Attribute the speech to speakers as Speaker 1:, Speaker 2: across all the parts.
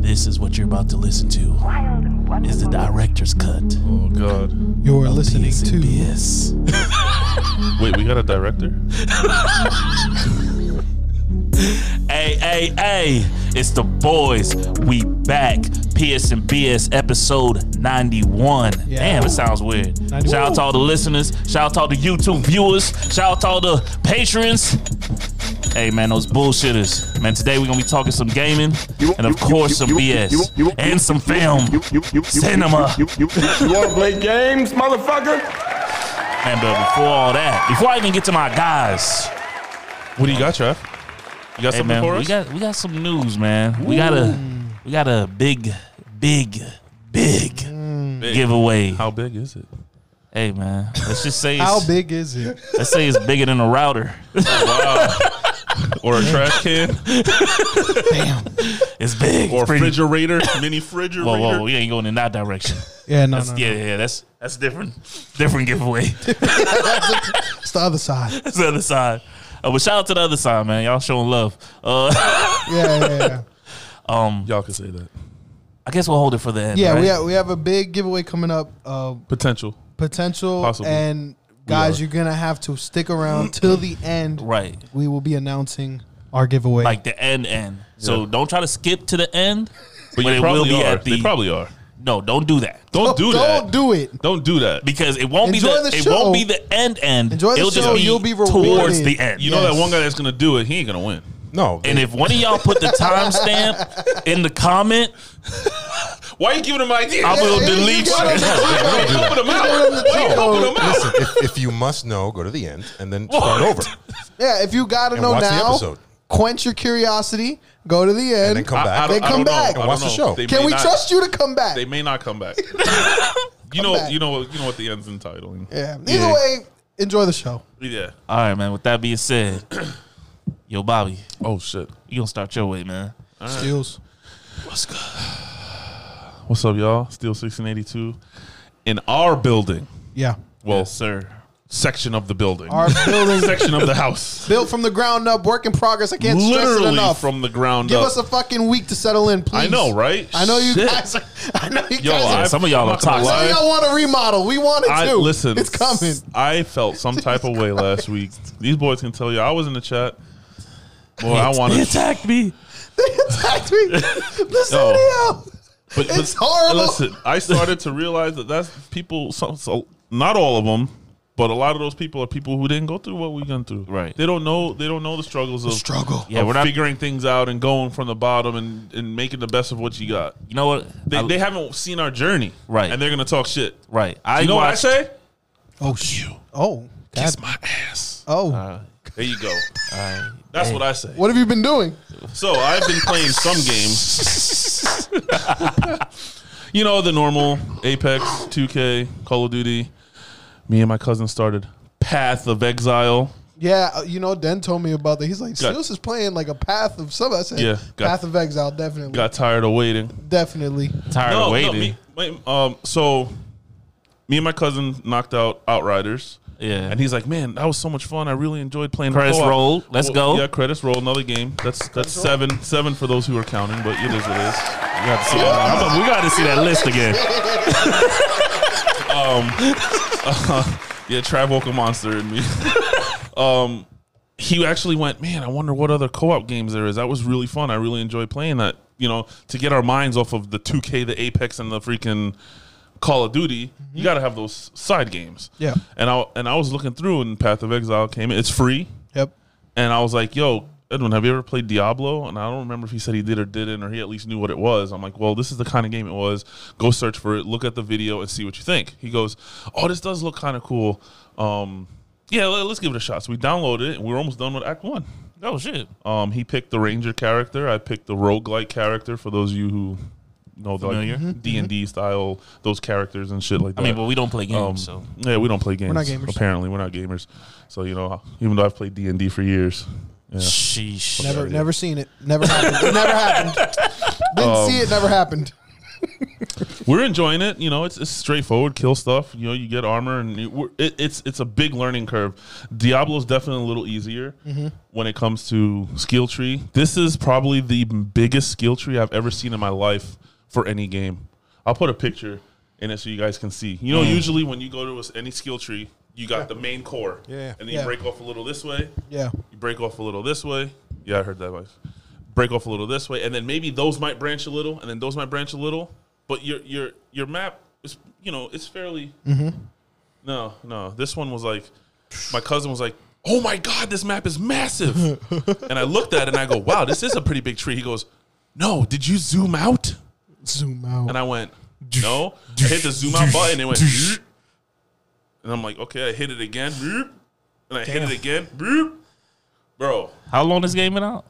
Speaker 1: This is what you're about to listen to.
Speaker 2: Wild and
Speaker 1: Is the
Speaker 2: wonderful.
Speaker 1: director's cut.
Speaker 3: Oh God!
Speaker 4: You're listening to
Speaker 1: Yes.
Speaker 3: Wait, we got a director?
Speaker 1: Hey, hey, hey. It's the boys. We back. PS and BS episode 91.
Speaker 4: Yeah.
Speaker 1: Damn, it sounds weird.
Speaker 4: 91.
Speaker 1: Shout out to all the listeners. Shout out to all the YouTube viewers. Shout out to all the patrons. Hey man, those bullshitters. Man, today we're gonna be talking some gaming and of course some BS. And some film. Cinema.
Speaker 5: You wanna play games, motherfucker?
Speaker 1: Man, but uh, before all that, before I even get to my guys.
Speaker 3: What do you got, Trev? You got
Speaker 1: Hey
Speaker 3: something
Speaker 1: man,
Speaker 3: for
Speaker 1: we
Speaker 3: us?
Speaker 1: got we got some news, man. We got a we got a big, big, big
Speaker 3: Big.
Speaker 1: giveaway.
Speaker 3: How big is it?
Speaker 1: Hey man, let's just say
Speaker 4: How
Speaker 1: it's,
Speaker 4: big is it?
Speaker 1: let's say it's bigger than a router.
Speaker 3: Or a trash can?
Speaker 4: Damn.
Speaker 1: It's big.
Speaker 3: Or
Speaker 1: it's pretty-
Speaker 3: refrigerator? Mini refrigerator?
Speaker 1: Whoa, whoa, we ain't going in that direction.
Speaker 3: Uh-huh.
Speaker 4: Yeah, no,
Speaker 1: That's,
Speaker 4: no. no.
Speaker 1: yeah, yeah, that's that's different, different giveaway.
Speaker 4: It's the other side.
Speaker 1: that's the other side. Uh, but shout out to the other side, man. Y'all showing love. Uh,
Speaker 4: Yeah, yeah, yeah.
Speaker 3: Y'all can say that.
Speaker 1: I guess we'll hold it for the end.
Speaker 4: Yeah,
Speaker 1: right?
Speaker 4: we have we have a big giveaway coming up. Uh,
Speaker 3: Potential.
Speaker 4: potential
Speaker 3: Possible.
Speaker 4: and guys, you're gonna have to stick around till the end.
Speaker 1: right.
Speaker 4: We will be announcing our giveaway.
Speaker 1: Like the end, end. So don't try to skip to the end. But
Speaker 3: But, you
Speaker 1: it
Speaker 3: probably
Speaker 1: will be
Speaker 3: are.
Speaker 1: at the-
Speaker 3: They probably are.
Speaker 1: No, don't do that.
Speaker 3: Don't do that.
Speaker 4: Oh, Don't do it.
Speaker 3: Don't do that.
Speaker 1: because it won't
Speaker 4: Enjoy
Speaker 1: be the,
Speaker 4: the
Speaker 1: it
Speaker 4: show.
Speaker 1: won't be the end end.
Speaker 4: Enjoy the
Speaker 1: It'll just
Speaker 4: show.
Speaker 1: be
Speaker 4: You'll be
Speaker 1: towards
Speaker 4: rewarded.
Speaker 1: the end.
Speaker 3: You know
Speaker 4: Yes.
Speaker 3: that one guy that's gonna do it. He ain't gonna win.
Speaker 5: No.
Speaker 1: and if one of y'all put the timestamp in the comment,
Speaker 3: Why you giving him ideas?
Speaker 1: I will
Speaker 4: yeah, you
Speaker 1: delete you.
Speaker 4: gotta
Speaker 3: Why you helping him out? Why you helping him out?
Speaker 5: Listen, if, if you must know, go to the end and then start over.
Speaker 4: Yeah, if you gotta
Speaker 5: And
Speaker 4: know
Speaker 5: watch the
Speaker 4: now,
Speaker 5: episode.
Speaker 4: quench your curiosity, go to the
Speaker 5: And
Speaker 4: end.
Speaker 5: then come
Speaker 3: I- I
Speaker 5: back.
Speaker 3: don't-
Speaker 4: They
Speaker 3: I
Speaker 4: come
Speaker 3: don't know.
Speaker 4: back.
Speaker 3: I don't
Speaker 5: And watch the
Speaker 3: know.
Speaker 5: show.
Speaker 3: They
Speaker 4: Can
Speaker 3: may
Speaker 4: we
Speaker 3: not-
Speaker 4: trust you to come back?
Speaker 3: They may not come back. you know,
Speaker 4: back.
Speaker 3: you know, you know what the end's entitling.
Speaker 4: yeah. Either way, enjoy the show.
Speaker 3: Yeah.
Speaker 1: All right, man. With that being said, yo, Bobby,
Speaker 3: Oh shit.
Speaker 1: you gonna start your way, man.
Speaker 4: Skills.
Speaker 3: What's up, y'all? Steel 1682 in our building.
Speaker 4: Yeah.
Speaker 3: Well,
Speaker 1: Yes, sir.
Speaker 3: section of the building,
Speaker 4: Our building
Speaker 3: section of the house,
Speaker 4: built from the ground up, work in progress. I can't stress it
Speaker 3: literally
Speaker 4: enough.
Speaker 3: from the ground
Speaker 4: Give
Speaker 3: up.
Speaker 4: us a fucking week to settle in, please.
Speaker 3: I know, right?
Speaker 4: I know you
Speaker 3: Shit.
Speaker 4: guys. Are, I know you
Speaker 3: Yo,
Speaker 4: guys.
Speaker 3: I-
Speaker 4: Are,
Speaker 1: some of y'all
Speaker 3: I'm
Speaker 1: are
Speaker 3: not gonna
Speaker 1: toxic.
Speaker 3: lie.
Speaker 4: some of y'all want to remodel. We want it too.
Speaker 3: I listen.
Speaker 4: It's coming.
Speaker 3: I felt some type of way last week. These boys can tell you I was in the chat. Boy, I
Speaker 1: He
Speaker 3: wanted.
Speaker 1: attacked me.
Speaker 4: They attacked me. the
Speaker 3: Yo.
Speaker 4: studio.
Speaker 3: But,
Speaker 4: It's horrible.
Speaker 3: Listen, I started to realize that that's people. Some, so not all of them, but a lot of those people are people who didn't go through what we went through.
Speaker 1: Right.
Speaker 3: They don't know. They don't know the struggles of
Speaker 4: Struggle.
Speaker 1: Yeah,
Speaker 3: of
Speaker 1: we're not.
Speaker 3: figuring things out and going from the bottom and, and making the best of what you got.
Speaker 1: You know what?
Speaker 3: They,
Speaker 1: I-
Speaker 3: they haven't seen our journey,
Speaker 1: Right.
Speaker 3: And they're gonna talk shit.
Speaker 1: right. I
Speaker 3: You know what I
Speaker 1: watched-
Speaker 3: say?
Speaker 4: Oh shoot. Oh.
Speaker 3: Kiss
Speaker 4: God.
Speaker 3: my ass.
Speaker 4: Oh.
Speaker 3: There you go. That's what I say.
Speaker 4: what have you been doing?
Speaker 3: So I've been playing some games. you know the normal Apex, 2K, Call of Duty. Me and my cousin started Path of Exile.
Speaker 4: Yeah, uh, you know, Den told me about that. He's like,
Speaker 3: Got-
Speaker 4: Seals is playing like a path of some. I said,
Speaker 3: Yeah, got-
Speaker 4: path of exile, definitely,
Speaker 3: Got tired of waiting.
Speaker 4: definitely.
Speaker 1: tired of waiting.
Speaker 3: me, my- um, so me and my cousin knocked out Outriders.
Speaker 1: Yeah.
Speaker 3: and he's like, "Man, that was so much fun. I really enjoyed playing." the
Speaker 1: Credits
Speaker 3: co-op."
Speaker 1: roll. Let's go.
Speaker 3: Yeah, credits roll. Another game. That's that's seven seven for those who are counting, but it is what it is.
Speaker 1: we, got to see that. I'm a- we got to see that list again.
Speaker 3: Yeah, Trav woke a monster in me. um, he actually went, "Man, I wonder what other co-op games there is. That was really fun. I really enjoyed playing that. You know, to get our minds off of the 2K, the Apex, and the freaking." Call of Duty, you got to have those side games.
Speaker 4: Yeah.
Speaker 3: and I and I was looking through, and Path of Exile came. It's free.
Speaker 4: Yep.
Speaker 3: And I was like, yo, Edwin, have you ever played Diablo? And I don't remember if he said he did or didn't, or he at least knew what it was. I'm like, well, this is the kind of game it was. Go search for it, look at the video, and see what you think. He goes, oh, this does look kind of cool. Um, yeah, let- let's give it a shot. So we downloaded it, and we are almost done with Act One.
Speaker 1: Oh shit.
Speaker 3: Um, he picked the ranger character. I picked the roguelike character. For those of you who know
Speaker 1: Familiar.
Speaker 3: the D and D style, those characters and shit like
Speaker 1: I
Speaker 3: that.
Speaker 1: mean, but we don't play games,
Speaker 3: Um,
Speaker 1: so
Speaker 3: yeah, we don't play games.
Speaker 4: not gamers.
Speaker 3: Apparently, we're not gamers. So you know, even though I've played D and D for years, yeah.
Speaker 1: sheesh.
Speaker 4: Never,
Speaker 3: Um,
Speaker 4: never seen it. Never happened. It never happened. Didn't see it. Never happened.
Speaker 3: we're enjoying it. You know, it's, it's straightforward, kill stuff. You know, you get armor, and you, we're- it, it's it's a big learning curve. Diablo's definitely a little easier when it comes to skill tree. This is probably the biggest skill tree I've ever seen in my life for any game. I'll put a picture in it so you guys can see. You know, usually when you go to a- any skill tree, you got the main core,
Speaker 5: Yeah.
Speaker 3: and then you
Speaker 4: Yeah.
Speaker 3: break off a little this way,
Speaker 4: Yeah.
Speaker 3: you break off a little this way. Yeah, I heard that voice. Break off a little this way, and then maybe those might branch a little, and then those might branch a little. But your your your map is you know it's fairly. No, no. This one was like, my cousin was like, "Oh my god, this map is massive," and I looked at it and I go, "Wow, this is a pretty big tree." He goes, "No, did you zoom out?"
Speaker 4: Zoom out.
Speaker 3: And I went, no. I hit the zoom out button. It went, "Zoop." and I'm like, okay. I hit it again, "Zoop." and I hit it again, "Zoop." bro.
Speaker 1: How long this game been out?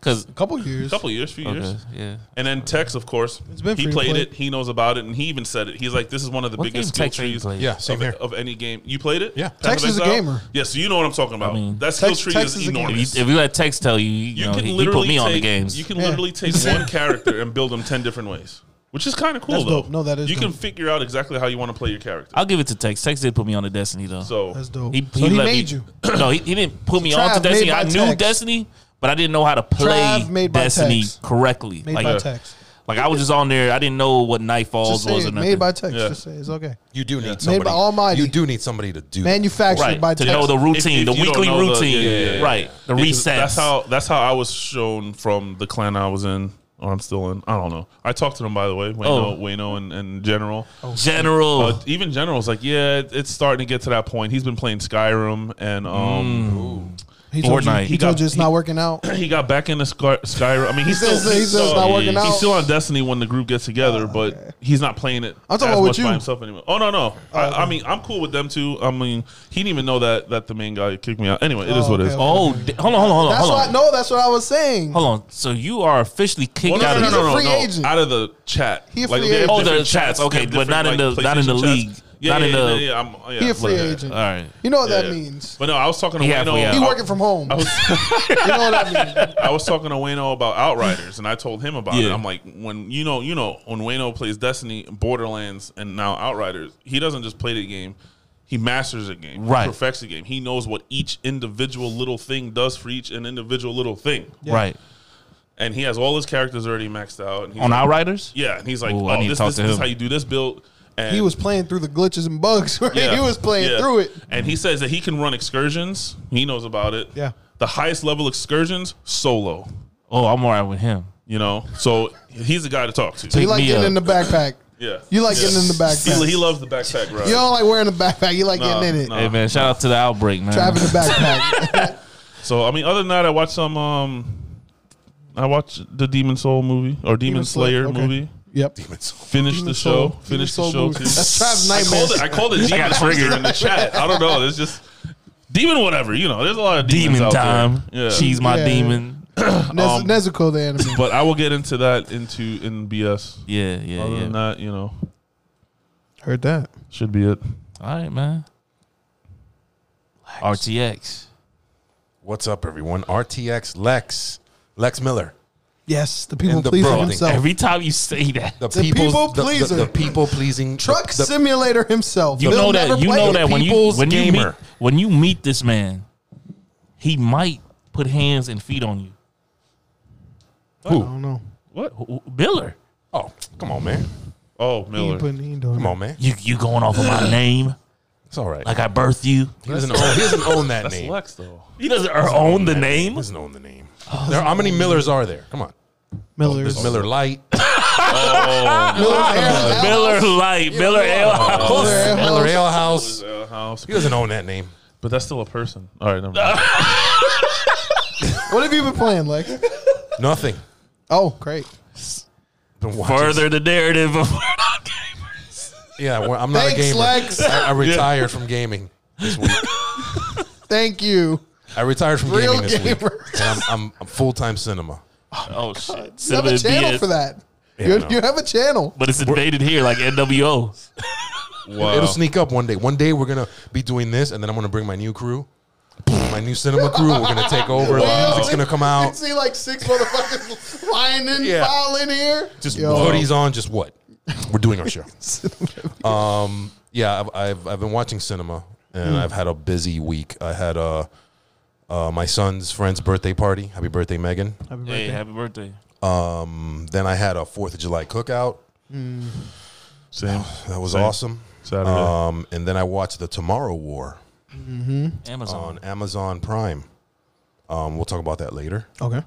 Speaker 1: Because
Speaker 4: couple years.
Speaker 3: A couple years, few years.
Speaker 1: yeah,
Speaker 3: And then Tex, of course,
Speaker 4: been
Speaker 3: he
Speaker 4: free to
Speaker 3: played
Speaker 4: play.
Speaker 3: it. He knows about it, and he even said it. He's like, this is one of the
Speaker 1: What game
Speaker 3: biggest skill
Speaker 1: Tex ain't
Speaker 3: trees.
Speaker 1: played?
Speaker 5: Yeah, same
Speaker 3: of,
Speaker 5: here.
Speaker 3: of any game. You played it?
Speaker 5: Yeah.
Speaker 3: Path
Speaker 4: Tex
Speaker 3: of
Speaker 4: is a
Speaker 3: Exile?
Speaker 4: gamer.
Speaker 3: Yeah, so you know what I'm talking about.
Speaker 1: mean,
Speaker 3: that skill
Speaker 4: Tex-
Speaker 3: tree
Speaker 4: Tex
Speaker 3: is
Speaker 4: is a gamer.
Speaker 3: enormous.
Speaker 1: if you let Tex tell you, you,
Speaker 3: You
Speaker 1: know,
Speaker 3: can
Speaker 1: he, he
Speaker 3: literally
Speaker 1: put me on the
Speaker 3: take-
Speaker 1: games.
Speaker 3: You can
Speaker 4: Yeah.
Speaker 3: literally take one character and build them ten different ways, which is kind of cool.
Speaker 4: That's
Speaker 3: though.
Speaker 4: dope. No, that is
Speaker 3: You can
Speaker 4: dope.
Speaker 3: figure out exactly how you want to play your character.
Speaker 1: I'll give it to Tex. Tex did put me on the Destiny though.
Speaker 3: So
Speaker 4: That's dope.
Speaker 1: he,
Speaker 4: so he
Speaker 1: let
Speaker 4: made
Speaker 1: me,
Speaker 4: you.
Speaker 1: No, he, he didn't put me
Speaker 4: Trav
Speaker 1: on to
Speaker 4: made
Speaker 1: Destiny.
Speaker 4: by
Speaker 1: I knew
Speaker 4: Tex.
Speaker 1: Destiny, but I didn't know how to
Speaker 4: Trav
Speaker 1: play
Speaker 4: made by
Speaker 1: Destiny
Speaker 4: Tex.
Speaker 1: correctly.
Speaker 4: Made
Speaker 1: like,
Speaker 4: by Tex.
Speaker 1: like I was just on there. I didn't know what Nightfalls
Speaker 4: Just say
Speaker 1: was
Speaker 4: it.
Speaker 1: or
Speaker 4: Made
Speaker 1: nothing.
Speaker 4: by text.
Speaker 3: Yeah.
Speaker 4: Just say it. it's okay.
Speaker 5: You do need
Speaker 4: Made
Speaker 5: somebody.
Speaker 4: by Almighty.
Speaker 5: You do need somebody to do. that.
Speaker 4: Manufactured
Speaker 1: right
Speaker 4: by
Speaker 1: to
Speaker 4: text.
Speaker 1: know the routine,
Speaker 3: If-
Speaker 1: the
Speaker 3: if you don't
Speaker 1: weekly
Speaker 3: know the-
Speaker 1: routine.
Speaker 3: yeah, yeah, yeah.
Speaker 1: Right, the
Speaker 3: Because
Speaker 1: resets.
Speaker 3: That's how that's how I was shown from the clan I was in, or I'm still in. I don't know. I talked to them by the way,
Speaker 1: Oh.
Speaker 3: Wayno, Wayno, and, and General.
Speaker 4: Oh,
Speaker 1: General.
Speaker 3: Uh, even General's like, yeah, it- it's starting to get to that point. He's been playing Skyrim, and um,
Speaker 4: He told you,
Speaker 1: Fortnite.
Speaker 4: he
Speaker 1: He
Speaker 4: told
Speaker 3: got-
Speaker 4: you it's not working out.
Speaker 3: he got back into Sky- Skyrim. I mean, he's
Speaker 4: He says-
Speaker 3: still
Speaker 4: he says it's not working
Speaker 3: he's
Speaker 4: out. Oh,
Speaker 3: still on Destiny when the group gets together, but he's not playing it.
Speaker 4: I'm talking
Speaker 3: as
Speaker 4: about with
Speaker 3: much by
Speaker 4: you.
Speaker 3: himself anymore. Oh no, no. I, I mean, I'm cool with them too. I mean, he didn't even know that that the main guy kicked me out. Anyway, it is what it is.
Speaker 4: okay.
Speaker 1: oh, d- hold on, hold on, hold on,
Speaker 4: That's
Speaker 1: hold
Speaker 4: what I
Speaker 1: on.
Speaker 4: no, that's what I was saying.
Speaker 1: Hold on. So you are officially kicked
Speaker 3: Well, no,
Speaker 1: out
Speaker 3: no,
Speaker 1: of
Speaker 3: no,
Speaker 1: the
Speaker 3: no, no,
Speaker 4: He's a
Speaker 3: no,
Speaker 4: free agent.
Speaker 3: Out of the chat.
Speaker 4: He a
Speaker 3: Like,
Speaker 4: free
Speaker 3: they have
Speaker 4: agent.
Speaker 1: Oh, the
Speaker 3: different
Speaker 1: chats.
Speaker 3: They have
Speaker 1: Okay, but
Speaker 3: different,
Speaker 1: not in
Speaker 3: like,
Speaker 1: the- not in
Speaker 3: PlayStation
Speaker 1: the
Speaker 3: chats.
Speaker 1: league.
Speaker 3: Yeah,
Speaker 1: Not
Speaker 3: yeah,
Speaker 1: in
Speaker 3: yeah,
Speaker 1: the-
Speaker 3: yeah, yeah, I'm- yeah,
Speaker 4: He a free
Speaker 3: whatever.
Speaker 4: agent.
Speaker 1: All right.
Speaker 4: You know what
Speaker 3: Yeah,
Speaker 4: that
Speaker 3: yeah.
Speaker 4: means.
Speaker 3: But no, I was talking to
Speaker 1: He halfway
Speaker 3: Wayno.
Speaker 1: out.
Speaker 4: He
Speaker 1: I-
Speaker 4: working from home.
Speaker 3: I
Speaker 4: You
Speaker 3: was,
Speaker 4: know what that means.
Speaker 3: I was talking to Wayno about Outriders, and I told him about it.
Speaker 1: Yeah.
Speaker 3: I'm like, when you know, you know, when Wayno plays Destiny, Borderlands, and now Outriders, he doesn't just play the game; he masters the game, He
Speaker 1: Right.
Speaker 3: perfects the game. He knows what each individual little thing does for each an individual little thing,
Speaker 1: Right.
Speaker 3: and he has all his characters already maxed out. And he's
Speaker 1: On
Speaker 3: like,
Speaker 1: Outriders?
Speaker 3: yeah, and he's like,
Speaker 1: Ooh,
Speaker 3: oh,
Speaker 1: I need to
Speaker 3: this,
Speaker 1: talk
Speaker 3: this,
Speaker 1: to
Speaker 3: this is
Speaker 1: him.
Speaker 3: how you do this build. And
Speaker 4: He was playing through the glitches and bugs. Right?
Speaker 3: Yeah.
Speaker 4: He was playing
Speaker 3: Yeah.
Speaker 4: through it.
Speaker 3: And he says that he can run excursions. He knows about it.
Speaker 4: Yeah.
Speaker 3: The highest level excursions solo,
Speaker 1: Oh, I'm alright with him.
Speaker 3: you know? So he's the guy to talk to.
Speaker 1: Take
Speaker 4: You like
Speaker 1: me
Speaker 4: getting
Speaker 1: up.
Speaker 4: in the backpack.
Speaker 3: yeah.
Speaker 4: You like
Speaker 3: Yeah.
Speaker 4: getting in the backpack.
Speaker 3: He, he loves the backpack ride.
Speaker 4: you don't like wearing the backpack. You like
Speaker 3: Nah,
Speaker 4: getting in it.
Speaker 3: nah.
Speaker 1: Hey man, shout out to the outbreak, man.
Speaker 4: Driving the backpack.
Speaker 3: So, I mean, other than that, I watched some, um, I watched the Demon Soul movie or Demon,
Speaker 4: Demon
Speaker 3: Slayer
Speaker 4: Slayer, okay.
Speaker 3: movie.
Speaker 4: yep.
Speaker 3: Finished the
Speaker 4: Demon
Speaker 3: show.
Speaker 4: Soul-
Speaker 3: Finished
Speaker 4: Demon Soul
Speaker 3: the show.
Speaker 4: movie.
Speaker 3: Too.
Speaker 4: That's Trav's
Speaker 3: I
Speaker 4: nightmare.
Speaker 3: called it. I called it Demon Hunter in the chat. I don't know. It's just Demon whatever. You know, there's a lot of demons
Speaker 1: demon
Speaker 3: out there.
Speaker 1: time.
Speaker 3: Yeah.
Speaker 1: She's my
Speaker 4: Yeah.
Speaker 1: demon.
Speaker 4: Nez- Nezuko the anime.
Speaker 3: But I will get into that into in BS.
Speaker 1: Yeah, yeah,
Speaker 3: Other than
Speaker 1: yeah.
Speaker 3: that, you know,
Speaker 4: Heard that.
Speaker 3: should be it.
Speaker 1: All right, man. RTX.
Speaker 5: What's up, everyone? RTX Lex, Lex Miller,
Speaker 4: Yes, the people
Speaker 5: In the
Speaker 4: pleaser
Speaker 5: building.
Speaker 4: himself.
Speaker 1: Every time you say that,
Speaker 5: the,
Speaker 4: The
Speaker 5: people's-
Speaker 4: people
Speaker 5: the- the-
Speaker 4: pleaser.
Speaker 5: the, people pleasing
Speaker 4: Truck
Speaker 5: the, the,
Speaker 4: simulator himself.
Speaker 1: you
Speaker 4: They'll
Speaker 1: know
Speaker 4: never
Speaker 1: that you
Speaker 4: play
Speaker 1: know
Speaker 4: it.
Speaker 1: that when you
Speaker 5: people's
Speaker 1: when you meet,
Speaker 5: gamer.
Speaker 1: when you meet this man, he might put hands and feet on you.
Speaker 4: I don't know.
Speaker 1: What? Miller.
Speaker 5: Oh, come on, man.
Speaker 3: Oh,
Speaker 4: He ain't
Speaker 3: Miller.
Speaker 4: putting he ain't doing
Speaker 5: Come
Speaker 4: it.
Speaker 5: on, man.
Speaker 1: You you going off of my name?
Speaker 5: It's all right.
Speaker 1: Like I birthed you.
Speaker 5: he, doesn't own, he doesn't own that
Speaker 3: That's
Speaker 5: name.
Speaker 3: Lex, though.
Speaker 1: He doesn't er- own the
Speaker 5: He
Speaker 1: name.
Speaker 5: doesn't own the name.
Speaker 4: Oh,
Speaker 5: there, how many Millers are there? Come on.
Speaker 4: Miller's
Speaker 5: There's Miller Light.
Speaker 4: Miller.
Speaker 1: Miller Light. Miller Ale.
Speaker 4: Miller.
Speaker 5: Miller Ale House.
Speaker 3: Uh, house.
Speaker 5: He doesn't own that name.
Speaker 3: But that's still a person. All right, never mind.
Speaker 4: What have you been playing, Lex?
Speaker 5: Nothing.
Speaker 4: Oh, great.
Speaker 5: Been
Speaker 4: Oh,
Speaker 5: watching-
Speaker 1: Further the narrative of
Speaker 5: Yeah, well, I'm not a
Speaker 4: Thanks,
Speaker 5: gamer.
Speaker 4: Lex.
Speaker 5: I, I retired from gaming this week.
Speaker 4: Thank you.
Speaker 5: I retired from
Speaker 4: Real
Speaker 5: gaming this week.
Speaker 4: gamer.
Speaker 5: And I'm, I'm, I'm full time cinema.
Speaker 1: Oh shit.
Speaker 4: You have
Speaker 1: Cinema
Speaker 4: a channel
Speaker 1: BS.
Speaker 4: for that.
Speaker 5: Yeah,
Speaker 4: you,
Speaker 5: no.
Speaker 4: you have a channel.
Speaker 1: But it's invaded here like NWO.
Speaker 3: Wow.
Speaker 5: It'll sneak up one day. One day we're gonna be doing this, and then I'm gonna bring my new crew, my new cinema crew. We're gonna take over. The music's gonna come
Speaker 4: You
Speaker 5: out.
Speaker 4: see like six motherfuckers flying in,
Speaker 5: Yeah.
Speaker 4: filing here.
Speaker 5: Just
Speaker 4: Yo.
Speaker 5: hoodies on. Just what? We're doing our show. um, yeah, I've, I've I've been watching cinema, and
Speaker 4: Hmm.
Speaker 5: I've had a busy week. I had a. Uh, my son's friend's birthday party. Happy birthday, Megan.
Speaker 4: Happy
Speaker 1: Hey,
Speaker 4: birthday.
Speaker 1: happy birthday.
Speaker 5: Um, then I had a Fourth of July cookout.
Speaker 3: Same.
Speaker 5: That was
Speaker 3: Same.
Speaker 5: awesome.
Speaker 3: Saturday.
Speaker 5: Um, and then I watched the Tomorrow War
Speaker 1: Amazon.
Speaker 5: on Amazon Prime. Um, we'll talk about that later.
Speaker 4: Okay.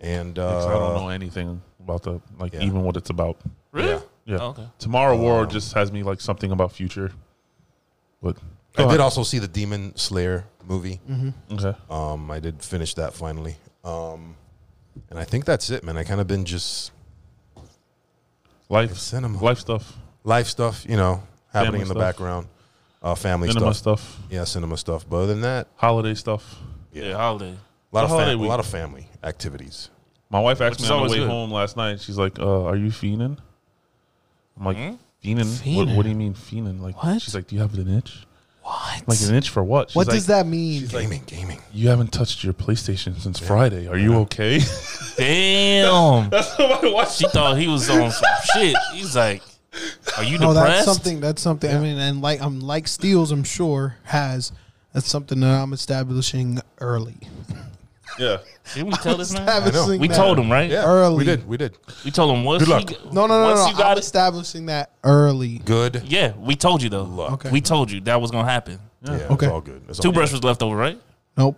Speaker 5: And
Speaker 3: 'Cause I don't
Speaker 5: uh,
Speaker 3: know anything about the like
Speaker 5: yeah.
Speaker 3: even what it's about.
Speaker 1: Really?
Speaker 5: yeah.
Speaker 3: Yeah.
Speaker 1: Oh, okay.
Speaker 3: Tomorrow War just has me like something about future. But
Speaker 5: I
Speaker 3: Go
Speaker 5: did
Speaker 3: ahead.
Speaker 5: also see the Demon Slayer movie.
Speaker 3: okay.
Speaker 5: Um, I did finish that finally. Um, and I think that's it, man. I kind of been just
Speaker 3: Life
Speaker 5: cinema.
Speaker 3: Life stuff.
Speaker 5: life stuff, you know,
Speaker 3: Family
Speaker 5: happening in the
Speaker 3: stuff.
Speaker 5: background, uh, family
Speaker 3: Cinema
Speaker 5: stuff.
Speaker 3: stuff.
Speaker 5: yeah, cinema stuff. But other than that,
Speaker 3: Holiday stuff.
Speaker 1: Yeah, holiday.
Speaker 5: a lot
Speaker 3: The
Speaker 5: of fam-
Speaker 3: holiday
Speaker 5: a
Speaker 3: week.
Speaker 5: lot of family activities.
Speaker 3: My wife
Speaker 1: Which
Speaker 3: asked
Speaker 1: is
Speaker 3: me on
Speaker 1: always
Speaker 3: the way
Speaker 1: good.
Speaker 3: home last night. She's like, uh, "Are you fiending?" I'm like,
Speaker 1: Hmm?
Speaker 3: "Fiending? What,
Speaker 4: Fiending?
Speaker 3: what do you mean fiending?" Like,
Speaker 4: What?
Speaker 3: she's like, "Do you have an itch?"
Speaker 4: What?
Speaker 3: I'm like an itch for what? She's
Speaker 4: what
Speaker 3: like,
Speaker 4: does that mean?
Speaker 5: Gaming, gaming.
Speaker 3: You haven't touched your PlayStation since Friday. Are you okay?
Speaker 1: Damn.
Speaker 3: That's what I watched.
Speaker 1: she thought he was on some shit. He's like, are you
Speaker 4: No, Oh, that's
Speaker 1: depressed?
Speaker 4: something. That's something. I mean, and like I'm like Steels, I'm sure has. That's something that I'm establishing early.
Speaker 3: Yeah.
Speaker 1: Did we tell this man?
Speaker 4: Establishing
Speaker 1: We
Speaker 4: that
Speaker 1: told him, right?
Speaker 5: Yeah,
Speaker 4: Early.
Speaker 5: we did, we did.
Speaker 1: We told him once.
Speaker 5: Good luck.
Speaker 1: You,
Speaker 4: No, no, no,
Speaker 1: once
Speaker 4: no.
Speaker 1: you
Speaker 4: no.
Speaker 1: got
Speaker 4: I'm
Speaker 1: it.
Speaker 4: establishing that early.
Speaker 5: Good.
Speaker 1: yeah, we told you though.
Speaker 5: Luck.
Speaker 1: We told you that was gonna happen.
Speaker 5: Yeah,
Speaker 4: Okay.
Speaker 5: it's all good. It's all
Speaker 1: Two
Speaker 5: good.
Speaker 1: brush was left over, right?
Speaker 4: Nope.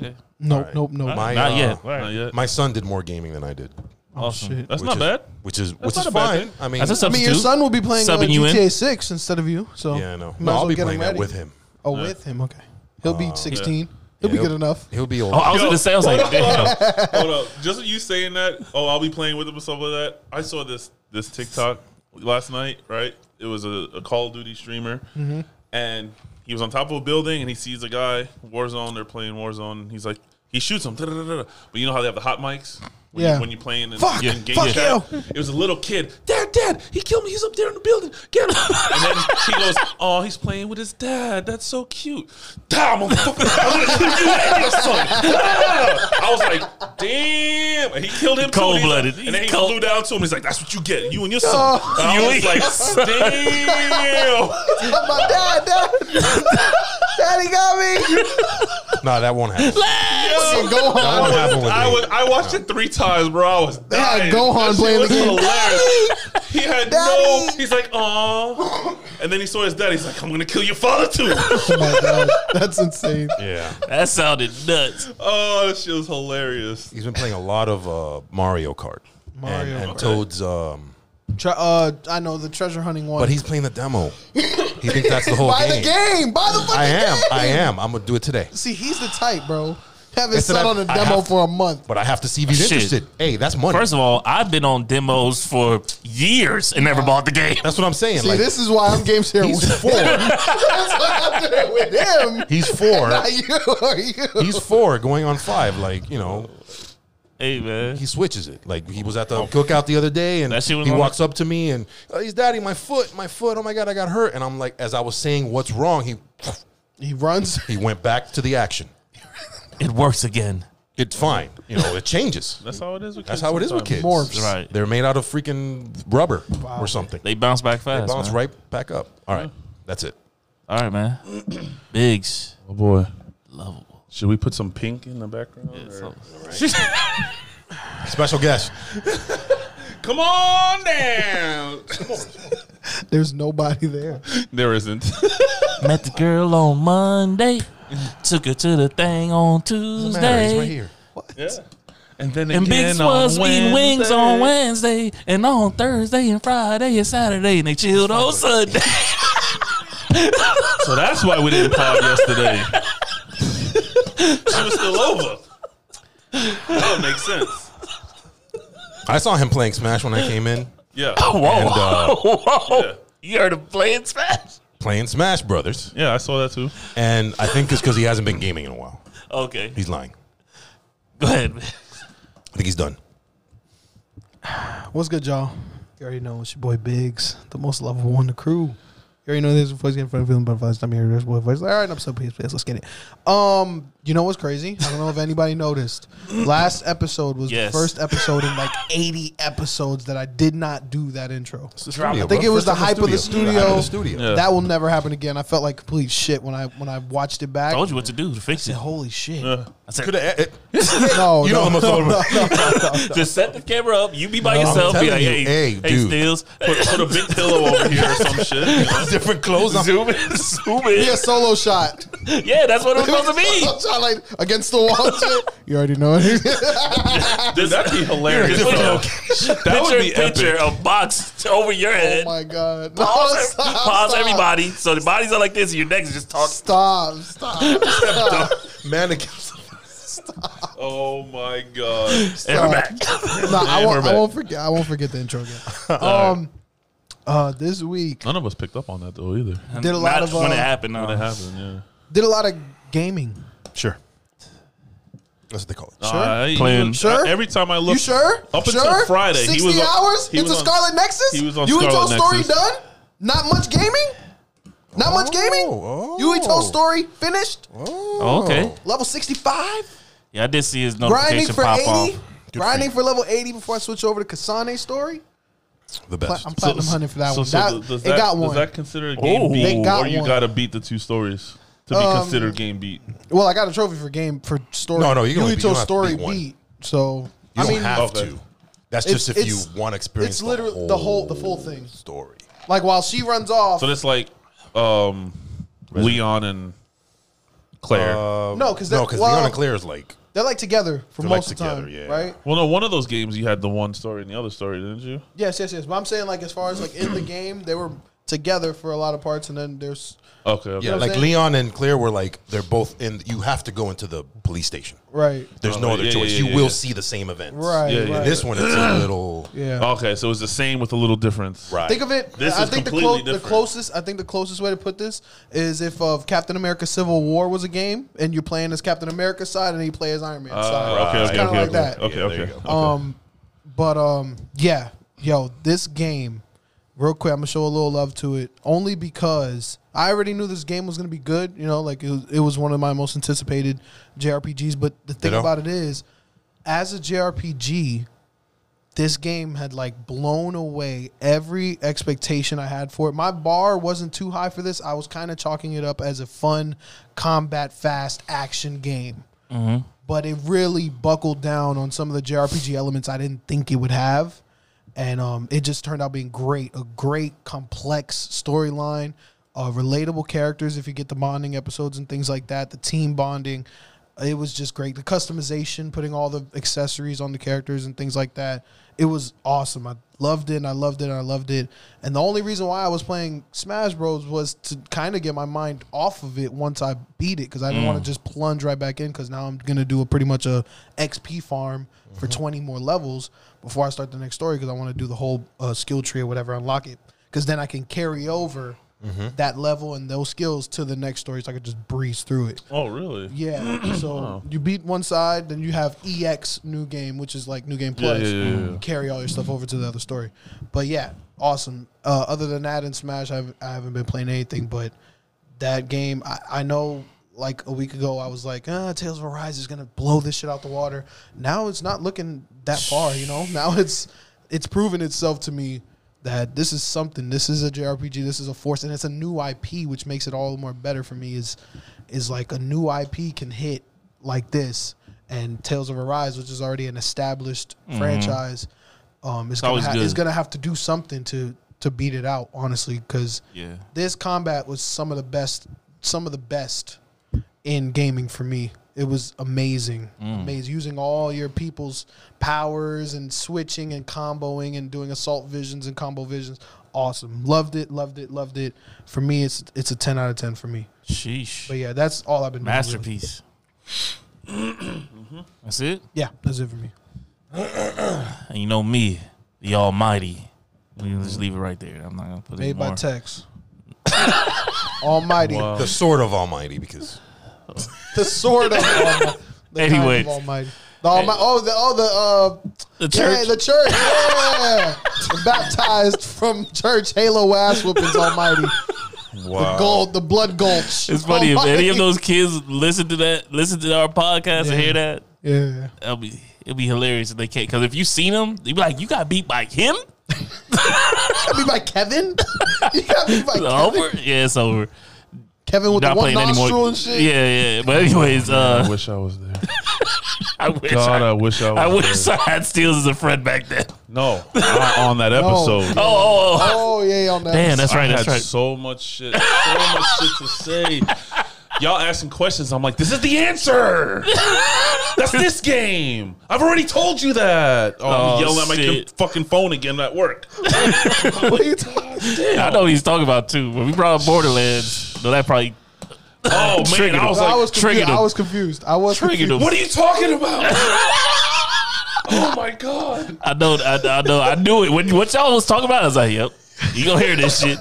Speaker 1: Okay.
Speaker 4: Nope.
Speaker 5: right.
Speaker 4: Nope. Nope.
Speaker 5: My,
Speaker 1: Not
Speaker 5: uh,
Speaker 1: yet.
Speaker 3: Not yet.
Speaker 5: My son did more gaming than I did.
Speaker 4: oh
Speaker 1: awesome.
Speaker 4: shit.
Speaker 3: That's
Speaker 5: which
Speaker 3: not
Speaker 5: is-
Speaker 3: bad.
Speaker 5: Which is which
Speaker 3: not
Speaker 5: is
Speaker 3: a bad
Speaker 5: fine.
Speaker 3: thing.
Speaker 5: I mean,
Speaker 1: That's a
Speaker 4: I mean,
Speaker 1: substitute.
Speaker 4: your son will be playing uh,
Speaker 1: Subbing you in.
Speaker 4: GTA Six instead of you. So
Speaker 5: yeah, I know.
Speaker 4: Oh. Might
Speaker 5: No,
Speaker 4: as
Speaker 5: I'll
Speaker 4: well
Speaker 5: be
Speaker 4: get
Speaker 5: playing that
Speaker 4: ready.
Speaker 5: with him. Oh,
Speaker 4: Oh, with him. Okay. He'll be 16. He'll
Speaker 5: Yeah,
Speaker 4: be good enough.
Speaker 5: He'll be old.
Speaker 1: Oh, I was
Speaker 3: Yo.
Speaker 1: gonna say, I was like, damn.
Speaker 3: Hold up. Just you saying that, oh, I'll be playing with him or something like that. I saw this this TikTok last night, right? It was a, a Call of Duty streamer.
Speaker 4: Mm-hmm.
Speaker 3: And he was on top of a building and he sees a guy, Warzone, they're playing Warzone. And he's like, he shoots him. da-da-da-da. But you know how they have the hot mics? When
Speaker 4: Yeah.
Speaker 3: You, when you're playing in,
Speaker 4: Fuck,
Speaker 3: in game
Speaker 4: fuck
Speaker 3: chat?
Speaker 4: you.
Speaker 3: It was a little kid. Dad, dad, he killed me. He's up there in the building. Get him. and then he goes, oh, he's playing with his dad. That's so cute. Damn, motherfucker. I'm gonna kill you and your son. I was like, damn. And he killed him. too.
Speaker 1: Cold-blooded.
Speaker 3: And then he
Speaker 1: Cold-
Speaker 3: flew down to him. He's like, that's what you get. You and your son.
Speaker 4: Oh.
Speaker 3: And I was like, damn.
Speaker 4: my dad, dad. Daddy got me.
Speaker 5: no, that won't happen.
Speaker 4: Fucking Gohan.
Speaker 5: That won't happen with
Speaker 3: I
Speaker 5: me.
Speaker 3: was I watched it three times, bro. I was
Speaker 4: had
Speaker 3: dying.
Speaker 4: Gohan
Speaker 3: That shit
Speaker 4: playing the
Speaker 3: was
Speaker 4: game.
Speaker 3: hilarious. He had no.
Speaker 4: Daddy.
Speaker 3: He's like, oh, and then he saw his dad. He's like, I'm gonna kill your father too.
Speaker 4: Oh my god, that's insane.
Speaker 5: Yeah,
Speaker 1: that sounded nuts.
Speaker 3: oh, that shit was hilarious.
Speaker 5: he's been playing a lot of uh, Mario Kart and-
Speaker 4: Mario
Speaker 5: and,
Speaker 4: Kart.
Speaker 5: Toad's. Um,
Speaker 4: Tre- uh, I know the treasure hunting one.
Speaker 5: but he's playing the demo. He thinks that's the whole
Speaker 4: buy
Speaker 5: game.
Speaker 4: the game. Buy the fucking
Speaker 5: I am.
Speaker 4: game.
Speaker 5: I am. I'm gonna do it today.
Speaker 4: See, he's the type, bro. Have his
Speaker 5: Listen,
Speaker 4: son
Speaker 5: I-
Speaker 4: on a
Speaker 5: I
Speaker 4: demo
Speaker 5: have-
Speaker 4: for a month.
Speaker 5: But I have to see if he's
Speaker 1: Shit.
Speaker 5: interested. Hey, that's money.
Speaker 1: First of all, I've been on demos for years and never bought the game.
Speaker 5: that's what I'm saying.
Speaker 4: See,
Speaker 5: like,
Speaker 4: this is why I'm game sharing with
Speaker 5: he's
Speaker 4: him.
Speaker 5: four.
Speaker 4: That's why I'm doing it with him.
Speaker 5: He's four.
Speaker 4: Not you or you.
Speaker 5: He's four, going on five. Like you know,
Speaker 1: Hey man,
Speaker 5: he switches it. Like he was at the cookout the other day, and
Speaker 1: Oh. That shit was
Speaker 5: he
Speaker 1: on
Speaker 5: walks up to me and oh, he's daddy, my foot, my foot. Oh my god, I got hurt. And I'm like, as I was saying, what's wrong? He
Speaker 4: He runs.
Speaker 5: he went back to the action.
Speaker 1: it works again.
Speaker 5: It's fine. You know, it changes.
Speaker 3: That's how it is. With
Speaker 5: That's
Speaker 3: kids
Speaker 5: how it is with
Speaker 3: sometimes.
Speaker 5: kids.
Speaker 4: Morphs.
Speaker 1: Right.
Speaker 5: They're made out of freaking rubber or something. They
Speaker 1: They bounce back fast.
Speaker 5: bounce
Speaker 1: man.
Speaker 5: right back up. All right, that's it.
Speaker 1: All right, man. Biggs,
Speaker 3: Oh boy,
Speaker 1: lovable.
Speaker 3: should we put some pink in the background? or-
Speaker 5: Special guest.
Speaker 3: Come on down.
Speaker 4: There's nobody there.
Speaker 3: there isn't.
Speaker 1: Met the girl on Monday. Took her to the thing on
Speaker 5: Doesn't matter, He's right
Speaker 1: Tuesday.
Speaker 5: here.
Speaker 3: yeah. And then
Speaker 1: And
Speaker 3: again
Speaker 1: Biggs
Speaker 3: on
Speaker 1: was eating wings
Speaker 3: Wednesday.
Speaker 1: on Wednesday and on Thursday and Friday and Saturday and they chilled on Sunday.
Speaker 3: So that's why we didn't pod yesterday. she was still over. That makes sense.
Speaker 5: I saw him playing Smash when I came in,
Speaker 3: Yeah.
Speaker 1: Whoa,
Speaker 5: and uh,
Speaker 1: whoa!
Speaker 3: Yeah.
Speaker 1: You heard him playing Smash?
Speaker 5: playing Smash Brothers.
Speaker 3: Yeah, I saw that too.
Speaker 5: And I think it's because he hasn't been gaming in a while.
Speaker 1: Okay,
Speaker 5: He's lying.
Speaker 1: go ahead. man.
Speaker 5: I think he's done.
Speaker 4: What's good, y'all? You already know it's your boy Biggs, the most lovable one, in the crew. You already know there's a voice getting front of feeling butterflies. I'm here. There's a boy voice. All right, I'm so pleased. please, Let's get it. Um, You know what's crazy? I don't know if anybody noticed. Last episode was
Speaker 1: Yes.
Speaker 4: the first episode in like 80 episodes that I did not do that intro.
Speaker 5: I
Speaker 4: think it was the hype of the
Speaker 5: Hype of the
Speaker 4: studio.
Speaker 5: studio.
Speaker 4: That will never happen again. I felt like complete shit when I when I watched it back.
Speaker 1: Told you what to do to fix it.
Speaker 4: Holy shit!
Speaker 1: I said,
Speaker 5: Coulda-
Speaker 4: No,
Speaker 5: You
Speaker 4: no,
Speaker 5: know I'm
Speaker 4: no,
Speaker 5: a thought
Speaker 4: no, no, no, no.
Speaker 1: just set the camera up. You be by
Speaker 5: No, I'm
Speaker 1: yourself. Be
Speaker 5: telling
Speaker 1: like,
Speaker 5: you,
Speaker 1: hey, hey,
Speaker 5: hey, dude.
Speaker 1: Steels,
Speaker 3: Put, put a big pillow over here or some shit. you know?
Speaker 5: different clothes. on.
Speaker 1: zoom in, zoom in.
Speaker 4: Yeah, solo shot.
Speaker 1: Yeah, that's what it was supposed to be.
Speaker 4: Solo shot, like against the wall. and shit. You already know it.
Speaker 3: Dude, that'd be hilarious.
Speaker 1: Just put a
Speaker 3: though.
Speaker 1: location,
Speaker 3: That
Speaker 1: picture,
Speaker 3: would be
Speaker 1: picture, a box over your
Speaker 4: oh
Speaker 1: head.
Speaker 4: my god! No,
Speaker 1: Pause,
Speaker 4: stop,
Speaker 1: pause
Speaker 4: stop.
Speaker 1: everybody. So the bodies are like this, and your neck is just talking.
Speaker 4: Stop! Stop! Stop!
Speaker 5: Mannequins.
Speaker 3: Oh my god.
Speaker 1: And we're back.
Speaker 4: no, I
Speaker 3: And
Speaker 4: won't,
Speaker 3: we're
Speaker 4: I
Speaker 3: back.
Speaker 4: won't forget. I won't forget the intro again. Um, uh, this week
Speaker 3: None of us picked up on that though either. When
Speaker 4: did a lot
Speaker 1: Not
Speaker 4: of
Speaker 1: when it
Speaker 4: uh,
Speaker 1: happened.
Speaker 3: it
Speaker 1: No.
Speaker 3: happened, yeah.
Speaker 4: did a lot of gaming.
Speaker 5: Sure. That's what they call it.
Speaker 3: I-
Speaker 1: Playing-
Speaker 4: Sure?
Speaker 3: Every time I look,
Speaker 4: You sure?
Speaker 3: Up until
Speaker 4: sure?
Speaker 3: Friday, he
Speaker 4: sixty
Speaker 3: was on-
Speaker 4: hours
Speaker 3: he
Speaker 4: into
Speaker 3: was on-
Speaker 4: Scarlet Nexus.
Speaker 3: he was on
Speaker 4: you ain't
Speaker 3: Scarlet
Speaker 4: told story
Speaker 3: Nexus.
Speaker 4: done. Not much gaming. Not much gaming.
Speaker 5: Oh,
Speaker 4: You ain't told
Speaker 5: oh.
Speaker 4: story finished.
Speaker 1: Oh, okay.
Speaker 4: Level sixty five.
Speaker 1: Yeah, I did see his
Speaker 4: Grinding
Speaker 1: notification
Speaker 4: for
Speaker 1: pop
Speaker 4: eighty.
Speaker 1: off.
Speaker 5: for
Speaker 4: grinding for level eighty before I switch over to Kasane story.
Speaker 5: The
Speaker 4: Pla-
Speaker 5: best.
Speaker 4: I'm platinum hunting for that
Speaker 3: so,
Speaker 4: one.
Speaker 3: so
Speaker 4: That-
Speaker 3: th- does
Speaker 4: it
Speaker 3: that-
Speaker 4: got one.
Speaker 3: Does that consider a game
Speaker 1: Ooh.
Speaker 3: beat,
Speaker 1: They
Speaker 4: got
Speaker 3: or you
Speaker 4: one. Um,
Speaker 3: gotta beat the two stories to be considered game beat?
Speaker 4: Well, I got a trophy for game for story.
Speaker 5: No, no, you can only
Speaker 4: ain't
Speaker 5: beat-
Speaker 4: told
Speaker 5: you don't have
Speaker 4: story
Speaker 5: to beat one.
Speaker 4: beat. So
Speaker 5: You
Speaker 4: I
Speaker 5: don't
Speaker 4: mean,
Speaker 5: have
Speaker 3: okay.
Speaker 5: to. That's
Speaker 4: It's-
Speaker 5: just if you
Speaker 4: it's-
Speaker 5: want to experience.
Speaker 4: it's literally the whole- the full thing.
Speaker 5: story.
Speaker 4: like while she runs off,
Speaker 3: So that's like um, Leon and Claire.
Speaker 4: no, because
Speaker 5: No, because Leon and Claire is like
Speaker 4: they're like together for
Speaker 5: They're, like,
Speaker 4: most of the
Speaker 5: together,
Speaker 4: time,
Speaker 5: yeah.
Speaker 4: right?
Speaker 3: well, no, one of those games you had the one story and the other story, didn't you?
Speaker 4: Yes, yes, yes. But I'm saying like as far as like in the game, they were together for a lot of parts, and then there's
Speaker 3: Okay, okay.
Speaker 5: yeah,
Speaker 4: what I'm
Speaker 5: like
Speaker 4: saying?
Speaker 5: Leon and Claire were like they're both in. You have to go into the police station.
Speaker 4: right,
Speaker 5: There's no
Speaker 3: Oh,
Speaker 5: other
Speaker 3: yeah,
Speaker 5: choice.
Speaker 3: yeah,
Speaker 5: you
Speaker 3: yeah,
Speaker 5: will
Speaker 3: yeah.
Speaker 5: see the same events.
Speaker 4: right,
Speaker 3: Yeah, yeah,
Speaker 4: right.
Speaker 5: This one it's a little
Speaker 4: yeah.
Speaker 3: Okay, so it's the same with a little difference.
Speaker 5: right.
Speaker 4: Think of it.
Speaker 3: This
Speaker 4: I
Speaker 3: is
Speaker 4: think the,
Speaker 3: completely
Speaker 4: clo- the
Speaker 3: different.
Speaker 4: closest. I think the closest way to put this is if of Captain America: Civil War was a game, and you're playing as Captain America's side, and he plays as Iron Man side.
Speaker 3: Uh, okay,
Speaker 5: It's
Speaker 3: okay,
Speaker 4: kinda
Speaker 3: okay,
Speaker 4: like
Speaker 3: okay,
Speaker 4: that.
Speaker 3: okay,
Speaker 5: Yeah, there
Speaker 3: okay.
Speaker 5: you
Speaker 3: okay.
Speaker 4: Um, but um, yeah, yo, this game, real quick, I'm gonna show a little love to it only because I already knew this game was gonna be good. You know, like it was, it was one of my most anticipated JRPGs. But the thing
Speaker 5: Ditto.
Speaker 4: about it is, as a JRPG, this game had like blown away every expectation I had for it. My bar wasn't too high for this. I was kind of chalking it up as a fun combat fast action game. But it really buckled down on some of the JRPG elements I didn't think it would have. And um, it just turned out being great. A great, complex storyline, uh, relatable characters if you get the bonding episodes and things like that, the team bonding it was just great. The customization, putting all the accessories on the characters and things like that, it was awesome. I loved it, and I loved it, and I loved it. And the only reason why I was playing Smash Bros was to kind of get my mind off of it once I beat it because I didn't want to just plunge right back in because now I'm gonna do a pretty much a XP farm for 20 more levels before I start the next story because I want to do the whole uh, skill tree or whatever, unlock it because then I can carry over. That level and those skills to the next story, so I could just breeze through it.
Speaker 3: Oh, really?
Speaker 4: Yeah. so
Speaker 3: Oh.
Speaker 4: you beat one side, then you have EX New Game, which is like New Game
Speaker 3: Yeah,
Speaker 4: Plus.
Speaker 3: yeah, yeah, yeah.
Speaker 4: You carry all your stuff over to the other story. But yeah, awesome. Uh, other than that, in Smash, I've, I haven't been playing anything, but that game, I, I know. Like a week ago, I was like, ah, Tales of Arise is gonna blow this shit out the water. Now it's not looking that far, you know. Now it's it's proven itself to me that this is something. This is a JRPG. This is a force, and it's a new IP, which makes it all the more better for me. Is is like a new IP can hit like this, and Tales of Arise, which is already an established franchise, um, is
Speaker 1: Mm-hmm.
Speaker 4: gonna
Speaker 1: always
Speaker 4: ha-
Speaker 1: good.
Speaker 4: is gonna have to do something to to beat it out. Honestly, because
Speaker 1: Yeah.
Speaker 4: this combat was some of the best, some of the best in gaming for me. It was amazing,
Speaker 1: Mm.
Speaker 4: amazing. Using all your people's powers and switching and comboing and doing assault visions and combo visions, awesome. Loved it, loved it, loved it. For me, it's it's a ten out of ten for me.
Speaker 1: Sheesh.
Speaker 4: But yeah, that's all I've been doing, really. Mm-hmm.
Speaker 1: Masterpiece. That's it.
Speaker 4: Yeah, that's it for me.
Speaker 1: And you know me, the Almighty. We can just leave it right there. I'm not gonna put it
Speaker 4: Made
Speaker 1: more.
Speaker 4: by Tex. Almighty,
Speaker 3: Wow.
Speaker 5: the sword of Almighty because
Speaker 4: the sword of Almighty. The kind
Speaker 1: Anyways.
Speaker 4: of Almighty. The Almighty. Oh, the oh the uh,
Speaker 1: The
Speaker 4: Yeah,
Speaker 1: church.
Speaker 4: the church. Yeah. Baptized from church Halo ass whoopings almighty.
Speaker 3: Wow.
Speaker 4: Gold, the blood gulch.
Speaker 1: It's funny if
Speaker 4: Oh,
Speaker 1: any
Speaker 4: my-
Speaker 1: of those kids listen to that, listen to our podcast and hear that.
Speaker 4: Yeah.
Speaker 1: That'll be it'll be hilarious if they can't. Because if you seen them, you'd be like, "You got beat by him."
Speaker 4: Got me by Kevin. you got me
Speaker 1: It's
Speaker 4: by Kevin.
Speaker 1: over. Yeah, it's over.
Speaker 4: Kevin with
Speaker 1: Not
Speaker 4: the one
Speaker 1: playing
Speaker 4: nostril
Speaker 1: anymore.
Speaker 4: and shit.
Speaker 1: Yeah, yeah. But anyways,
Speaker 3: I
Speaker 1: uh,
Speaker 3: wish I was there.
Speaker 1: I wish
Speaker 3: God,
Speaker 1: I,
Speaker 3: I wish I was
Speaker 1: I wish
Speaker 3: there.
Speaker 1: I had Steals as a friend back then.
Speaker 3: No, not on that
Speaker 1: Oh,
Speaker 3: episode.
Speaker 1: oh, oh.
Speaker 4: Oh yeah, on that.
Speaker 1: damn, that's right.
Speaker 3: I
Speaker 1: That's
Speaker 3: had
Speaker 1: right.
Speaker 3: so much shit, so much shit to say. Y'all asking questions. I'm like, this is the answer. That's this game. I've already told you that. Oh,
Speaker 1: Oh,
Speaker 3: I'm yelling at my
Speaker 1: shit.
Speaker 3: com- fucking phone again at work.
Speaker 4: what are you talking-
Speaker 1: I know what he's talking about too. When we brought up Borderlands, though, that probably
Speaker 3: Oh man,
Speaker 1: Triggered
Speaker 3: I was
Speaker 1: him.
Speaker 4: I
Speaker 3: like,
Speaker 4: was
Speaker 1: triggered
Speaker 4: confused. I
Speaker 1: him.
Speaker 4: was confused. I was
Speaker 1: triggered
Speaker 4: confused.
Speaker 1: him.
Speaker 3: what are you talking about? oh my god.
Speaker 1: I know, I, I know, I knew it. When what y'all was talking about, I was like, "Yep, you gonna hear this shit."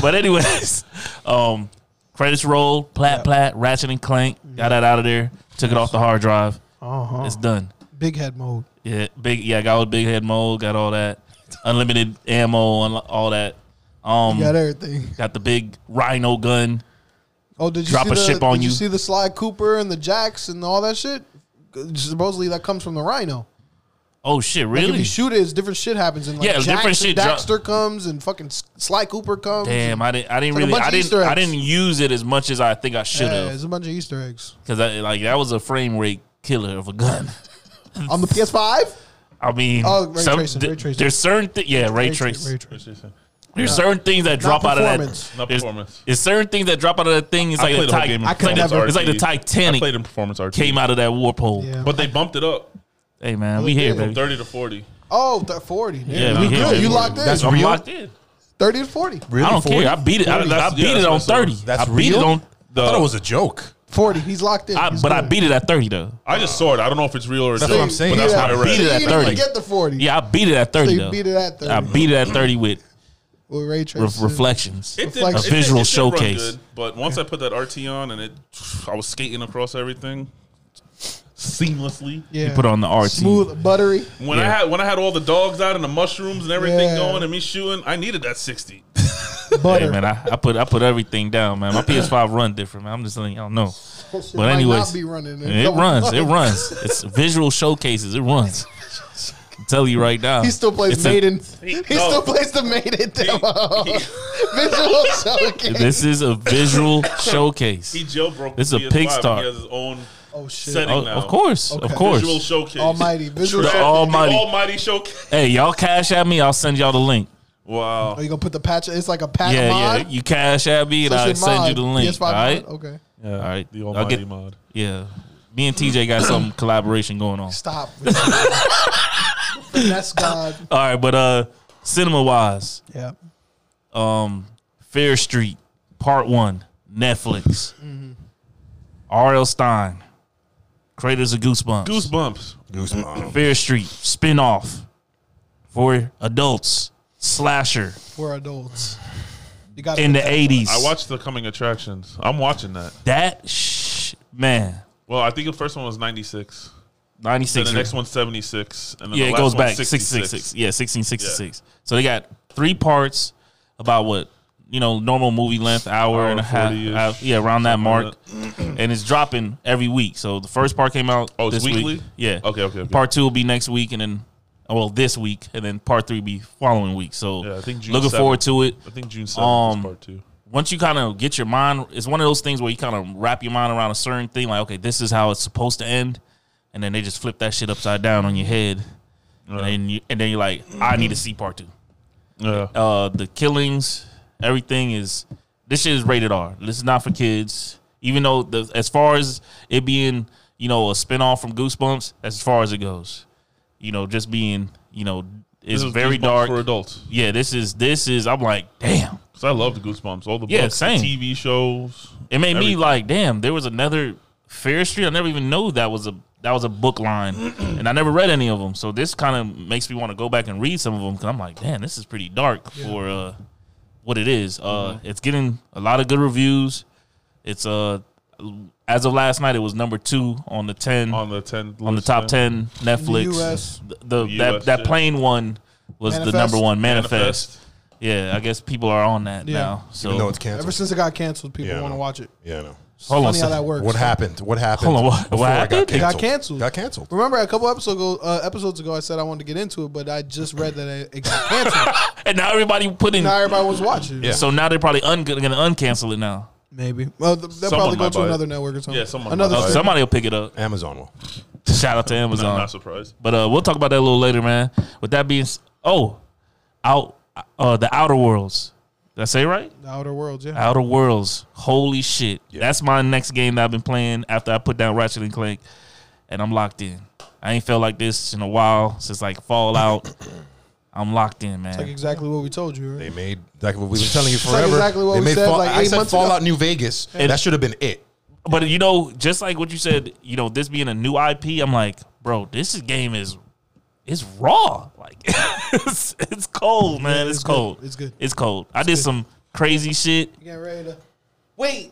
Speaker 1: But anyways, um, credits roll, plat plat, ratchet and clank, got that out of there, took it off the hard drive,
Speaker 4: Uh-huh.
Speaker 1: it's done.
Speaker 4: Big head mode.
Speaker 1: Yeah, big, yeah, got all the big head mode, got all that, unlimited ammo, and all that. Um,
Speaker 4: Got everything.
Speaker 1: got the big rhino gun.
Speaker 4: Oh, did you
Speaker 1: Drop
Speaker 4: see
Speaker 1: a
Speaker 4: the,
Speaker 1: ship on
Speaker 4: did you?
Speaker 1: you.
Speaker 4: see the Sly Cooper and the Jacks and all that shit? Supposedly that comes from the Rhino.
Speaker 1: Oh shit,
Speaker 4: Like, If
Speaker 1: really?
Speaker 4: you shoot it, it's different shit happens. And like
Speaker 1: Yeah,
Speaker 4: Jax
Speaker 1: different
Speaker 4: and
Speaker 1: shit drop-
Speaker 4: Daxter comes and fucking S- Sly Cooper comes.
Speaker 1: Damn, I didn't, I didn't
Speaker 4: like a
Speaker 1: really,
Speaker 4: bunch
Speaker 1: I
Speaker 4: of
Speaker 1: didn't,
Speaker 4: Easter
Speaker 1: I
Speaker 4: eggs.
Speaker 1: didn't use it as much as I think I should
Speaker 4: yeah,
Speaker 1: have,
Speaker 4: there's a bunch of Easter eggs
Speaker 1: because like that was a frame rate killer of a gun.
Speaker 4: on the PS5.
Speaker 1: I mean,
Speaker 4: Oh, ray
Speaker 1: some,
Speaker 4: tracing,
Speaker 1: th-
Speaker 4: ray tracing.
Speaker 1: there's certain things. Yeah, ray,
Speaker 4: Ray tra-
Speaker 1: trace.
Speaker 4: ray trace.
Speaker 1: There's certain things that drop out of
Speaker 4: performance.
Speaker 1: that.
Speaker 3: Not
Speaker 1: there's,
Speaker 3: performance.
Speaker 1: There's certain things that drop out of that thing. It's
Speaker 3: I
Speaker 1: like the
Speaker 3: played the whole
Speaker 1: Ti-
Speaker 3: game in
Speaker 1: it's
Speaker 4: I could
Speaker 1: like the-
Speaker 4: never-
Speaker 1: It's like the
Speaker 3: I
Speaker 1: Titanic
Speaker 3: played in performance arcade.
Speaker 1: came out of that warp hole.
Speaker 4: Yeah.
Speaker 3: But they bumped it up
Speaker 1: Hey man, we here,
Speaker 4: did.
Speaker 1: baby.
Speaker 3: thirty to forty.
Speaker 4: Oh, th- 40. Damn.
Speaker 1: Yeah, we
Speaker 4: you
Speaker 1: here.
Speaker 4: good. You
Speaker 1: baby.
Speaker 4: locked in.
Speaker 5: That's
Speaker 1: I'm
Speaker 5: real?
Speaker 1: locked in.
Speaker 4: 30 to 40.
Speaker 5: Really?
Speaker 1: I don't care. I beat it. I, I
Speaker 3: 40? That's-
Speaker 1: beat
Speaker 3: yeah,
Speaker 1: it
Speaker 3: that's
Speaker 1: on
Speaker 3: what I saw.
Speaker 1: thirty. I
Speaker 5: That's
Speaker 1: beat
Speaker 5: real?
Speaker 1: it on.
Speaker 5: I thought it was a joke.
Speaker 4: 40. He's locked in.
Speaker 1: I,
Speaker 4: He's
Speaker 1: but I
Speaker 4: good.
Speaker 1: beat it at thirty though.
Speaker 3: I just saw it. I don't know if it's real or
Speaker 5: That's
Speaker 3: not,
Speaker 5: what I'm saying.
Speaker 3: But that's
Speaker 4: Yeah,
Speaker 3: what I
Speaker 1: beat it
Speaker 3: read.
Speaker 1: at
Speaker 4: You didn't
Speaker 1: 30.
Speaker 4: even Get the 40.
Speaker 1: Yeah, I beat it at thirty
Speaker 4: you
Speaker 1: though.
Speaker 4: beat it at 30.
Speaker 1: I beat it at thirty with
Speaker 4: With ray tracing.
Speaker 1: re- reflections.
Speaker 3: It did,
Speaker 4: A
Speaker 3: it did-
Speaker 1: visual
Speaker 3: it did run
Speaker 1: showcase.
Speaker 3: good, but once I put that RT on and it, I was skating across everything seamlessly.
Speaker 4: yeah.
Speaker 1: Put on the RT.
Speaker 4: Smooth, buttery.
Speaker 3: When I
Speaker 1: Yeah.
Speaker 3: had when I had all the dogs out and the mushrooms and everything
Speaker 4: Yeah.
Speaker 3: going and me shooting, I needed that sixty.
Speaker 1: Hey
Speaker 4: Butter.
Speaker 1: man, I, I put I put everything down, man. My PS5 run different, man. I'm just letting y'all know.
Speaker 4: That shit
Speaker 1: But
Speaker 4: might
Speaker 1: anyways,
Speaker 4: not be running in a
Speaker 1: it
Speaker 4: couple
Speaker 1: runs. It
Speaker 4: months.
Speaker 1: runs. It's visual showcases. It runs. I'm telling you right now.
Speaker 4: He still plays
Speaker 1: It's a-
Speaker 4: Maiden.
Speaker 3: He-
Speaker 4: he
Speaker 3: no.
Speaker 4: still plays the Maiden demo.
Speaker 3: he-
Speaker 4: Visual showcase.
Speaker 1: this is a visual showcase.
Speaker 3: He jailbroke.
Speaker 1: This is a
Speaker 3: the PS5
Speaker 1: pig
Speaker 3: and
Speaker 1: start.
Speaker 3: He has his own
Speaker 4: Oh shit!
Speaker 3: setting
Speaker 1: Oh,
Speaker 3: now.
Speaker 1: of course, of
Speaker 4: Okay.
Speaker 1: course.
Speaker 3: Visual showcase.
Speaker 4: Almighty visual.
Speaker 3: Trash.
Speaker 1: The
Speaker 4: showcase.
Speaker 1: almighty.
Speaker 3: The almighty showcase.
Speaker 1: Hey, y'all cash at me. I'll send y'all the link.
Speaker 3: Wow.
Speaker 4: Are Oh, you gonna put the patch? It's like a patch
Speaker 1: yeah,
Speaker 4: mod.
Speaker 1: yeah. You cash at me, and
Speaker 4: It's
Speaker 1: I
Speaker 4: your
Speaker 1: send you
Speaker 4: mod.
Speaker 1: the link.
Speaker 4: PS5
Speaker 1: All
Speaker 4: mod?
Speaker 1: right.
Speaker 4: Okay.
Speaker 1: All right.
Speaker 3: The
Speaker 1: I'll
Speaker 3: almighty
Speaker 1: get-
Speaker 3: mod.
Speaker 1: Yeah. Me and TJ got some collaboration going on.
Speaker 4: Stop. That's God.
Speaker 1: All right, but uh, cinema wise,
Speaker 4: Yeah.
Speaker 1: um, Fair Street Part One, Netflix. R.L. Stein, creators of Goosebumps.
Speaker 3: Goosebumps.
Speaker 5: Goosebumps.
Speaker 1: Fair Street spin-off for adults slasher
Speaker 4: We're adults. You got
Speaker 1: in the 80s.
Speaker 3: I watched the coming attractions. I'm watching that.
Speaker 1: that sh- man.
Speaker 3: Well, I think the first one was ninety six. Then
Speaker 1: 96.
Speaker 3: the next one's seventy six. And then
Speaker 1: yeah,
Speaker 3: the
Speaker 1: it
Speaker 3: last
Speaker 1: goes
Speaker 3: one's
Speaker 1: back
Speaker 3: 66.
Speaker 1: 666. Yeah, 1666. So they got three parts about what, you know, normal movie length, hour,
Speaker 3: Hour
Speaker 1: and a half.
Speaker 3: 40-ish,
Speaker 1: hour- yeah, around that
Speaker 3: something like
Speaker 1: mark. and it's dropping every week. So the first part came out
Speaker 3: Oh, it's
Speaker 1: this week.
Speaker 3: weekly?
Speaker 1: Yeah.
Speaker 3: Okay, okay, okay.
Speaker 1: Part 2 will be next week and then oh, well, this week and then part 3 be following week. So
Speaker 3: Yeah, I think June
Speaker 1: looking
Speaker 3: 7th.
Speaker 1: forward to it.
Speaker 3: I think June seventh was
Speaker 1: Um,
Speaker 3: part two.
Speaker 1: once you kind of get your mind, it's one of those things where you kind of wrap your mind around a certain thing, like, okay, this is how it's supposed to end. And then they just flip that shit upside down on your head. And, then you, and then you're like, I need to see part two.
Speaker 3: Yeah.
Speaker 1: Uh, the killings, everything is, this shit is rated R. This is not for kids. Even though, the, as far as it being, you know, a spinoff from Goosebumps, that's as far as it goes. You know, just being, you know, it's
Speaker 3: This is
Speaker 1: very
Speaker 3: Goosebumps
Speaker 1: dark.
Speaker 3: for adults.
Speaker 1: yeah, this is, this is, I'm like, damn.
Speaker 3: Because I loved Goosebumps. All the
Speaker 1: Yeah,
Speaker 3: books, the
Speaker 1: same.
Speaker 3: TV shows.
Speaker 1: It made me
Speaker 3: Everything.
Speaker 1: like, damn, there was another Fair Street. I never even knew that was a that was a book line, and I never read any of them. So this kind of makes me want to go back and read some of them because I'm like, damn, this is pretty dark for uh, what it is. Uh, It's getting a lot of good reviews. It's uh, as of last night, it was number two on the ten
Speaker 3: on the ten
Speaker 1: on the
Speaker 3: list,
Speaker 1: top
Speaker 3: yeah.
Speaker 1: ten Netflix.
Speaker 4: US.
Speaker 1: The, the-
Speaker 3: The
Speaker 1: that
Speaker 3: US
Speaker 1: that
Speaker 3: shit.
Speaker 1: plane one was the
Speaker 4: Manifest?
Speaker 1: number one. Manifest.
Speaker 3: Manifest.
Speaker 1: Yeah, I guess people are on that
Speaker 4: Yeah.
Speaker 1: now. So
Speaker 5: Even though it's
Speaker 4: Ever
Speaker 5: canceled.
Speaker 4: since it got canceled, people
Speaker 5: Yeah, I
Speaker 4: want to
Speaker 5: know.
Speaker 4: watch it.
Speaker 5: Yeah, I know.
Speaker 1: hold on,
Speaker 4: Funny how
Speaker 1: a
Speaker 4: that
Speaker 1: second.
Speaker 4: works.
Speaker 5: What happened? What happened?
Speaker 1: Hold on, what- what
Speaker 5: before
Speaker 1: happened?
Speaker 4: It
Speaker 5: It
Speaker 4: got canceled.
Speaker 5: got canceled. Got canceled.
Speaker 4: Remember a couple episodes ago, uh, episodes ago, I said I wanted to get into it, but I just read that it, it got canceled.
Speaker 1: and now everybody putting.
Speaker 4: now everybody was watching.
Speaker 5: Yeah.
Speaker 1: So now they're probably un- gonna uncancel it now.
Speaker 4: Maybe. Well, th- they'll
Speaker 3: Someone
Speaker 4: probably go
Speaker 3: might
Speaker 4: to
Speaker 3: buy it.
Speaker 4: another network or something.
Speaker 3: Yeah, someone might
Speaker 4: Another
Speaker 3: buy it.
Speaker 4: stream.
Speaker 1: Somebody will pick it up.
Speaker 5: Amazon will.
Speaker 1: Shout out to Amazon.
Speaker 3: I'm not surprised.
Speaker 1: But uh, we'll talk about that a little later, man. With that being, s- oh, out, uh, the Outer Worlds. Did I say it right?
Speaker 4: The Outer Worlds, yeah.
Speaker 1: Outer Worlds. Holy shit! That's my next game that I've been playing after I put down Ratchet and Clank, and I'm locked in. I ain't felt like this in a while since like Fallout. I'm locked in, man.
Speaker 4: Like exactly what we told you. Right?
Speaker 5: They made exactly what we've been telling you
Speaker 4: like
Speaker 5: forever.
Speaker 4: exactly what
Speaker 5: they
Speaker 4: we
Speaker 5: made
Speaker 4: said,
Speaker 5: Fall-
Speaker 4: like,
Speaker 5: I
Speaker 4: eight
Speaker 5: said
Speaker 4: months ago.
Speaker 5: Fallout New Vegas. That should have been it.
Speaker 1: But you know, just like what you said, you know, this being a new IP, I'm like, bro, this is- game is it's raw. Like it's, it's cold, man. it's,
Speaker 4: it's good.
Speaker 1: cold.
Speaker 4: It's good.
Speaker 1: It's cold. I did some crazy shit.
Speaker 4: Getting ready to. Wait,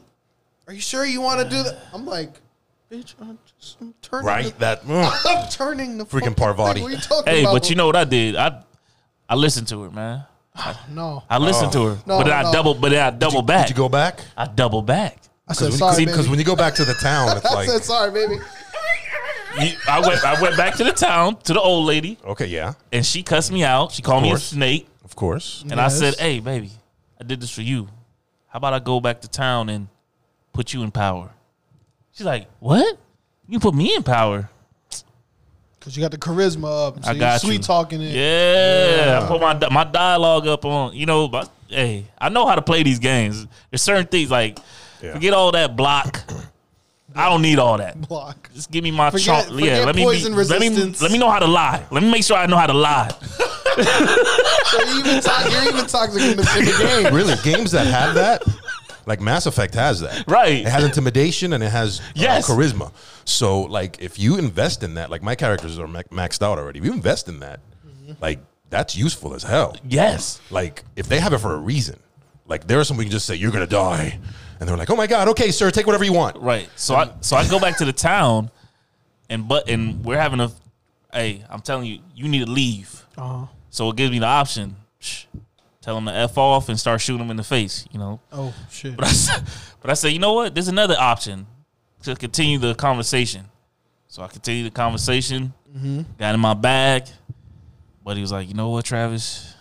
Speaker 4: are you sure you want to do that? I'm like, bitch, I'm just I'm turning.
Speaker 5: Right?
Speaker 4: The,
Speaker 5: That mm.
Speaker 4: I'm turning the
Speaker 5: Freaking
Speaker 4: fucking thing.
Speaker 5: Parvati.
Speaker 4: What are you talking
Speaker 1: Hey,
Speaker 4: about?
Speaker 1: but you know what I did? I I listened to it, man.
Speaker 4: no.
Speaker 1: I listened to her.
Speaker 4: No,
Speaker 1: but then I
Speaker 4: no.
Speaker 1: double but then I double back.
Speaker 5: Did you go back?
Speaker 1: I double back.
Speaker 4: I said
Speaker 5: Because
Speaker 4: sorry,
Speaker 5: when,
Speaker 4: baby.
Speaker 5: you go back to the town, it's
Speaker 4: I
Speaker 5: like
Speaker 4: said sorry, baby.
Speaker 1: You- I went I went back to the town to the old lady
Speaker 5: okay, yeah,
Speaker 1: and she cussed me out. She called me a
Speaker 5: course.
Speaker 1: snake.
Speaker 5: of course.
Speaker 1: And I said, Hey baby, I did this for you. How about I go back to town and put you in power? She's like, What? You put me in power.
Speaker 4: because you got the charisma up. So
Speaker 1: I got
Speaker 4: you sweet
Speaker 1: you.
Speaker 4: talking it.
Speaker 1: Yeah, I put my di- my dialogue up on. You know, but hey, I know how to play these games. There's certain things like
Speaker 5: Yeah.
Speaker 1: forget all that block. I don't need all that.
Speaker 4: Block.
Speaker 1: Just give me my
Speaker 4: Forget-
Speaker 1: chart. Yeah,
Speaker 4: forget
Speaker 1: let me, be,
Speaker 4: poison
Speaker 1: let me
Speaker 4: resistance.
Speaker 1: let me know how to lie. Let me make sure I know how to lie.
Speaker 4: So you even to- you're even toxic in the, in the game.
Speaker 5: Really, games that have that, like Mass Effect has that.
Speaker 1: Right.
Speaker 5: It has intimidation and it has uh,
Speaker 1: Yes.
Speaker 5: charisma. So, like, if you invest in that, like my characters are ma- maxed out already. If you invest in that,
Speaker 4: Mm-hmm.
Speaker 5: like that's useful as hell.
Speaker 1: Yes,
Speaker 5: Like, if they have it for a reason, like there are some we can just say you're gonna die, and they're like, oh my god, okay, sir, take whatever you want.
Speaker 1: right. So I so I go back to the town, and but and we're having a. Hey, I'm telling you, you need to leave.
Speaker 4: Uh-huh.
Speaker 1: So it gives me the option. Shh, tell them to f off and start shooting them in the face. You know,
Speaker 4: Oh shit.
Speaker 1: But I said, but I said, you know what? There's another option to continue the conversation. So I continued the conversation. Got in my bag, but he was like, you know what, Travis?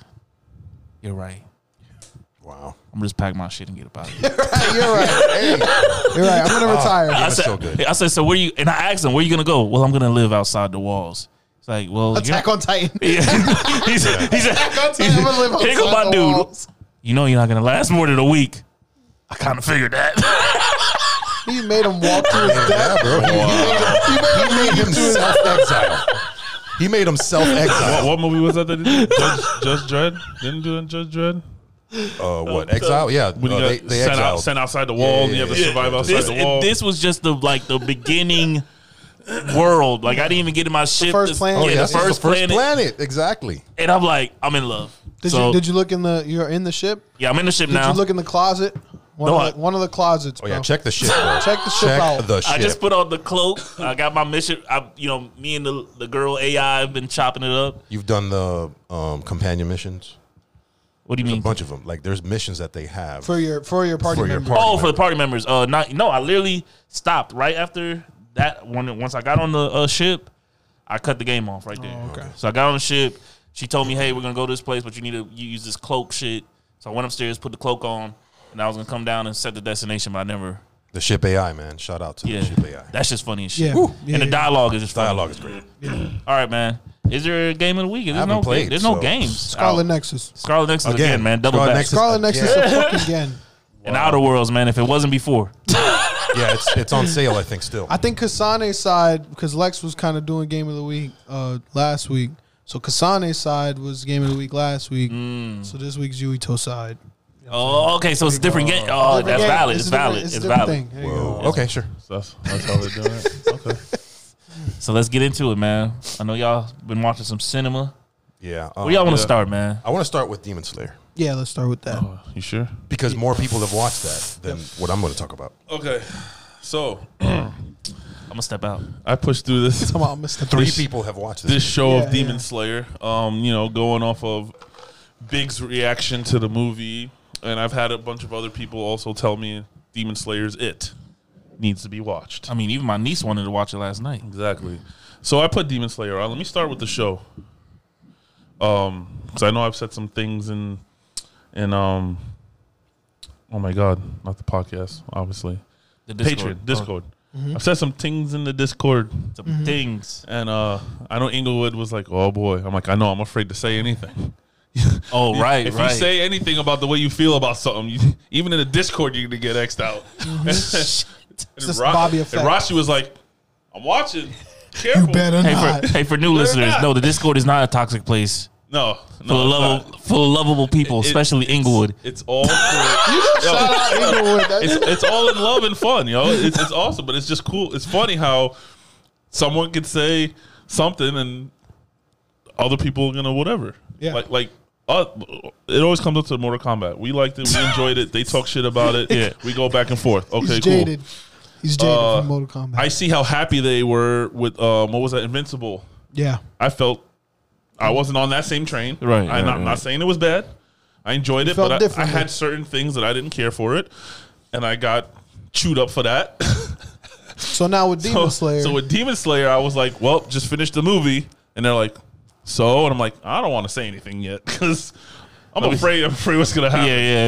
Speaker 1: You're right.
Speaker 5: Wow.
Speaker 1: I'm gonna just pack my shit and get up out of here.
Speaker 4: you're right. You're right. I'm gonna retire.
Speaker 1: I
Speaker 5: That's
Speaker 1: said,
Speaker 5: so good.
Speaker 1: I said, so where you? And I asked him, where you gonna go? Well, I'm gonna live outside the walls. It's like, well, you're
Speaker 4: Attack on Titan.
Speaker 1: Yeah. he's, he's,
Speaker 4: on Titan. I'm gonna live
Speaker 1: here go my
Speaker 4: outside the
Speaker 1: dude.
Speaker 4: walls.
Speaker 1: You know, you're not gonna last more than a week. I kind of figured that.
Speaker 4: He made him walk to his
Speaker 5: Yeah,
Speaker 4: death.
Speaker 5: bro.
Speaker 4: He made him
Speaker 5: He made him self exile. He made him self
Speaker 3: What,
Speaker 5: exile.
Speaker 3: what movie was that? That did Judge, Judge Dredd didn't do it. in Judge Dredd.
Speaker 5: Uh, what exile? Yeah, uh,
Speaker 3: When you got
Speaker 5: they, they
Speaker 3: sent, out,
Speaker 5: exiled.
Speaker 3: sent outside the wall, and
Speaker 5: yeah,
Speaker 3: you have to
Speaker 5: yeah.
Speaker 3: survive
Speaker 5: Yeah.
Speaker 3: outside
Speaker 1: this,
Speaker 3: the wall.
Speaker 1: this was just the like the beginning world. Like I didn't even get in my ship.
Speaker 4: first
Speaker 1: to-
Speaker 4: planet.
Speaker 5: Oh
Speaker 1: yeah,
Speaker 5: yeah,
Speaker 1: the
Speaker 5: that's the
Speaker 1: first, planet.
Speaker 5: Exactly.
Speaker 1: And I'm like, I'm in love.
Speaker 4: Did
Speaker 1: so
Speaker 4: you did you look in the you're in the ship?
Speaker 1: yeah, I'm in the ship
Speaker 4: Did
Speaker 1: now.
Speaker 4: you look in the closet? One,
Speaker 1: No, I-
Speaker 4: of the, one of the closets.
Speaker 5: Oh
Speaker 4: Bro.
Speaker 5: yeah, check the shit. Bro.
Speaker 4: Check the ship
Speaker 5: Check
Speaker 4: out.
Speaker 5: the shit.
Speaker 1: I just put on the cloak. I got my mission. I, you know, me and the the girl AI have been chopping it up.
Speaker 5: You've done the um, companion missions.
Speaker 1: What do you
Speaker 5: There's a
Speaker 1: mean?
Speaker 5: bunch of them. Like there's missions that they have.
Speaker 4: for your for your party
Speaker 5: For your
Speaker 4: member.
Speaker 5: party.
Speaker 1: Oh, for the party members. Uh, not no. I literally stopped right after that. One once I got on the uh, ship, I cut the game off right there.
Speaker 5: Oh,
Speaker 4: okay.
Speaker 1: So I got on the ship. She told me, "Hey, we're gonna go to this place, but you need to you use this cloak shit." So I went upstairs, put the cloak on, and I was gonna come down and set the destination, but I never.
Speaker 5: the ship AI man. Shout out to
Speaker 1: Yeah,
Speaker 5: the ship AI.
Speaker 1: that's just funny as shit.
Speaker 4: Yeah. Woo.
Speaker 1: and the
Speaker 4: Yeah.
Speaker 1: dialogue is just funny.
Speaker 5: Dialogue is great.
Speaker 1: All right, man. Is there a game of the week? There's
Speaker 5: haven't
Speaker 1: no
Speaker 5: played,
Speaker 1: There's
Speaker 5: so-
Speaker 1: no games.
Speaker 4: Scarlet
Speaker 1: out. uh,
Speaker 4: Nexus.
Speaker 1: Scarlet Nexus again,
Speaker 5: Again,
Speaker 1: man. Double
Speaker 5: Scarlet
Speaker 1: back.
Speaker 5: Nexus.
Speaker 4: Scarlet Nexus is
Speaker 5: Yeah.
Speaker 4: a fucking gen.
Speaker 1: And Outer Worlds, man. If it wasn't before,
Speaker 5: Yeah, it's it's on sale. I think still.
Speaker 4: I think Kasane's side because Lex was kind of doing game of the week uh, last week. So Kasane's side was game of the week last week.
Speaker 1: Mm.
Speaker 4: So this week's Yuito side.
Speaker 1: oh, okay, so it's a different game. Oh,
Speaker 4: Different
Speaker 1: that's
Speaker 4: game.
Speaker 1: valid. It's,
Speaker 4: a different-
Speaker 1: valid. It's,
Speaker 4: a different
Speaker 1: valid.
Speaker 4: thing. There you go.
Speaker 5: Whoa. Okay, sure.
Speaker 3: that's, that's how they're doing it. Okay.
Speaker 1: So let's get into it, man. I know y'all been watching some cinema.
Speaker 5: Yeah.
Speaker 1: Where
Speaker 4: Oh,
Speaker 1: y'all
Speaker 5: um,
Speaker 1: want to
Speaker 3: yeah.
Speaker 1: start, man?
Speaker 5: I want to start with Demon Slayer
Speaker 4: Yeah, let's start with
Speaker 1: Oh.
Speaker 4: that.
Speaker 3: You sure?
Speaker 5: because more people have watched that than what I'm going to talk about.
Speaker 3: Okay. So
Speaker 1: I'm gonna step out.
Speaker 3: I pushed through this
Speaker 4: Come on, Mr.
Speaker 5: Three
Speaker 4: Three.
Speaker 5: people have watched this.
Speaker 3: this show
Speaker 4: Yeah,
Speaker 3: of Demon
Speaker 4: yeah.
Speaker 3: Slayer. Um, you know, going off of Big's reaction to the movie, and I've had a bunch of other people also tell me Demon Slayer's It needs to be watched.
Speaker 1: I mean, even my niece wanted to watch it last night.
Speaker 3: Exactly. So I put Demon Slayer on. Let me start with the show. Um, because I know I've said some things in, in um. Oh my God! Not the podcast, obviously.
Speaker 1: The
Speaker 3: Patreon, Discord. I've said some things in the Discord,
Speaker 1: Oh, some
Speaker 4: Mm-hmm.
Speaker 1: things.
Speaker 3: and uh, I know Inglewood was like, "Oh boy," I'm like, "I know, I'm afraid to say anything."
Speaker 1: Oh, right,
Speaker 3: if
Speaker 1: right.
Speaker 3: you say anything about the way you feel about something, you, even in the Discord, you're gonna get xed out. it's
Speaker 4: this Bobby effect.
Speaker 3: And Rashi was like, "I'm watching. Careful.
Speaker 1: hey, for, hey, for new listeners, no, the Discord is not a toxic place.
Speaker 3: No, no,
Speaker 1: Full of
Speaker 3: it's not.
Speaker 1: lovable, full of lovable people,
Speaker 3: It-
Speaker 1: especially
Speaker 3: it's-
Speaker 1: Inglewood.
Speaker 3: It's all for, yo,
Speaker 4: Inglewood, that-
Speaker 3: it's, it's all in love and fun, yo. It's, it's awesome, but it's just cool. It's funny how someone could say something and other people are gonna whatever.
Speaker 4: Yeah.
Speaker 3: like like. Uh, it always comes up to Mortal Kombat. We liked it. We enjoyed it. They talk shit about it.
Speaker 1: Yeah.
Speaker 3: We go back and forth. Okay,
Speaker 4: He's
Speaker 3: cool.
Speaker 4: jaded. He's jaded
Speaker 3: Uh,
Speaker 4: from Mortal Kombat.
Speaker 3: I see how happy they were with um, what was that Invincible.
Speaker 4: yeah.
Speaker 3: I felt I wasn't on that same train.
Speaker 1: Right,
Speaker 3: I'm
Speaker 1: right,
Speaker 3: not,
Speaker 1: right.
Speaker 3: not saying it was bad. I enjoyed it,
Speaker 4: felt
Speaker 3: but I, I
Speaker 4: differently.
Speaker 3: had certain things that I didn't care for it, and I got chewed up for that.
Speaker 4: So now with
Speaker 3: so,
Speaker 4: Demon Slayer,
Speaker 3: so with Demon Slayer, I was like, "Well, just finish the movie," and they're like, "So," and I'm like, "I don't want to say anything yet because I'm afraid. I'm afraid what's gonna happen."
Speaker 1: Yeah, yeah,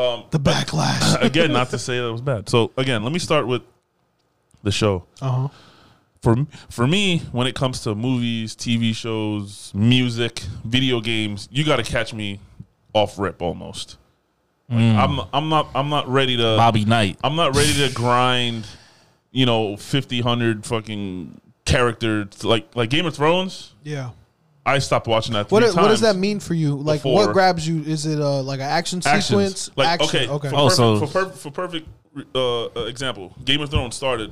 Speaker 1: yeah.
Speaker 4: the backlash.
Speaker 3: Again, not to say that it was bad. So again, let me start with the show.
Speaker 4: Uh huh.
Speaker 3: for for me, when it comes to movies, TV shows, music, video games, you got to catch me off rip almost. Like, I'm I'm not I'm not ready to
Speaker 1: Bobby Knight.
Speaker 3: I'm not ready to grind, you know, 50 100 fucking character like like Game of Thrones.
Speaker 4: Yeah.
Speaker 3: I stopped watching that.
Speaker 4: What
Speaker 3: three
Speaker 4: what does
Speaker 3: times.
Speaker 4: that mean for you? Like
Speaker 3: before.
Speaker 4: what grabs you? Is it uh like an action
Speaker 3: Actions.
Speaker 4: sequence?
Speaker 3: Like
Speaker 4: action.
Speaker 3: okay,
Speaker 4: Okay.
Speaker 3: For
Speaker 1: Oh, so-
Speaker 3: perfect, for, per- for perfect uh, uh, example, Game of Thrones started.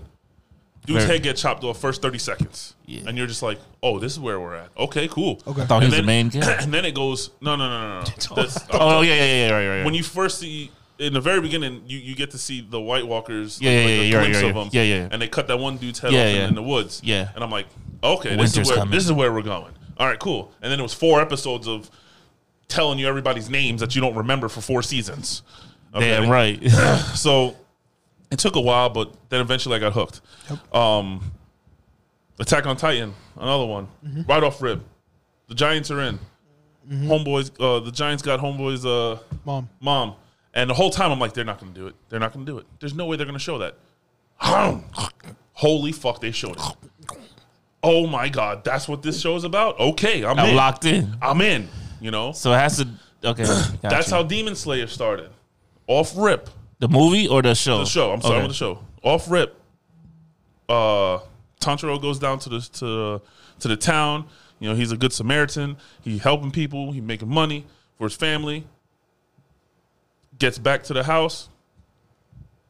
Speaker 3: Dude's
Speaker 1: Very-
Speaker 3: head get chopped off first thirty seconds,
Speaker 1: Yeah.
Speaker 3: and you're just like, "Oh, this is where we're at." Okay, cool.
Speaker 4: Okay. I
Speaker 1: thought he
Speaker 3: And
Speaker 1: was the main guy.
Speaker 3: And then it goes, "No, no, no, no, no." That's,
Speaker 1: Oh, yeah, yeah, yeah, right, right. right.
Speaker 3: when you first see in the very beginning, you, you get to see the White Walkers,
Speaker 1: Yeah, yeah,
Speaker 3: a
Speaker 1: yeah, you're right,
Speaker 3: glimpse
Speaker 1: you're
Speaker 3: of
Speaker 1: right.
Speaker 3: 'em,
Speaker 1: Yeah, yeah.
Speaker 3: and they cut that one dude's head
Speaker 1: Yeah,
Speaker 3: off in-
Speaker 1: yeah.
Speaker 3: in the woods,
Speaker 1: Yeah.
Speaker 3: and I'm like, okay, this
Speaker 1: Winter's
Speaker 3: is where
Speaker 1: coming.
Speaker 3: this is where we're going. All right, cool. And then it was four episodes of telling you everybody's names that you don't remember for four seasons. Okay?
Speaker 1: Damn right.
Speaker 3: So it took a while, but then eventually I got hooked. Um, Attack on Titan, another one, right off rip. The Giants are in. Homeboys, uh, the Giants got homeboys. Uh,
Speaker 4: Mom.
Speaker 3: mom. And the whole time I'm like, they're not going to do it. They're not going to do it. There's no way they're going to show that. Holy fuck, they showed it. Oh my god, that's what this show is about. Okay, I'm
Speaker 1: I'm
Speaker 3: in.
Speaker 1: locked in.
Speaker 3: I'm in. You know,
Speaker 1: So it has to. Okay. got
Speaker 3: that's
Speaker 1: you.
Speaker 3: how Demon Slayer started. Off rip,
Speaker 1: the movie or the show.
Speaker 3: the show. I'm sorry,
Speaker 1: Okay.
Speaker 3: with the show. Off rip. Uh, Tanjiro goes down to the to to the town. You know, he's a good Samaritan. He helping people. He making money for his family. Gets back to the house.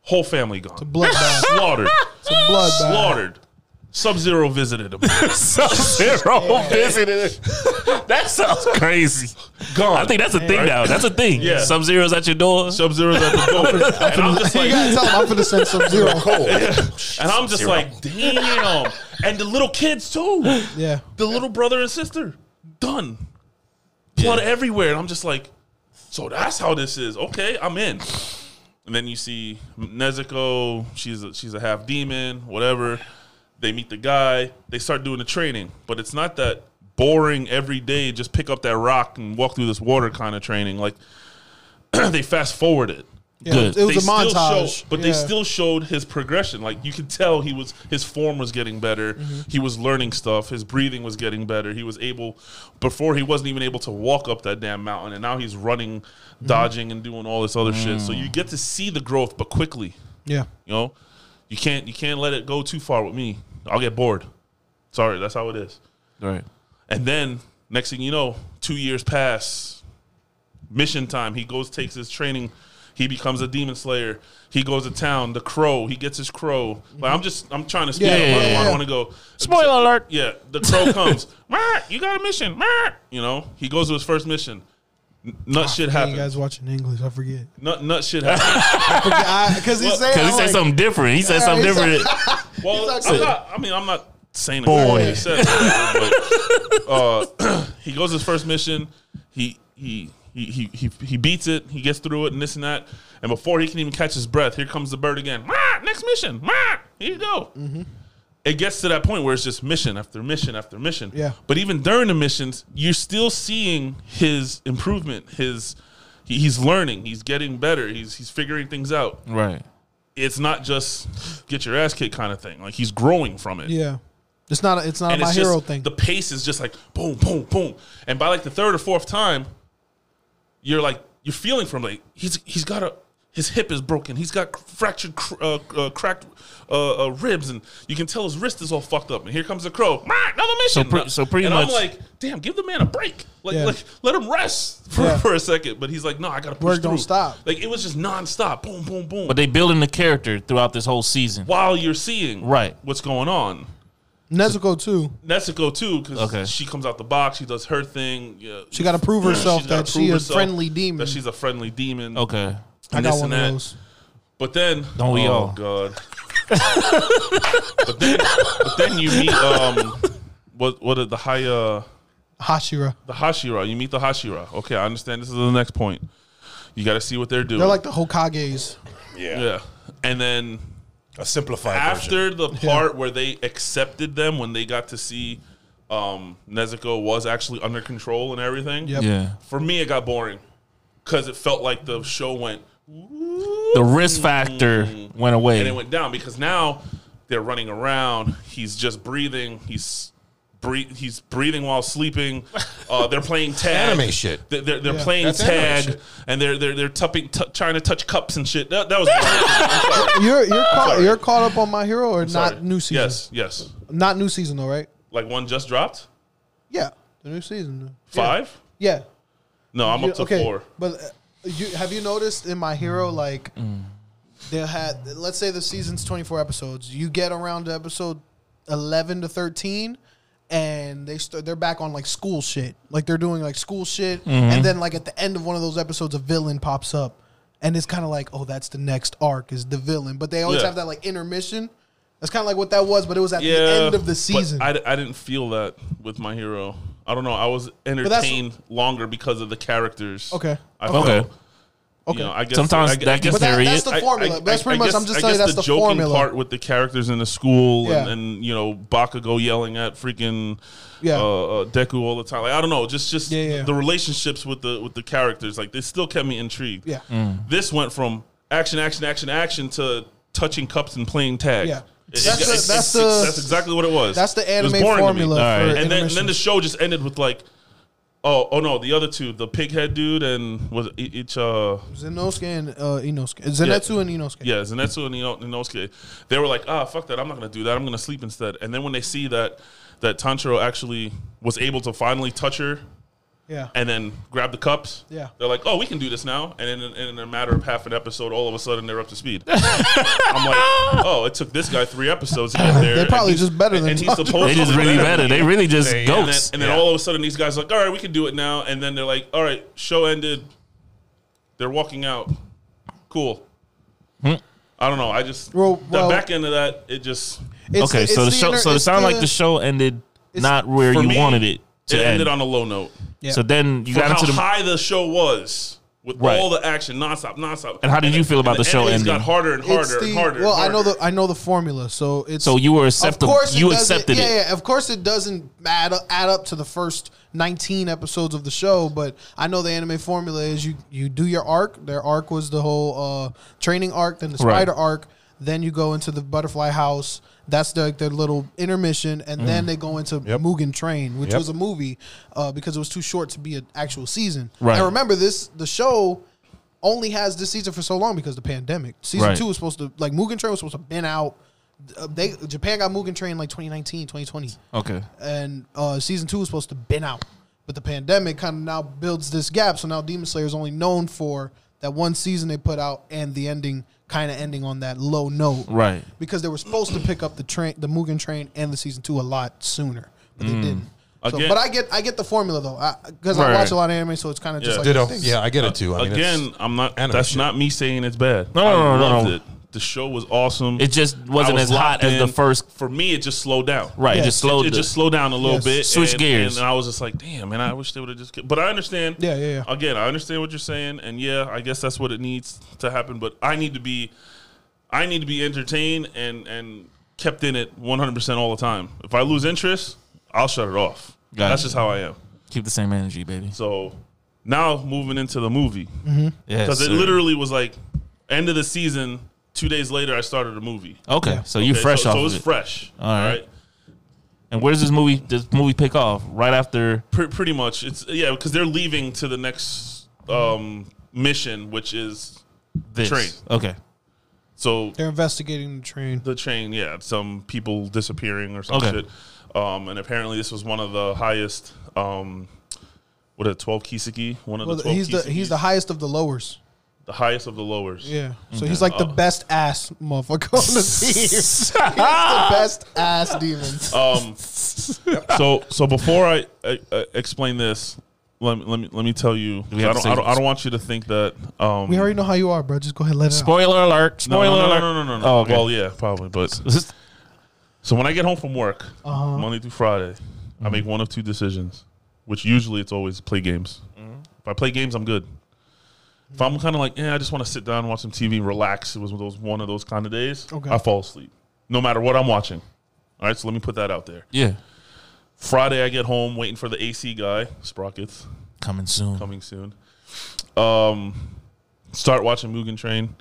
Speaker 3: Whole family gone.
Speaker 4: Bloodbath.
Speaker 3: Slaughtered.
Speaker 4: Bloodbath.
Speaker 3: Slaughtered. Sub Zero visited him.
Speaker 1: Sub-Zero visited. That sounds crazy.
Speaker 3: Gone.
Speaker 1: I think that's a thing now. That's a thing.
Speaker 3: Yeah.
Speaker 1: Sub Zero's at your door.
Speaker 3: Sub Zero's at the door. and I'm just
Speaker 4: You
Speaker 3: like,
Speaker 4: gotta tell him I'm finna send some zero.
Speaker 5: Oh,
Speaker 3: and I'm just like, damn. And the little kids too.
Speaker 4: Yeah.
Speaker 3: the little brother and sister done blood everywhere and i'm just like so that's how this is okay i'm in and then you see nezuko she's a, she's a half demon whatever they meet the guy they start doing the training but it's not that boring every day just pick up that rock and walk through this water kind of training like they fast forward it
Speaker 4: yeah.
Speaker 1: Good.
Speaker 4: It was
Speaker 3: they
Speaker 4: a montage.
Speaker 3: Still showed, but
Speaker 4: Yeah.
Speaker 3: they still showed his progression. Like you could tell he was his form was getting better. He was learning stuff. His breathing was getting better. He was able before he wasn't even able to walk up that damn mountain and now he's running, dodging and doing all this other shit.
Speaker 4: Mm.
Speaker 3: So you get to see the growth but quickly.
Speaker 4: Yeah.
Speaker 3: You know? You can't you can't let it go too far with me. I'll get bored. Sorry, that's how it is.
Speaker 1: Right.
Speaker 3: And then next thing you know, two years pass. Mission time. He goes, takes his training. He becomes a demon slayer. He goes to town. The crow. He gets his crow. Like I'm just, I'm trying to speed
Speaker 4: Yeah,
Speaker 3: up.
Speaker 4: yeah,
Speaker 3: I don't
Speaker 4: yeah, yeah.
Speaker 3: want to go.
Speaker 1: Spoiler alert.
Speaker 3: Yeah, the crow comes. "Meh, you got a mission. Meh." You know, he goes to his first mission. N- Nut shit
Speaker 4: Hey, Ah, you
Speaker 3: happens.
Speaker 4: guys watching English? I forget.
Speaker 3: nut, nut shit happens.
Speaker 4: Because he said.
Speaker 1: Because he said
Speaker 4: like,
Speaker 1: something different. He said
Speaker 4: Yeah,
Speaker 1: something
Speaker 4: he said-
Speaker 1: different.
Speaker 3: Well,
Speaker 4: He's
Speaker 3: I'm
Speaker 4: like-
Speaker 3: not, I mean, I'm not saying exactly what he said, but, uh, he goes his first mission. He he he, he, he he beats it, he gets through it, and this and that. And before he can even catch his breath, here comes the bird again. Wah! Next mission. Wah! Here you go. It gets to that point where it's just mission after mission after mission.
Speaker 4: Yeah.
Speaker 3: But even during the missions, you're still seeing his improvement. His he- he's learning. He's getting better. He's he's figuring things out.
Speaker 1: Right.
Speaker 3: It's not just get your ass kicked kind of thing. Like he's growing from it
Speaker 4: Yeah, it's not. A, it's not a
Speaker 3: and
Speaker 4: my
Speaker 3: it's
Speaker 4: hero
Speaker 3: just,
Speaker 4: thing.
Speaker 3: The pace is just like boom, boom, boom, and by like the third or fourth time, you're like you're feeling from like he's he's got a his hip is broken, he's got cr- fractured, cr- uh, uh, cracked uh, uh, ribs, and you can tell his wrist is all fucked up. And here comes the crow, Mah, another mission.
Speaker 1: pre- so pretty
Speaker 3: and
Speaker 1: much-
Speaker 3: I'm like, damn, give the man a break, like,
Speaker 4: Yeah.
Speaker 3: like let him rest for,
Speaker 4: Yeah.
Speaker 3: for a second. But he's like, no, I gotta push
Speaker 4: Work don't
Speaker 3: through.
Speaker 4: stop.
Speaker 3: Like it was just nonstop, boom, boom, boom.
Speaker 1: But they building the character throughout this whole season.
Speaker 3: while you're seeing
Speaker 1: Right.
Speaker 3: what's going on.
Speaker 4: Nezuko too.
Speaker 3: Nezuko too, because
Speaker 1: Okay.
Speaker 3: she comes out the box. She does her thing. Yeah.
Speaker 4: She gotta prove herself
Speaker 3: She's gotta
Speaker 4: that
Speaker 3: prove
Speaker 4: she is
Speaker 3: herself
Speaker 4: friendly demon.
Speaker 3: That she's a friendly demon.
Speaker 1: Okay.
Speaker 4: I
Speaker 3: and
Speaker 4: got
Speaker 3: this and
Speaker 4: one
Speaker 3: that.
Speaker 4: of those.
Speaker 3: But then,
Speaker 1: Don't we
Speaker 3: oh
Speaker 1: all?
Speaker 3: God. but then, but then you meet um, what what are the high uh
Speaker 4: Hashira.
Speaker 3: the Hashira? You meet the Hashira. Okay, I understand. This is the next point. You got to see what they're doing.
Speaker 4: They're like the Hokages.
Speaker 5: Yeah.
Speaker 3: yeah. And then
Speaker 5: A simplified version.
Speaker 3: after the part where they accepted them when they got to see um, Nezuko was actually under control and everything.
Speaker 4: Yep.
Speaker 1: Yeah.
Speaker 3: for me it got boring because it felt like the show went
Speaker 1: The risk factor went away.
Speaker 3: and
Speaker 4: Mm.
Speaker 3: it went down because now they're running around he's just breathing he's breathe, he's breathing while sleeping uh, they're playing tag
Speaker 5: Anime shit.
Speaker 3: they're, they're, they're
Speaker 4: Yeah.
Speaker 3: playing
Speaker 5: That's anime
Speaker 3: tag
Speaker 5: shit.
Speaker 3: and they're they're they're tupping, tu- trying to touch cups and shit that, that was I'm sorry.
Speaker 4: You're you're caught, you're caught up on my hero or not
Speaker 3: Sorry.
Speaker 4: new season?
Speaker 3: yes yes
Speaker 4: Not new season though, right?
Speaker 3: like one just dropped
Speaker 4: Yeah, the new season.
Speaker 3: five
Speaker 4: Yeah.
Speaker 3: no i'm
Speaker 4: Yeah,
Speaker 3: up to four
Speaker 4: But uh, you, have you noticed in My
Speaker 3: Mm.
Speaker 4: Hero, like, they had, let's say the season's 24 episodes. You get around to episode 11 to 13, and they st- they're back on, like, school shit. Like, they're doing, like, school shit.
Speaker 3: Mm-hmm.
Speaker 4: And then, like, at the end of one of those episodes, a villain pops up. And it's kind of like, oh, that's the next arc is the villain. But they always
Speaker 3: Yeah.
Speaker 4: have that, like, intermission. That's kind of like what that was, but it was at
Speaker 3: yeah
Speaker 4: the end of the
Speaker 3: but
Speaker 4: season.
Speaker 3: I, d- I didn't feel that with my hero i don't know i was
Speaker 4: that's-
Speaker 3: entertained longer because of the characters
Speaker 4: Okay.
Speaker 3: I
Speaker 4: Okay.
Speaker 3: felt,
Speaker 1: Okay.
Speaker 3: You know, I guess
Speaker 1: Sometimes
Speaker 3: I, gu-
Speaker 1: that
Speaker 3: I
Speaker 1: gets
Speaker 3: guess-
Speaker 4: but that,
Speaker 1: Period.
Speaker 4: that's the formula.
Speaker 3: I- I-
Speaker 4: that's pretty
Speaker 3: I
Speaker 4: much,
Speaker 3: guess-
Speaker 4: I'm just
Speaker 3: I
Speaker 4: telling you,
Speaker 3: guess
Speaker 4: that's the,
Speaker 3: joking
Speaker 4: formula.
Speaker 3: part with the characters in the school and,
Speaker 4: Yeah.
Speaker 3: and you know Bakugo yelling at freaking
Speaker 4: Yeah.
Speaker 3: uh, uh, Deku all the time. Like, I don't know, just just
Speaker 4: Yeah, yeah.
Speaker 3: the relationships with the with the characters. Like they still kept me intrigued.
Speaker 4: Yeah.
Speaker 3: This went from action, action, action, action to touching cups and playing tag.
Speaker 4: Yeah.
Speaker 3: It- it
Speaker 4: That's
Speaker 3: got-
Speaker 4: the-
Speaker 3: it's-
Speaker 4: that's
Speaker 3: it's-
Speaker 4: the-
Speaker 3: that's exactly what it was.
Speaker 4: That's the
Speaker 3: It was
Speaker 4: anime
Speaker 3: boring to me.
Speaker 4: formula.
Speaker 1: All
Speaker 4: for
Speaker 1: right.
Speaker 3: And then, and then the
Speaker 4: intermissions.
Speaker 3: show just ended with like, oh, oh no, the other two, the pig head dude and was it each uh,
Speaker 4: Zenosuke and uh, Inosuke. Zenetsu and Inosuke.
Speaker 3: yeah, Zenetsu and Ino- Inosuke, they were like, ah, fuck that. I'm not going to do that. I'm going to sleep instead. And then when they see that that Tanjiro actually was able to finally touch her
Speaker 4: Yeah.
Speaker 3: and then grab the cups,
Speaker 4: Yeah.
Speaker 3: they're like, oh, we can do this now. And in, in a matter of half an episode, all of a sudden they're up to speed. I'm like, oh, it took this guy three episodes to get there.
Speaker 4: They're probably
Speaker 3: and he's-
Speaker 4: just better
Speaker 3: and-
Speaker 4: than
Speaker 3: and he's
Speaker 4: Tanjiro.
Speaker 3: supposed
Speaker 1: They just
Speaker 3: to be
Speaker 1: really better. They really just
Speaker 5: Yeah, yeah.
Speaker 3: and then,
Speaker 1: goats.
Speaker 3: and then
Speaker 5: Yeah.
Speaker 3: all of a sudden, these guys are like, all right, we can do it now. And then they're like, all right, show ended. They're walking out. Cool.
Speaker 1: Hmm.
Speaker 3: I don't know. I just
Speaker 4: Well- well-
Speaker 3: the back end of that, it just
Speaker 4: It's
Speaker 1: okay,
Speaker 4: it's
Speaker 1: so the show,
Speaker 4: inter-
Speaker 1: so it
Speaker 4: it's
Speaker 1: sounded like the show ended not where
Speaker 3: for
Speaker 1: you
Speaker 3: me,
Speaker 1: wanted it to
Speaker 3: it
Speaker 1: end.
Speaker 3: ended on a low note.
Speaker 4: Yeah.
Speaker 1: So then you
Speaker 3: For
Speaker 1: got
Speaker 3: how
Speaker 1: into the
Speaker 3: high the show was with
Speaker 1: Right.
Speaker 3: all the action, nonstop, nonstop.
Speaker 1: And how did you feel about
Speaker 3: the,
Speaker 1: the show
Speaker 3: enemies
Speaker 1: ending?
Speaker 3: Got harder and
Speaker 4: it's
Speaker 3: harder
Speaker 4: the-
Speaker 3: and harder.
Speaker 4: Well,
Speaker 3: and
Speaker 4: I know
Speaker 3: harder.
Speaker 4: the I know the formula. So it's
Speaker 1: so you were
Speaker 4: of
Speaker 1: acceptable.
Speaker 4: course it
Speaker 1: You
Speaker 4: doesn't-
Speaker 1: accepted
Speaker 4: yeah,
Speaker 1: it.
Speaker 4: Yeah, of course it doesn't add up, add up to the first 19 episodes of the show, but I know the anime formula is you you do your arc. Their arc was the whole uh, training arc, then the
Speaker 1: Right.
Speaker 4: spider arc, then you go into the butterfly house. That's their, their little intermission,
Speaker 1: Mm.
Speaker 4: and then they go into Mugen Train, which
Speaker 5: Yep.
Speaker 4: was a movie uh, because it was too short to be an actual season.
Speaker 1: Right.
Speaker 4: And remember this, the show only has this season for so long because of the pandemic. Season
Speaker 1: Right.
Speaker 4: two was supposed to like Mugen Train was supposed to been out. Uh, They Japan got Mugen Train like 2019, 2020,
Speaker 1: Okay.
Speaker 4: and uh, season two was supposed to been out, but the pandemic kind of now builds this gap. So now Demon Slayer is only known for that one season they put out and the ending kind of ending on that low note,
Speaker 1: Right.
Speaker 4: Because they were supposed to pick up the train, the Mugen Train, and the season two a lot sooner, but they didn't. So,
Speaker 3: Again-
Speaker 4: but I get I get the formula though, because I,
Speaker 1: Right,
Speaker 4: watch
Speaker 1: right.
Speaker 4: a lot of anime, so it's kind of just
Speaker 3: Yeah.
Speaker 4: like
Speaker 5: Ditto.
Speaker 4: things.
Speaker 5: Yeah, I get it too. I mean, it's-
Speaker 3: Again, I'm not.
Speaker 5: anime
Speaker 3: That's
Speaker 5: shit.
Speaker 3: not me saying it's bad.
Speaker 1: No, no,
Speaker 3: I
Speaker 1: no, no,
Speaker 3: loved
Speaker 1: no.
Speaker 3: it. The show was awesome.
Speaker 1: It just wasn't
Speaker 3: I
Speaker 1: as hot
Speaker 3: locked
Speaker 1: as the first-
Speaker 3: For me, it just slowed down.
Speaker 1: Right, it
Speaker 4: Yeah.
Speaker 1: just slowed.
Speaker 3: It,
Speaker 1: the-
Speaker 3: just slowed down a little
Speaker 4: Yes.
Speaker 3: bit.
Speaker 1: Switch
Speaker 3: and,
Speaker 1: gears.
Speaker 3: and I was just like, damn, man, I wish they would have just. kept- But I understand.
Speaker 4: Yeah, yeah, yeah.
Speaker 3: Again, I understand what you're saying, and yeah, I guess that's what it needs to happen. But I need to be, I need to be entertained and and kept in it 100 percent all the time. If I lose interest, I'll shut it off.
Speaker 1: Got
Speaker 3: that's
Speaker 1: it.
Speaker 3: just how I am.
Speaker 1: keep the same energy, baby.
Speaker 3: So now moving into the movie
Speaker 4: Mm.
Speaker 1: Yeah,
Speaker 3: because it literally was like end of the season. Two days later, I started a movie.
Speaker 1: Okay,
Speaker 4: Yeah.
Speaker 1: so you
Speaker 3: Okay,
Speaker 1: fresh
Speaker 3: so,
Speaker 1: off
Speaker 3: so it
Speaker 1: of
Speaker 3: was
Speaker 1: it.
Speaker 3: fresh.
Speaker 1: All right. and where does this movie this movie pick off? Right after
Speaker 3: Pre- pretty much it's yeah because they're leaving to the next um mission which is
Speaker 1: this.
Speaker 3: Train.
Speaker 1: Okay,
Speaker 3: so
Speaker 4: They're investigating the train.
Speaker 3: the train yeah some people disappearing or some
Speaker 1: Okay.
Speaker 3: shit um and apparently this was one of the highest um what a 12 kiseki one of
Speaker 4: Well,
Speaker 3: the 12
Speaker 4: he's the he's the
Speaker 3: Kisekis,
Speaker 4: highest of the lowers.
Speaker 3: the highest of the lowers
Speaker 4: Yeah, so he's like the best ass motherfucker on the team. he's the best ass demon.
Speaker 3: Um, so so before I, I, I explain this, let me let me let me tell you. 'cause I
Speaker 1: have to
Speaker 3: don't,
Speaker 1: say
Speaker 3: I don't I
Speaker 1: this.
Speaker 3: don't want you to think that. Um,
Speaker 4: We already know how you are, bro. Just go ahead, let it out.
Speaker 1: spoiler alert!
Speaker 3: no,
Speaker 1: Spoiler
Speaker 3: no, no,
Speaker 1: alert!
Speaker 3: no, no, no, no.
Speaker 1: Oh, okay.
Speaker 3: Well, yeah, probably, but so when I get home from work Monday through Friday, I make one of two decisions, which usually it's always play games. If I play games, I'm good. If I'm kind of like, yeah, I just want to sit down, watch some TV, relax. It was one of those one of those kind of days.
Speaker 4: Okay.
Speaker 3: I fall asleep, no matter what I'm watching. All right, so let me put that out there.
Speaker 1: yeah,
Speaker 3: Friday, I get home waiting for the AC guy, Sprockets,
Speaker 1: coming soon.
Speaker 3: coming soon. Um, start watching Mugen Train.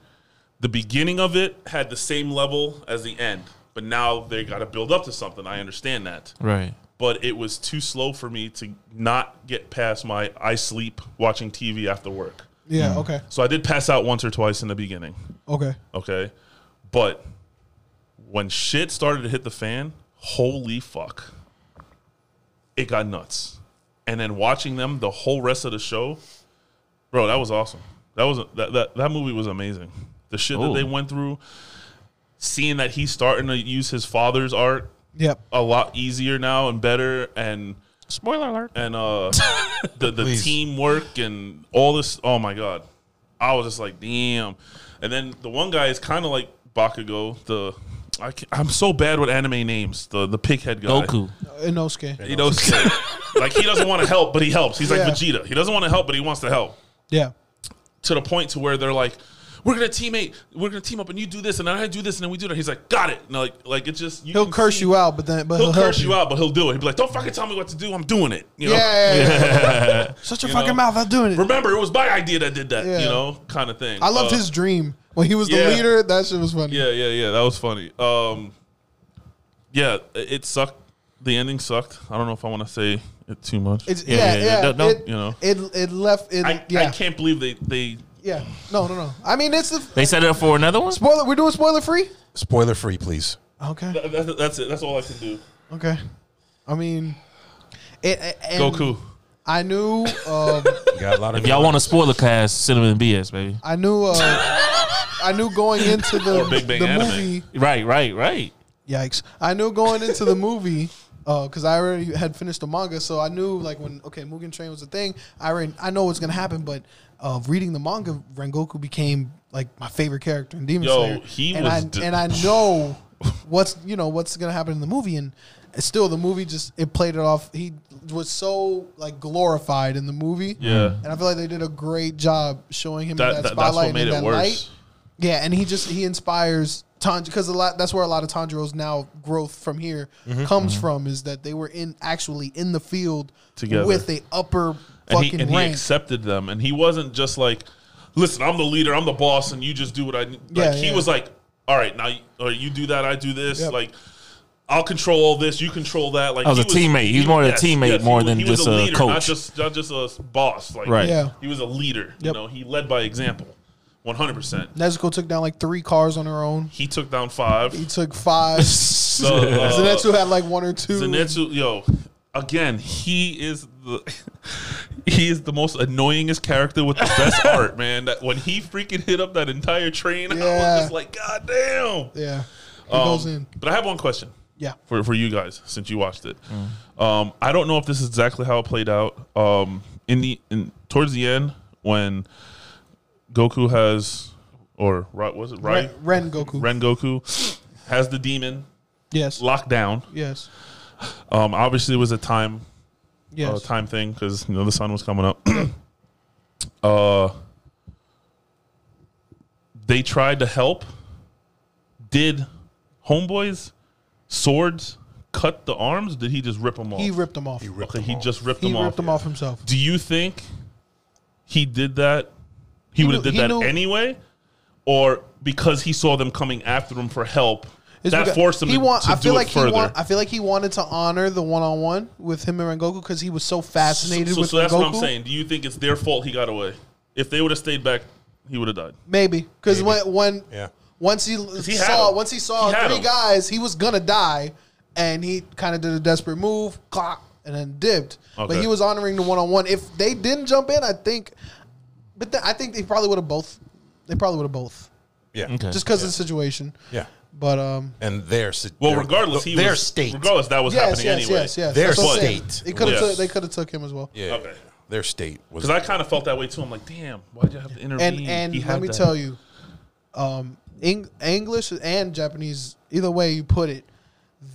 Speaker 3: The beginning of it had the same level as the end, but now they got to build up to something. I understand that,
Speaker 1: Right.
Speaker 3: but it was too slow for me to not get past my I sleep watching TV after work.
Speaker 4: Yeah, okay,
Speaker 3: So I did pass out once or twice in the beginning.
Speaker 4: okay.
Speaker 3: Okay, but when shit started to hit the fan, holy fuck, it got nuts. And then watching them the whole rest of the show, bro, that was awesome. That was that that, that movie was amazing. The shit that
Speaker 1: Ooh.
Speaker 3: they went through, seeing that he's starting to use his father's art
Speaker 4: Yep.
Speaker 3: a lot easier now and better, and
Speaker 1: Spoiler alert!
Speaker 3: and uh, the the teamwork and all this. Oh my god, I was just like, damn. And then the one guy is kind of like Bakugo. The I can I'm so bad with anime names. The the pighead guy.
Speaker 1: Goku.
Speaker 4: Inosuke.
Speaker 3: You know, like he doesn't want to help, but he helps. He's
Speaker 4: Yeah.
Speaker 3: like Vegeta. He doesn't want to help, but he wants to help
Speaker 4: Yeah.
Speaker 3: to the point to where they're like, "We're gonna teammate. We're gonna team up, and you do this, and I do this, and then we do that." He's like, "Got it." And like, like it's just you
Speaker 4: He'll
Speaker 3: can
Speaker 4: curse
Speaker 3: see-
Speaker 4: you out, but then but
Speaker 3: He'll,
Speaker 4: he'll,
Speaker 3: curse
Speaker 4: help
Speaker 3: you out, but he'll do it. He'll be like, "Don't fucking tell me what to do. I'm doing it." You know?
Speaker 4: Yeah, yeah, yeah. Shut your fucking
Speaker 3: know?
Speaker 4: mouth! I'm doing it.
Speaker 3: remember it was my idea that did that
Speaker 4: Yeah.
Speaker 3: you know kind of thing
Speaker 4: I loved
Speaker 3: Uh,
Speaker 4: his dream when he was the
Speaker 3: yeah.
Speaker 4: leader. That shit was funny.
Speaker 3: yeah yeah yeah that was funny um yeah it it sucked the ending sucked i don't know if i want to say it too much
Speaker 4: It's,
Speaker 1: Yeah,
Speaker 4: yeah,
Speaker 1: yeah,
Speaker 4: yeah.
Speaker 1: yeah. Don't- don't,
Speaker 4: it,
Speaker 3: you know.
Speaker 4: it it left it.
Speaker 3: I,
Speaker 4: yeah,
Speaker 3: I can't believe they they
Speaker 4: yeah. No, no, no. I mean, it's the
Speaker 1: They set it up for another one.
Speaker 4: spoiler. We're doing spoiler free.
Speaker 5: Spoiler free, please.
Speaker 4: Okay,
Speaker 3: that, that's, that's it that's all i can do
Speaker 4: okay. I mean, it. it- and
Speaker 3: goku
Speaker 4: I knew. Um,
Speaker 5: We got a lot of
Speaker 1: If y'all want a spoiler cast, Cinnamon BS, baby.
Speaker 4: I knew. Uh, I knew going into the
Speaker 3: Or Big Bang
Speaker 4: the
Speaker 3: Anime.
Speaker 4: movie.
Speaker 1: Right, right, right.
Speaker 4: Yikes! I knew going into the movie because I already had finished the manga, so I knew like when okay, Mugen Train was a thing. I already I know what's gonna happen, but uh, reading the manga, Rengoku became like my favorite character in Demon
Speaker 3: Yo,
Speaker 4: Slayer.
Speaker 3: he
Speaker 4: and
Speaker 3: was
Speaker 4: I,
Speaker 3: d-
Speaker 4: and I know what's you know what's gonna happen in the movie, and still the movie just it played it off. He was so like glorified in the movie,
Speaker 3: Yeah.
Speaker 4: And I feel like they did a great job showing him in
Speaker 3: That-
Speaker 4: that,
Speaker 3: that- that's what
Speaker 4: spotlight and
Speaker 3: made
Speaker 4: in
Speaker 3: it
Speaker 4: that
Speaker 3: worse.
Speaker 4: light. Yeah, and he just he inspires Tanjiro because a lot that's where a lot of Tanjiro's now growth from here
Speaker 3: Mm-hmm.
Speaker 4: comes from is that they were in actually in the field
Speaker 3: Together.
Speaker 4: with the upper
Speaker 3: and,
Speaker 4: fucking
Speaker 3: he, and he
Speaker 4: rank.
Speaker 3: accepted them and he wasn't just like listen i'm the leader i'm the boss and you just do what i need." like
Speaker 4: Yeah,
Speaker 3: he
Speaker 4: yeah.
Speaker 3: was like all right now you, or you do that i do this
Speaker 4: Yep.
Speaker 3: like i'll control all this you control that like
Speaker 1: I was a teammate. He was more than a teammate
Speaker 3: he
Speaker 1: more
Speaker 3: was-
Speaker 1: than
Speaker 3: he was
Speaker 1: just a coach.
Speaker 3: not just not just a boss like
Speaker 1: Right.
Speaker 4: Yeah.
Speaker 3: he was a leader you
Speaker 4: Yep.
Speaker 3: know he led by example 100%
Speaker 4: Nezuko took down like three cars on her own.
Speaker 3: he took down five
Speaker 4: He took five.
Speaker 3: The, uh,
Speaker 4: Zenetsu had like one or two.
Speaker 3: Zenetsu, yo, again, he is the he is the most annoyingest character with the best art, man. That when he freaking hit up that entire train, I
Speaker 4: Yeah.
Speaker 3: was just like, God damn.
Speaker 4: yeah, he
Speaker 3: Um,
Speaker 4: goes in.
Speaker 3: But I have one question
Speaker 4: Yeah,
Speaker 3: for, for you guys since you watched it.
Speaker 4: Mm.
Speaker 3: Um, I don't know if this is exactly how it played out. Um, in the in towards the end when Goku has or Ra- was it Rai?
Speaker 4: Ren, Ren Goku.
Speaker 3: Ren Goku has the demon
Speaker 4: Yes.
Speaker 3: locked down.
Speaker 4: Yes.
Speaker 3: Um, obviously, it was a time
Speaker 4: Yes.
Speaker 3: uh, time thing because you know the sun was coming up. uh, they tried to help. Did homeboys swords cut the arms? Did he just rip them off?
Speaker 4: He ripped them off. He ripped,
Speaker 3: okay, he just ripped
Speaker 4: them,
Speaker 3: them
Speaker 4: off.
Speaker 3: off.
Speaker 4: himself.
Speaker 3: Do you think he did that? He, would have
Speaker 4: knew-
Speaker 3: did
Speaker 4: he
Speaker 3: that
Speaker 4: knew-
Speaker 3: anyway, or because he saw them coming after him for help,
Speaker 4: It's
Speaker 3: that
Speaker 4: because-
Speaker 3: forced him
Speaker 4: He
Speaker 3: to,
Speaker 4: want,
Speaker 3: to
Speaker 4: I feel
Speaker 3: do
Speaker 4: like
Speaker 3: it
Speaker 4: he
Speaker 3: further.
Speaker 4: want, I feel like he wanted to honor the one on one with him and Rengoku because he was so fascinated
Speaker 3: so, so,
Speaker 4: with
Speaker 3: so that's
Speaker 4: Rengoku.
Speaker 3: what I'm saying. Do you think it's their fault he got away? If they would have stayed back, he would have died.
Speaker 4: Maybe because
Speaker 5: Maybe.
Speaker 4: when when
Speaker 5: Yeah.
Speaker 4: once he,
Speaker 3: he had
Speaker 4: saw
Speaker 3: him.
Speaker 4: once he saw
Speaker 3: He had
Speaker 4: three
Speaker 3: him.
Speaker 4: guys, he was gonna die, and he kind of did a desperate move, clock, and then dipped. But
Speaker 3: Okay.
Speaker 4: he was honoring the one on one. If they didn't jump in, I think, but th- I think they probably would have both. They probably would have both
Speaker 5: Yeah.
Speaker 1: Okay.
Speaker 4: just because of the situation.
Speaker 5: Yeah.
Speaker 4: But um,
Speaker 5: And their si-
Speaker 3: Well,
Speaker 5: their-
Speaker 3: regardless, he
Speaker 5: their
Speaker 3: was,
Speaker 5: state.
Speaker 3: Regardless, that was
Speaker 4: yes,
Speaker 3: happening
Speaker 4: yes,
Speaker 3: anyway.
Speaker 4: yes, yes,
Speaker 5: Their
Speaker 4: That's what I'm saying.
Speaker 5: state
Speaker 4: They could have
Speaker 3: was-
Speaker 4: took. They could have took him as well.
Speaker 5: Yeah.
Speaker 3: Okay.
Speaker 5: Their state was
Speaker 3: Because I kind of felt that way too. I'm like, damn, why'd you have to intervene?
Speaker 4: and and
Speaker 3: He
Speaker 4: let
Speaker 3: had
Speaker 4: me
Speaker 3: that.
Speaker 4: tell you, um, Eng- English and Japanese, either way you put it,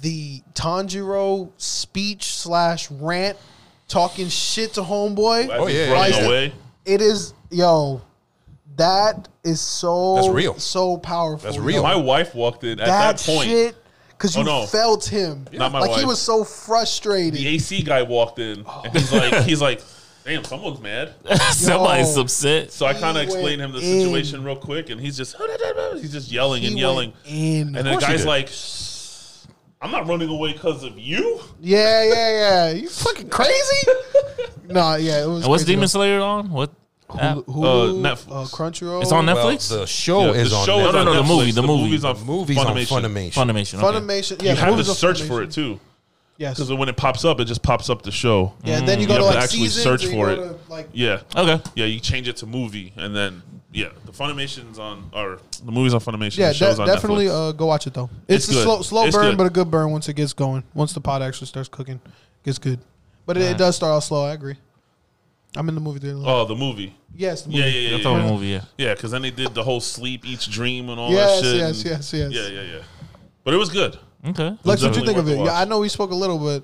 Speaker 4: the Tanjiro speech slash rant, talking shit to homeboy,
Speaker 3: As
Speaker 5: Oh,
Speaker 3: he's
Speaker 5: yeah, yeah,
Speaker 3: running
Speaker 4: yeah.
Speaker 3: away.
Speaker 4: it is yo, that is so
Speaker 5: That's real.
Speaker 4: so powerful.
Speaker 5: That's
Speaker 4: yo.
Speaker 5: real.
Speaker 3: My wife walked in at
Speaker 4: That,
Speaker 3: that point.
Speaker 4: shit, because you
Speaker 3: Oh, no.
Speaker 4: felt him,
Speaker 3: Not my
Speaker 4: like he
Speaker 3: wife.
Speaker 4: was so
Speaker 3: The
Speaker 4: frustrated.
Speaker 3: AC guy walked in,
Speaker 4: Oh.
Speaker 3: and he's like, he's like, damn, someone's mad.
Speaker 1: Somebody's upset.
Speaker 3: So I kind
Speaker 4: He
Speaker 3: of explained him the
Speaker 4: went in.
Speaker 3: situation real quick, and he's just he's just yelling and
Speaker 4: He
Speaker 3: yelling,
Speaker 4: went in.
Speaker 3: and the
Speaker 5: course he
Speaker 3: guy's
Speaker 5: did.
Speaker 3: like, I'm not running away because of you.
Speaker 4: yeah, yeah, yeah. You fucking crazy? nah, yeah. It was
Speaker 1: And what's
Speaker 4: crazy,
Speaker 1: Demon
Speaker 4: though.
Speaker 1: Slayer on? What? app?
Speaker 4: Hulu,
Speaker 3: Netflix.
Speaker 4: uh, Crunchyroll.
Speaker 1: It's on
Speaker 5: well,
Speaker 1: Netflix.
Speaker 5: the show
Speaker 3: The
Speaker 5: is on
Speaker 3: show
Speaker 5: Netflix.
Speaker 1: No, no, no, the
Speaker 3: Netflix.
Speaker 1: movie, the movie.
Speaker 3: movie's on
Speaker 5: The movies on Funimation.
Speaker 1: Funimation. okay.
Speaker 4: Funimation. Yeah,
Speaker 3: You have to
Speaker 4: Hulu's on
Speaker 3: search
Speaker 4: Funimation.
Speaker 3: for it too,
Speaker 4: Yes.
Speaker 3: because when it pops up, it just pops up the show.
Speaker 4: Yeah, then you go
Speaker 3: Mm, You
Speaker 4: to
Speaker 3: have to
Speaker 4: like
Speaker 3: actually
Speaker 4: seasons.
Speaker 3: search
Speaker 4: and you
Speaker 3: for
Speaker 4: go
Speaker 3: it.
Speaker 4: To, like
Speaker 3: Yeah,
Speaker 1: Okay.
Speaker 3: yeah. You change it to movie, and then yeah, the Funimation's on, or the movie's on Funimation.
Speaker 4: yeah,
Speaker 3: the show's
Speaker 4: de-
Speaker 3: on
Speaker 4: definitely
Speaker 3: Netflix.
Speaker 4: uh, go watch it though. It's,
Speaker 3: It's
Speaker 4: a
Speaker 3: good.
Speaker 4: slow, slow
Speaker 3: It's
Speaker 4: burn,
Speaker 3: good.
Speaker 4: but a good burn once it gets going. Once the pot actually starts cooking, gets good. But it, it does start out slow. I agree. I'm in the movie theater.
Speaker 3: Oh, the movie.
Speaker 4: yes, the movie.
Speaker 3: Yeah, yeah, yeah.
Speaker 1: That's
Speaker 3: yeah.
Speaker 1: all the movie. Yeah.
Speaker 3: Yeah, because then they did the whole sleep, each dream, and all
Speaker 4: Yes,
Speaker 3: that shit.
Speaker 4: yes,
Speaker 3: and-
Speaker 4: yes, yes.
Speaker 3: Yeah, yeah, yeah. But it was good.
Speaker 1: Okay.
Speaker 4: Lex, what you
Speaker 3: Definitely
Speaker 4: think of
Speaker 3: worth a
Speaker 4: it? Yeah,
Speaker 3: watch.
Speaker 4: I know we spoke a little, but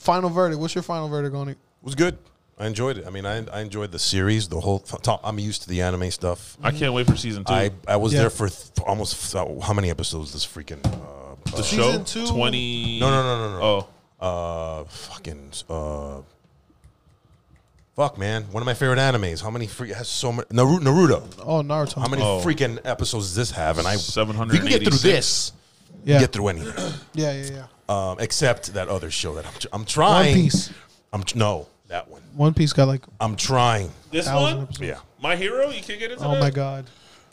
Speaker 4: final verdict. What's your final verdict on it?
Speaker 5: It was good. I enjoyed it. I mean, I, I enjoyed the series, the whole. Top, I'm used to the anime stuff.
Speaker 3: I can't wait for season two.
Speaker 5: I, I was
Speaker 4: Yeah.
Speaker 5: there for th- almost f- how many episodes? This freaking uh,
Speaker 3: the
Speaker 5: uh,
Speaker 3: show
Speaker 4: Season two-
Speaker 3: twenty.
Speaker 5: no no no no no
Speaker 3: Oh,
Speaker 5: uh fucking uh fuck man one of my favorite animes how many free has so much Naruto, Naruto.
Speaker 4: Oh, Naruto.
Speaker 5: how many freaking episodes does this have and I if you can get through
Speaker 3: 786.
Speaker 5: this you
Speaker 4: Yeah.
Speaker 5: get through anything
Speaker 4: Yeah, yeah, yeah.
Speaker 5: um except that other show that I'm, tr- I'm trying
Speaker 4: Piece.
Speaker 5: I'm tr- no that one
Speaker 4: One Piece got like
Speaker 5: I'm trying
Speaker 3: this
Speaker 4: thousand
Speaker 3: one,
Speaker 4: episodes.
Speaker 5: yeah
Speaker 3: my hero. You can't get into
Speaker 4: Oh
Speaker 3: that?
Speaker 4: my god,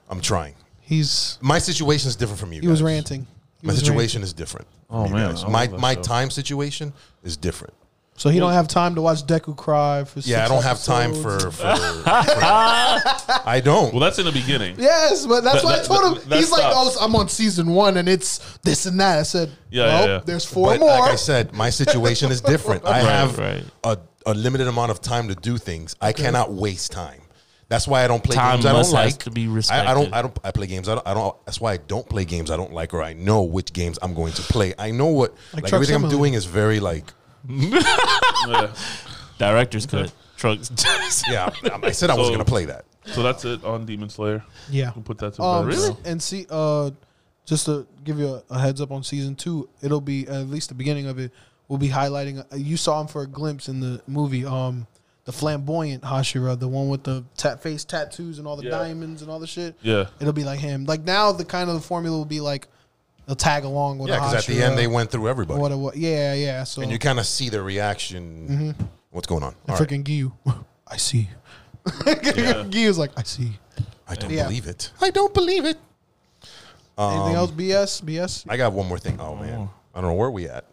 Speaker 5: I'm trying
Speaker 4: he's
Speaker 5: my situation is different from you
Speaker 4: he was
Speaker 5: guys.
Speaker 4: ranting. He
Speaker 5: my
Speaker 4: was ranting.
Speaker 5: situation is different
Speaker 3: Oh,
Speaker 5: You
Speaker 3: man,
Speaker 5: guys.
Speaker 3: I
Speaker 5: my
Speaker 3: love that
Speaker 5: my
Speaker 3: show.
Speaker 5: time situation is different
Speaker 4: So he don't have time to watch Deku cry for.
Speaker 5: yeah I
Speaker 4: six
Speaker 5: don't have time
Speaker 4: episodes.
Speaker 5: for, for, for- I don't
Speaker 3: Well, that's in the beginning.
Speaker 4: Yes, but that's
Speaker 3: That-
Speaker 4: why I
Speaker 3: that-
Speaker 4: told him.
Speaker 3: that- that
Speaker 4: He's like,
Speaker 3: stops.
Speaker 4: "Oh, I'm on season one, and it's this and that." I said,
Speaker 3: Yeah,
Speaker 4: "Yeah, well,
Speaker 3: yeah, yeah.
Speaker 4: there's four
Speaker 5: but
Speaker 4: more."
Speaker 5: like I said, my situation is different. I
Speaker 1: Right,
Speaker 5: have
Speaker 1: right.
Speaker 5: A, a limited amount of time to do things. I cannot waste time. That's why I don't play
Speaker 1: Time
Speaker 5: games I don't
Speaker 1: must- has
Speaker 5: like.
Speaker 1: to be
Speaker 5: I, I don't.
Speaker 1: respected.
Speaker 5: I don't. I play games. I don't, I don't. That's why I don't play games I don't like, or I know which games I'm going to play. I know what like,
Speaker 4: Truck
Speaker 5: everything I'm
Speaker 4: Simulator.
Speaker 5: doing is very like.
Speaker 3: Yeah.
Speaker 1: Director's cut. Trucks.
Speaker 5: Yeah, I, I said I was
Speaker 3: So-
Speaker 5: going to play that.
Speaker 3: So that's it on Demon Slayer.
Speaker 4: yeah,
Speaker 3: We'll put that to
Speaker 4: um,
Speaker 3: bed.
Speaker 4: And see, uh, just to give you a, a heads up on season two, it'll be at least the beginning of it. We'll be highlighting. Uh, you saw him for a glimpse in the movie. Um, the flamboyant Hashira, the one with the tat face tattoos and all the
Speaker 3: Yeah.
Speaker 4: diamonds and all the shit.
Speaker 3: Yeah.
Speaker 4: it'll be like him. Like now, the kind of the formula will be like they'll tag along with.
Speaker 5: Yeah, because at the end they went through everybody,
Speaker 4: What, what, yeah, yeah. So
Speaker 5: and you kind of see their reaction. What's going on? All right.
Speaker 4: Mm-hmm. freaking Gyu. I see. Gyu's like, I see.
Speaker 5: I don't
Speaker 4: Yeah.
Speaker 5: believe it. I don't believe it. Um,
Speaker 4: Anything else? BS? BS?
Speaker 5: I got one more thing. Oh man, I don't know where we at.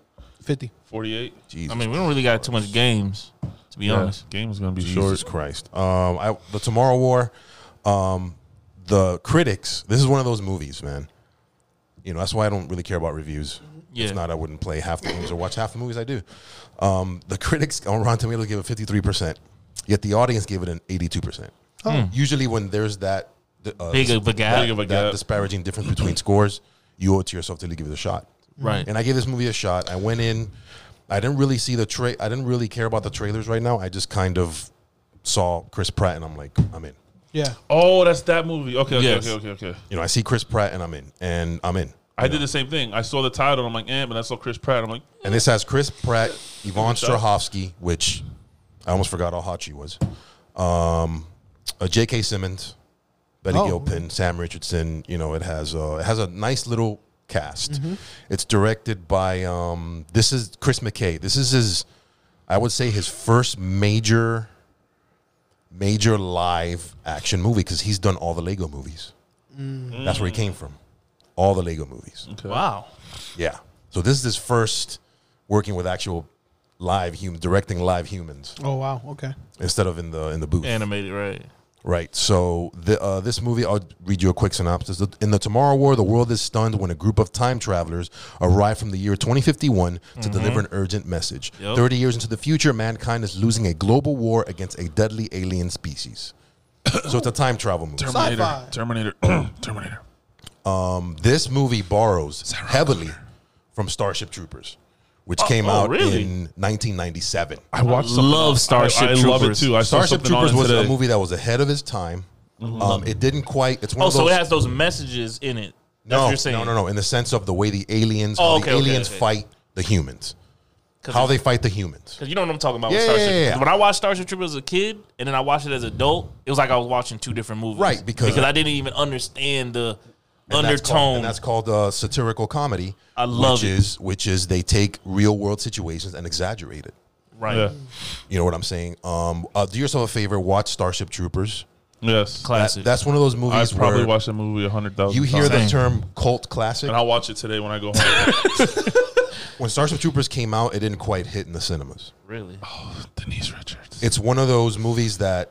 Speaker 4: 50.
Speaker 3: Forty-eight.
Speaker 5: Jesus
Speaker 1: I mean, we don't really got too much games, to be honest.
Speaker 3: Game is gonna be
Speaker 5: Jesus
Speaker 3: short.
Speaker 5: Christ. Um, I, the Tomorrow War, um, the critics. This is one of those movies, man. You know that's why I don't really care about reviews.
Speaker 1: Yeah.
Speaker 5: If not, I wouldn't play half the movies or watch half the movies I do. Um, the critics on Rotten Tomatoes gave it fifty three percent, yet the audience gave it an eighty two percent. Usually, when there's that the, uh,
Speaker 1: Hmm. Big of a gap.
Speaker 3: Big of a
Speaker 5: that
Speaker 3: gap.
Speaker 5: disparaging difference between scores, you owe it to yourself to give it a shot.
Speaker 1: Right.
Speaker 5: And I gave this movie a shot. I went in. I didn't really see the tra- I didn't really care about the trailers right now. I just kind of saw Chris Pratt and I'm like, I'm in.
Speaker 4: Yeah.
Speaker 3: Oh, that's that movie. Okay, okay,
Speaker 1: Yes.
Speaker 3: okay, okay, okay.
Speaker 5: You know, I see Chris Pratt and I'm in, and I'm in.
Speaker 3: I did the same thing. I saw the title. I'm like, eh, but I saw Chris Pratt. I'm like,
Speaker 5: And this has Chris Pratt, Yvonne Strahovski, which I almost forgot how hot she was. Um, uh, J.K. Simmons, Betty
Speaker 4: Oh.
Speaker 5: Gilpin, Sam Richardson. You know, it has uh, it has a nice little cast. It's directed by um, this is Chris McKay. This is his, I would say, his first major, major live action movie because he's done all the Lego movies. That's where he came from, all the Lego movies.
Speaker 4: Wow.
Speaker 5: Yeah. So this is his first working with actual live human directing live humans
Speaker 4: Oh wow. Okay.
Speaker 5: instead of in the in the booth.
Speaker 1: Animated, right?
Speaker 5: Right. So the, uh, this movie, I'll read you a quick synopsis. In the Tomorrow War, the world is stunned when a group of time travelers arrive from the year 2051 to deliver an urgent message.
Speaker 1: Yep.
Speaker 5: Thirty years into the future, mankind is losing a global war against a deadly alien species. so it's a time travel movie.
Speaker 3: Terminator,
Speaker 4: Sci-fi.
Speaker 3: Terminator, Terminator.
Speaker 5: this movie borrows heavily from Starship Troopers, which came
Speaker 1: oh,
Speaker 5: out
Speaker 1: really?
Speaker 5: in 1997.
Speaker 3: I watched. something
Speaker 1: love
Speaker 3: on-
Speaker 1: Starship
Speaker 3: I, I love it
Speaker 1: Troopers.
Speaker 3: too. I saw
Speaker 5: Starship
Speaker 3: something on
Speaker 5: Troopers
Speaker 3: it
Speaker 5: was
Speaker 3: today. Mm-hmm.
Speaker 5: a movie that was ahead of its time. Um, it didn't quite. It's one
Speaker 1: Oh,
Speaker 5: of those.
Speaker 1: so it has those messages in it. That's
Speaker 5: no,
Speaker 1: what you're saying.
Speaker 5: no, no, no. In the sense of the way the aliens,
Speaker 1: Oh,
Speaker 5: how
Speaker 1: okay,
Speaker 5: the
Speaker 1: okay,
Speaker 5: aliens
Speaker 1: okay.
Speaker 5: fight the humans,
Speaker 1: 'Cause
Speaker 5: how
Speaker 1: it's-
Speaker 5: they fight the humans.
Speaker 1: Cause you know what I'm talking about. with
Speaker 5: Yeah,
Speaker 1: Starship.
Speaker 5: yeah, yeah.
Speaker 1: When I watched Starship Troopers as a kid, and then I watched it as an adult, it was like I was watching two different movies.
Speaker 5: Right, because-
Speaker 1: I didn't even understand the
Speaker 5: And that's
Speaker 1: undertone.
Speaker 5: called- and that's called uh, satirical comedy.
Speaker 1: I love
Speaker 5: which
Speaker 1: it.
Speaker 5: is which is they take real world situations and exaggerate it.
Speaker 1: right.
Speaker 3: Yeah.
Speaker 5: You know what I'm saying? Um, uh, do yourself a favor, watch Starship Troopers.
Speaker 3: Yes,
Speaker 5: That,
Speaker 1: Classic.
Speaker 5: that's one of those
Speaker 3: I
Speaker 5: movies
Speaker 3: probably
Speaker 5: where
Speaker 3: watched the movie a hundred thousand.
Speaker 5: you hear the
Speaker 1: Same.
Speaker 5: term cult classic.
Speaker 3: and I'll watch it today when I go home.
Speaker 5: When Starship Troopers came out, it didn't quite hit in the cinemas.
Speaker 1: really.
Speaker 3: Denise Richards.
Speaker 5: it's one of those movies that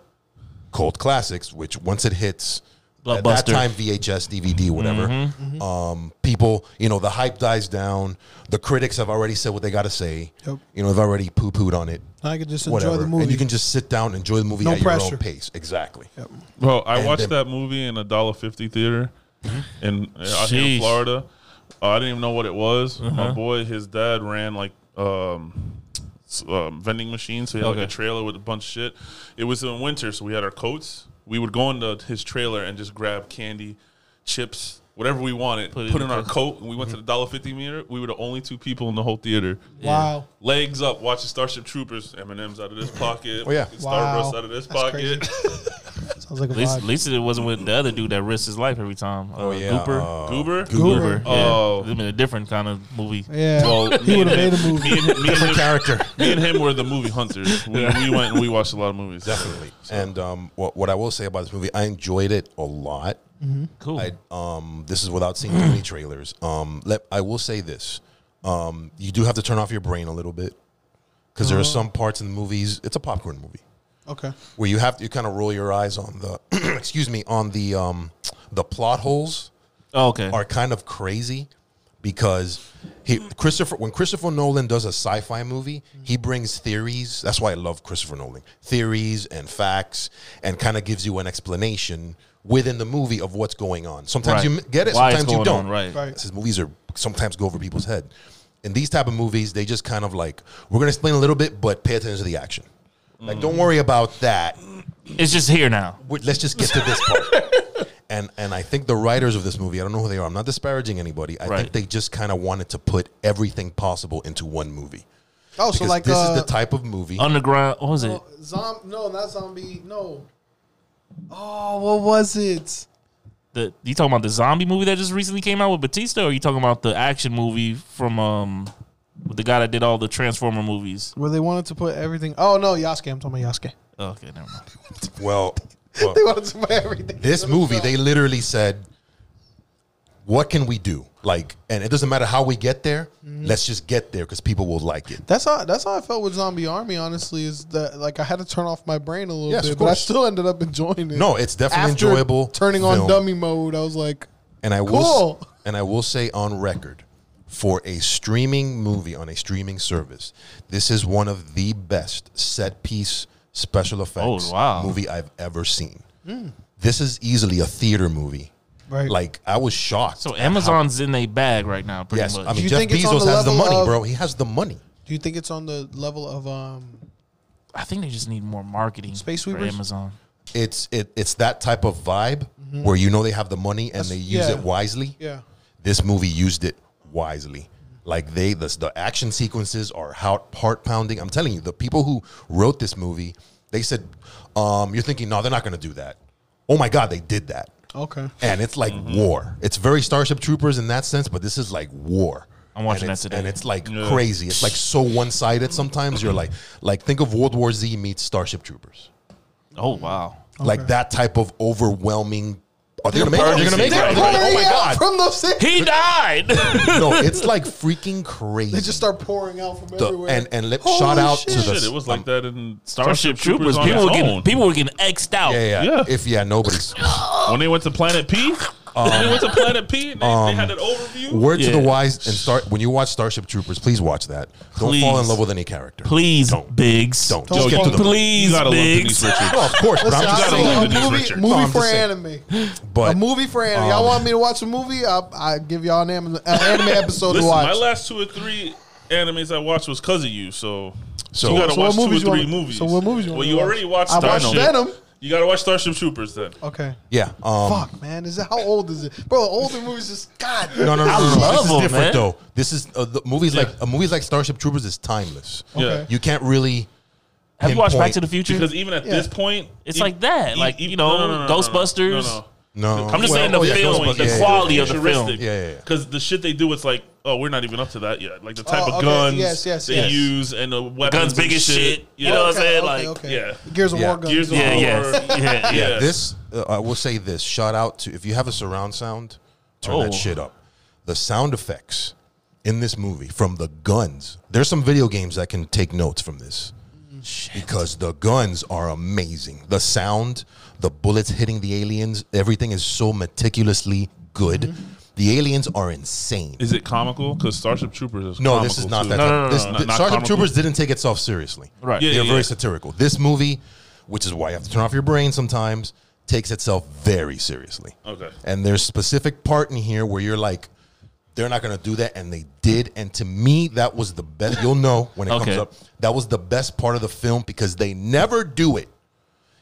Speaker 5: cult classics, which once it hits at that
Speaker 1: Blockbuster.
Speaker 5: time VHS, DVD, whatever,
Speaker 3: Mm-hmm.
Speaker 4: Mm-hmm.
Speaker 5: Um, people, you know, the hype dies down. The critics have already said what they got to say.
Speaker 4: Yep.
Speaker 5: You know, they've already poo pooed on it.
Speaker 4: I could just
Speaker 5: Whatever,
Speaker 4: enjoy the movie.
Speaker 5: and you can just sit down, enjoy the movie
Speaker 4: No
Speaker 5: at your
Speaker 4: pressure.
Speaker 5: own pace. Exactly.
Speaker 3: Bro, I
Speaker 5: And
Speaker 3: watched
Speaker 5: then-
Speaker 3: that movie in a dollar fifty theater in uh, out here
Speaker 1: Jeez.
Speaker 3: in Florida. Uh, I didn't even know what it was. My boy, his dad ran like um, s- um, vending machines, so he had
Speaker 1: Okay.
Speaker 3: like a trailer with a bunch of shit. It was in winter, so we had our coats. We would go into his trailer and just grab candy, chips, whatever we wanted,
Speaker 1: Put
Speaker 3: put it
Speaker 1: it
Speaker 3: in,
Speaker 1: in the
Speaker 3: our
Speaker 1: coat.
Speaker 3: coat, and we went to the dollar fifty meter. We were the only two people in the whole theater.
Speaker 4: wow.
Speaker 3: Legs up, watching Starship Troopers, M and M's out of this pocket,
Speaker 5: Oh, yeah.
Speaker 3: fucking
Speaker 4: Wow.
Speaker 3: Starburst out of this
Speaker 4: That's crazy.
Speaker 3: pocket.
Speaker 4: Sounds like a
Speaker 1: At least, at
Speaker 4: vibe.
Speaker 1: least it wasn't with the other dude that risks his life every time. oh
Speaker 5: yeah,
Speaker 1: Gooper.
Speaker 5: uh,
Speaker 3: Goober,
Speaker 4: Goober.
Speaker 1: Goober.
Speaker 3: Oh.
Speaker 1: Oh, yeah. it's been a different kind of movie.
Speaker 4: Yeah.
Speaker 3: me
Speaker 4: he would have
Speaker 3: and
Speaker 4: made a
Speaker 3: him-
Speaker 4: movie.
Speaker 3: Me and, me, and
Speaker 5: Different
Speaker 3: him,
Speaker 5: character.
Speaker 3: me and him were the movie hunters. We, we went and we watched a lot of movies.
Speaker 5: Definitely. And um, what, what I will say about this movie, I enjoyed it a lot.
Speaker 1: Cool.
Speaker 5: I, um, this is without seeing too many trailers. Um, let, I will say this: um, you do have to turn off your brain a little bit because there are some parts in the movies. It's a popcorn movie
Speaker 4: Okay.
Speaker 5: where you have to kind of roll your eyes on the, excuse me, on the um, the plot holes
Speaker 1: oh, okay.
Speaker 5: are kind of crazy because he Christopher when Christopher Nolan does a sci-fi movie, he brings theories. That's why I love Christopher Nolan. Theories and facts and kind of gives you an explanation within the movie of what's going on. Sometimes
Speaker 1: Right.
Speaker 5: you get it,
Speaker 1: Why it's
Speaker 5: sometimes you
Speaker 1: going on,
Speaker 5: don't.
Speaker 1: right.
Speaker 4: Right.
Speaker 5: His movies are sometimes go over people's head. In these type of movies, they just kind of like we're going to explain a little bit but pay attention to the action. Like
Speaker 1: Mm.
Speaker 5: don't worry about that
Speaker 1: It's just here now.
Speaker 5: we let's just get to this part. and and I think the writers of this movie, I don't know who they are. I'm not disparaging anybody. I
Speaker 1: Right.
Speaker 5: think they just kind of wanted to put everything possible into one movie.
Speaker 4: Oh, so
Speaker 5: Because
Speaker 4: like
Speaker 5: this
Speaker 4: uh,
Speaker 5: is the type of movie.
Speaker 1: Underground. What was it?
Speaker 4: Zom- no, not zombie. No. Oh, what was it?
Speaker 1: The you talking about the zombie movie that just recently came out with Batista, or you talking about the action movie from um with the guy that did all the Transformer movies?
Speaker 4: Where they wanted to put everything. Oh no, Yasuke. I'm talking about Yasuke.
Speaker 1: Okay, never mind.
Speaker 5: well, well,
Speaker 4: They wanted to put everything.
Speaker 5: this movie, they literally said, "What can we do?" Like, and it doesn't matter how we get there.
Speaker 4: Mm.
Speaker 5: Let's just get there because people will like it.
Speaker 4: That's how that's how I felt with Zombie Army. Honestly, is that like I had to turn off my brain a little
Speaker 5: Yes,
Speaker 4: bit,
Speaker 5: of
Speaker 4: but I
Speaker 5: course.
Speaker 4: still ended up enjoying it.
Speaker 5: No, it's definitely
Speaker 4: After
Speaker 5: enjoyable.
Speaker 4: Turning on
Speaker 5: film.
Speaker 4: dummy mode, I was like,
Speaker 5: And I will
Speaker 4: Cool.
Speaker 5: and I will say on record for a streaming movie on a streaming service, this is one of the best set piece special effects
Speaker 1: Oh, wow.
Speaker 5: movie I've ever seen. this is easily a theater movie.
Speaker 4: Hmm. Right.
Speaker 5: Like I was shocked.
Speaker 1: So Amazon's in their bag right now, pretty
Speaker 5: yes,
Speaker 1: much.
Speaker 5: I
Speaker 4: Do
Speaker 5: mean
Speaker 4: you
Speaker 5: Jeff
Speaker 4: think it's on
Speaker 5: Bezos
Speaker 4: the
Speaker 5: has the
Speaker 4: level
Speaker 5: money,
Speaker 4: of-
Speaker 5: bro. He has the money.
Speaker 4: Do you think it's on the level of um?
Speaker 1: I think they just need more marketing
Speaker 4: Space
Speaker 1: for
Speaker 4: Weavers?
Speaker 1: Amazon.
Speaker 5: It's it, it's that type of vibe where you know they have the money and they use
Speaker 4: Mm-hmm. yeah.
Speaker 5: it wisely.
Speaker 4: Yeah.
Speaker 5: This movie used it wisely. Like they the, the action sequences are heart heart pounding. I'm telling you, the people who wrote this movie, they said, um, you're thinking, no, they're not gonna do that. Oh my god, they did that.
Speaker 4: Okay.
Speaker 5: And it's like
Speaker 1: Mm-hmm.
Speaker 5: war. It's very Starship Troopers in that sense, but this is like war.
Speaker 1: I'm watching
Speaker 5: and
Speaker 1: that
Speaker 5: it's-
Speaker 1: today.
Speaker 5: And it's like crazy. It's like so one sided. Sometimes you're like, like think of World War Z meets Starship Troopers.
Speaker 1: Oh wow.
Speaker 5: Like that type of overwhelming. Are they gonna make it? Are they gonna make it?
Speaker 1: They're
Speaker 5: Are they gonna- Oh my
Speaker 4: Yeah,
Speaker 5: god!
Speaker 4: From the city,
Speaker 1: He died.
Speaker 5: No, it's like freaking crazy.
Speaker 4: they just start pouring out from
Speaker 5: The-
Speaker 4: everywhere.
Speaker 5: and and let,
Speaker 4: Holy
Speaker 5: shout out to
Speaker 4: shit.
Speaker 5: the
Speaker 3: Shit, it was like that in
Speaker 1: Starship Troopers.
Speaker 3: on
Speaker 1: people were
Speaker 3: its
Speaker 1: getting
Speaker 3: own.
Speaker 1: people were getting xed out.
Speaker 5: yeah, yeah
Speaker 3: Yeah.
Speaker 5: if yeah nobody's
Speaker 3: when they went to Planet P. when they went to Planet P, and they, they had an overview.
Speaker 5: word to the
Speaker 1: Yeah.
Speaker 5: wise and start when you watch Starship Troopers please watch that don't fall in
Speaker 1: Please.
Speaker 5: love with any character
Speaker 1: Please, Biggs.
Speaker 5: don't
Speaker 4: Don't
Speaker 5: just get to
Speaker 4: fall-
Speaker 5: the
Speaker 1: Please,
Speaker 3: you gotta love Denise
Speaker 1: Biggs.
Speaker 3: Richards.
Speaker 5: no, of course but I'm
Speaker 4: Listen,
Speaker 5: just
Speaker 4: I
Speaker 3: gotta
Speaker 5: saying
Speaker 3: love it,
Speaker 4: love a
Speaker 3: Denise
Speaker 4: movie,
Speaker 3: Richards.
Speaker 5: No,
Speaker 4: movie
Speaker 5: I'm
Speaker 4: for
Speaker 5: just saying.
Speaker 4: anime.
Speaker 5: but um,
Speaker 4: a movie for anime. y'all want me to watch a movie? I, I give y'all an anime, an anime episode
Speaker 3: Listen,
Speaker 4: to watch.
Speaker 3: my last two or three animes I watched was because of you. So,
Speaker 5: So-
Speaker 3: you gotta
Speaker 4: So what
Speaker 3: watch two or
Speaker 4: movies you
Speaker 3: three
Speaker 4: want-
Speaker 3: movies.
Speaker 4: so what movies you
Speaker 3: Well,
Speaker 4: want
Speaker 3: you
Speaker 4: me to
Speaker 3: already watched.
Speaker 4: I watched Venom.
Speaker 3: You gotta watch Starship Troopers then.
Speaker 4: Okay.
Speaker 5: yeah um,
Speaker 4: Fuck, man. Is it how old is it, bro? Older movies just God.
Speaker 5: No, no, no.
Speaker 1: I
Speaker 5: no, no.
Speaker 1: love
Speaker 5: this
Speaker 1: them,
Speaker 5: is different
Speaker 1: man.
Speaker 5: though. This is uh, the movies
Speaker 3: Yeah.
Speaker 5: like a movies like Starship Troopers is timeless.
Speaker 3: Yeah.
Speaker 5: You can't really.
Speaker 1: Have you watched Back to the
Speaker 5: pinpoint-
Speaker 1: Future?
Speaker 3: Because even at
Speaker 4: Yeah.
Speaker 3: this point,
Speaker 1: It's
Speaker 3: e-
Speaker 1: like that,
Speaker 3: e-
Speaker 1: like,
Speaker 3: e-
Speaker 1: you know, Ghostbusters.
Speaker 5: No,
Speaker 3: I'm just
Speaker 5: Well,
Speaker 3: saying the
Speaker 5: oh, yeah,
Speaker 1: film,
Speaker 5: Ghostbusters,
Speaker 1: the
Speaker 5: yeah, yeah,
Speaker 1: quality
Speaker 5: yeah.
Speaker 1: of the film.
Speaker 5: Yeah, yeah, yeah.
Speaker 3: Because the shit they do, it's like, oh, we're not even up to that yet. Like the type
Speaker 4: Oh,
Speaker 3: of
Speaker 4: okay.
Speaker 3: guns
Speaker 4: Yes, yes,
Speaker 3: they
Speaker 4: yes.
Speaker 3: use and the weapons,
Speaker 1: Guns big
Speaker 3: and
Speaker 1: as shit. You
Speaker 3: Yeah.
Speaker 1: know what I'm
Speaker 4: Okay,
Speaker 1: saying? Like,
Speaker 4: okay, okay.
Speaker 3: yeah.
Speaker 4: Gears of
Speaker 5: Yeah.
Speaker 4: War guns.
Speaker 3: Gears of
Speaker 1: yeah,
Speaker 3: War.
Speaker 1: yes, yeah, yeah.
Speaker 3: Yeah.
Speaker 5: This uh, I will say this. Shout out to if you have a surround sound, turn
Speaker 1: Oh.
Speaker 5: that shit up. The sound effects in this movie from the guns. There's some video games that can take notes from this. Because the guns are amazing. The sound, the bullets hitting the aliens, everything is so meticulously good.
Speaker 1: Mm-hmm.
Speaker 5: The aliens are insane.
Speaker 3: Is it comical? Because Starship Troopers is
Speaker 5: No, this is
Speaker 1: No,
Speaker 3: comical, too.
Speaker 5: not that. type-
Speaker 1: no, no,
Speaker 5: this,
Speaker 1: no,
Speaker 5: th-
Speaker 3: not- not
Speaker 5: Sergeant
Speaker 3: comical.
Speaker 5: Troopers didn't take itself seriously.
Speaker 1: Right.
Speaker 3: Yeah,
Speaker 5: They're
Speaker 3: yeah,
Speaker 5: very
Speaker 3: yeah.
Speaker 5: satirical. This movie, which is why you have to turn off your brain sometimes, takes itself very seriously.
Speaker 3: Okay.
Speaker 5: And there's specific part in here where you're like, they're not gonna do that, and they did. And to me, that was the best. You'll know when it
Speaker 1: Okay.
Speaker 5: comes up. That was the best part of the film because they never do it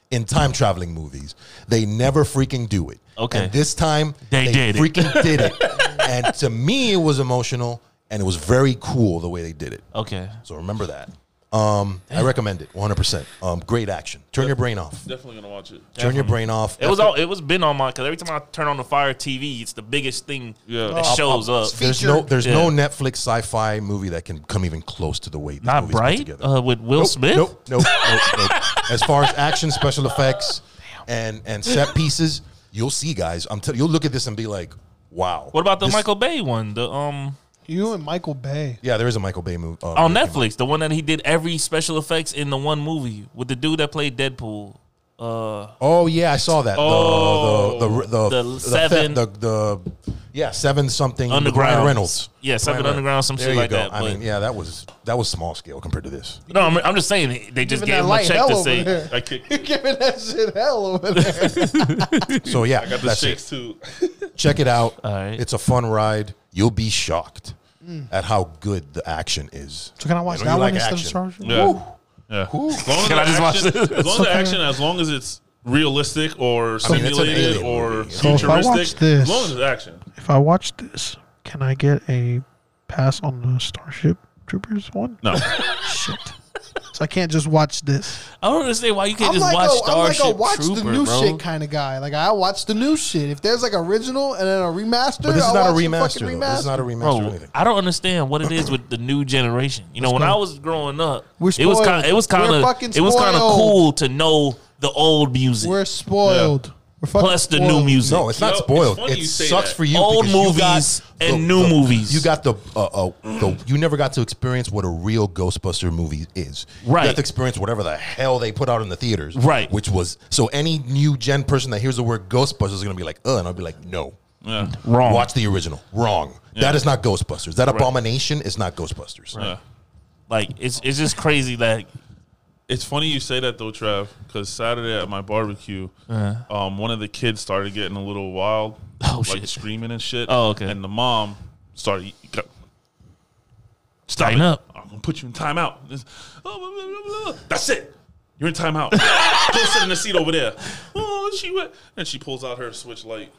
Speaker 5: in time traveling movies. They never freaking do it.
Speaker 1: Okay.
Speaker 5: And this time
Speaker 1: They did it.
Speaker 5: freaking did it. And to me, it was emotional and it was very cool the way they did it.
Speaker 1: Okay.
Speaker 5: So remember that. Um, I recommend it 100%. Um, great action. Turn your brain off.
Speaker 3: Definitely gonna watch it.
Speaker 5: Turn your brain off.
Speaker 1: It was all. It was been on my because every time I turn on the Fire TV, it's the biggest thing
Speaker 3: Yeah.
Speaker 5: Oh,
Speaker 1: that shows up.
Speaker 5: There's no
Speaker 4: featured.
Speaker 5: there's
Speaker 1: Yeah.
Speaker 5: no Netflix sci-fi movie that can come even close to the way this
Speaker 1: Not
Speaker 5: movie's put
Speaker 1: bright
Speaker 5: together.
Speaker 1: uh, with Will
Speaker 5: nope,
Speaker 1: Smith.
Speaker 5: Nope, nope, nope, nope. As far as action, special effects, and and set pieces, you'll see, guys. I'm telling you'll look at this and be like, wow.
Speaker 1: What about the
Speaker 5: This-
Speaker 1: Michael Bay one? The um
Speaker 4: You and Michael Bay.
Speaker 5: Yeah, there is a Michael Bay movie uh,
Speaker 1: on
Speaker 5: movie.
Speaker 1: Netflix, the one that he did every special effects in the one movie with the dude that played Deadpool. Uh,
Speaker 5: Oh yeah, I saw that.
Speaker 3: Oh.
Speaker 5: the, the, the,
Speaker 1: The
Speaker 5: the, the
Speaker 1: seven-
Speaker 5: the, the yeah seven something
Speaker 1: Underground.
Speaker 5: Ryan Reynolds.
Speaker 1: Yeah, Seven Underground, some
Speaker 5: there
Speaker 1: shit
Speaker 5: you
Speaker 1: like
Speaker 5: go.
Speaker 1: that,
Speaker 5: I
Speaker 1: but-
Speaker 5: mean, yeah, that was that was small scale compared to this.
Speaker 1: no, I'm, I'm just saying they- they just gave
Speaker 4: Giving that
Speaker 1: him a
Speaker 4: light
Speaker 1: check
Speaker 4: hell
Speaker 1: to
Speaker 4: over
Speaker 1: say.
Speaker 4: there.
Speaker 3: I kick.
Speaker 4: You're giving that shit hell over there.
Speaker 5: So yeah,
Speaker 3: I got the
Speaker 5: that's it.
Speaker 3: shakes too.
Speaker 5: Check it out.
Speaker 1: All right.
Speaker 5: It's a fun ride. You'll be shocked at how good the action is.
Speaker 4: so can I watch
Speaker 5: You
Speaker 4: that
Speaker 5: know, you
Speaker 4: one
Speaker 5: like
Speaker 4: instead
Speaker 5: action.
Speaker 4: of Charger?
Speaker 3: Yeah. Yeah. As long as,
Speaker 1: Can
Speaker 3: the
Speaker 1: I just watch this?
Speaker 3: action, as long as the action, as long as it's realistic or
Speaker 5: I mean, it's an
Speaker 3: simulated
Speaker 5: alien
Speaker 3: or
Speaker 5: movie.
Speaker 4: So if I watch
Speaker 3: futuristic,
Speaker 4: this-
Speaker 3: as long as it's action.
Speaker 4: If I watch this, can I get a pass on the Starship Troopers one?
Speaker 3: No.
Speaker 4: Shit. So I can't just watch this.
Speaker 1: I don't understand why you can't just
Speaker 4: like
Speaker 1: watch
Speaker 4: a, I'm like
Speaker 1: Starship
Speaker 4: a watch
Speaker 1: Trooper,
Speaker 4: the new
Speaker 1: bro.
Speaker 4: shit kind of guy. Like I watch the new shit. If there's like original and then a remaster,
Speaker 5: But this is
Speaker 4: I'll
Speaker 5: not a
Speaker 4: watch the
Speaker 5: remaster,
Speaker 4: fucking
Speaker 5: though. This is not a remaster or
Speaker 1: Bro,
Speaker 5: anything.
Speaker 1: Oh, I don't understand what it is with the new generation. You know, when I was growing up,
Speaker 4: We're
Speaker 1: it was
Speaker 4: spoiled.
Speaker 1: kind, it was
Speaker 4: We're
Speaker 1: kind of,
Speaker 4: fucking
Speaker 1: it was kind of
Speaker 4: spoiled.
Speaker 1: cool to know the old music
Speaker 4: We're spoiled. We're fucking
Speaker 1: plus the new
Speaker 4: spoiled.
Speaker 1: music.
Speaker 5: No, it's not
Speaker 3: You know,
Speaker 5: spoiled.
Speaker 3: it's funny
Speaker 5: it
Speaker 3: you say
Speaker 5: sucks
Speaker 3: that.
Speaker 5: for you.
Speaker 1: Old
Speaker 5: because you got
Speaker 1: movies and new movies.
Speaker 5: You got the uh, uh, the you never got to experience what a real Ghostbuster movie is. You
Speaker 1: Right.
Speaker 5: got to experience whatever the hell they put out in the theaters.
Speaker 1: Right.
Speaker 5: Which was so any new gen person that hears the word Ghostbusters is gonna be like, uh, and I'll be like, no.
Speaker 3: Yeah.
Speaker 1: Wrong.
Speaker 5: Watch the original. Wrong. That is not Ghostbusters. That abomination is not Ghostbusters.
Speaker 3: Yeah.
Speaker 1: Like it's it's just crazy that
Speaker 3: It's funny you say that though, Trav, because Saturday at my barbecue, um, one of the kids started getting a little wild,
Speaker 1: Uh-huh. Oh,
Speaker 3: like
Speaker 1: shit.
Speaker 3: screaming and shit.
Speaker 1: Oh, okay.
Speaker 3: And the mom started. Got, Stop
Speaker 1: Tighten
Speaker 3: it.
Speaker 1: up.
Speaker 3: I'm gonna put you in timeout. This- oh, blah, blah, blah, blah. That's it. You're in timeout. Go sit in the seat over there. Oh, she went, and she pulls out her switch light.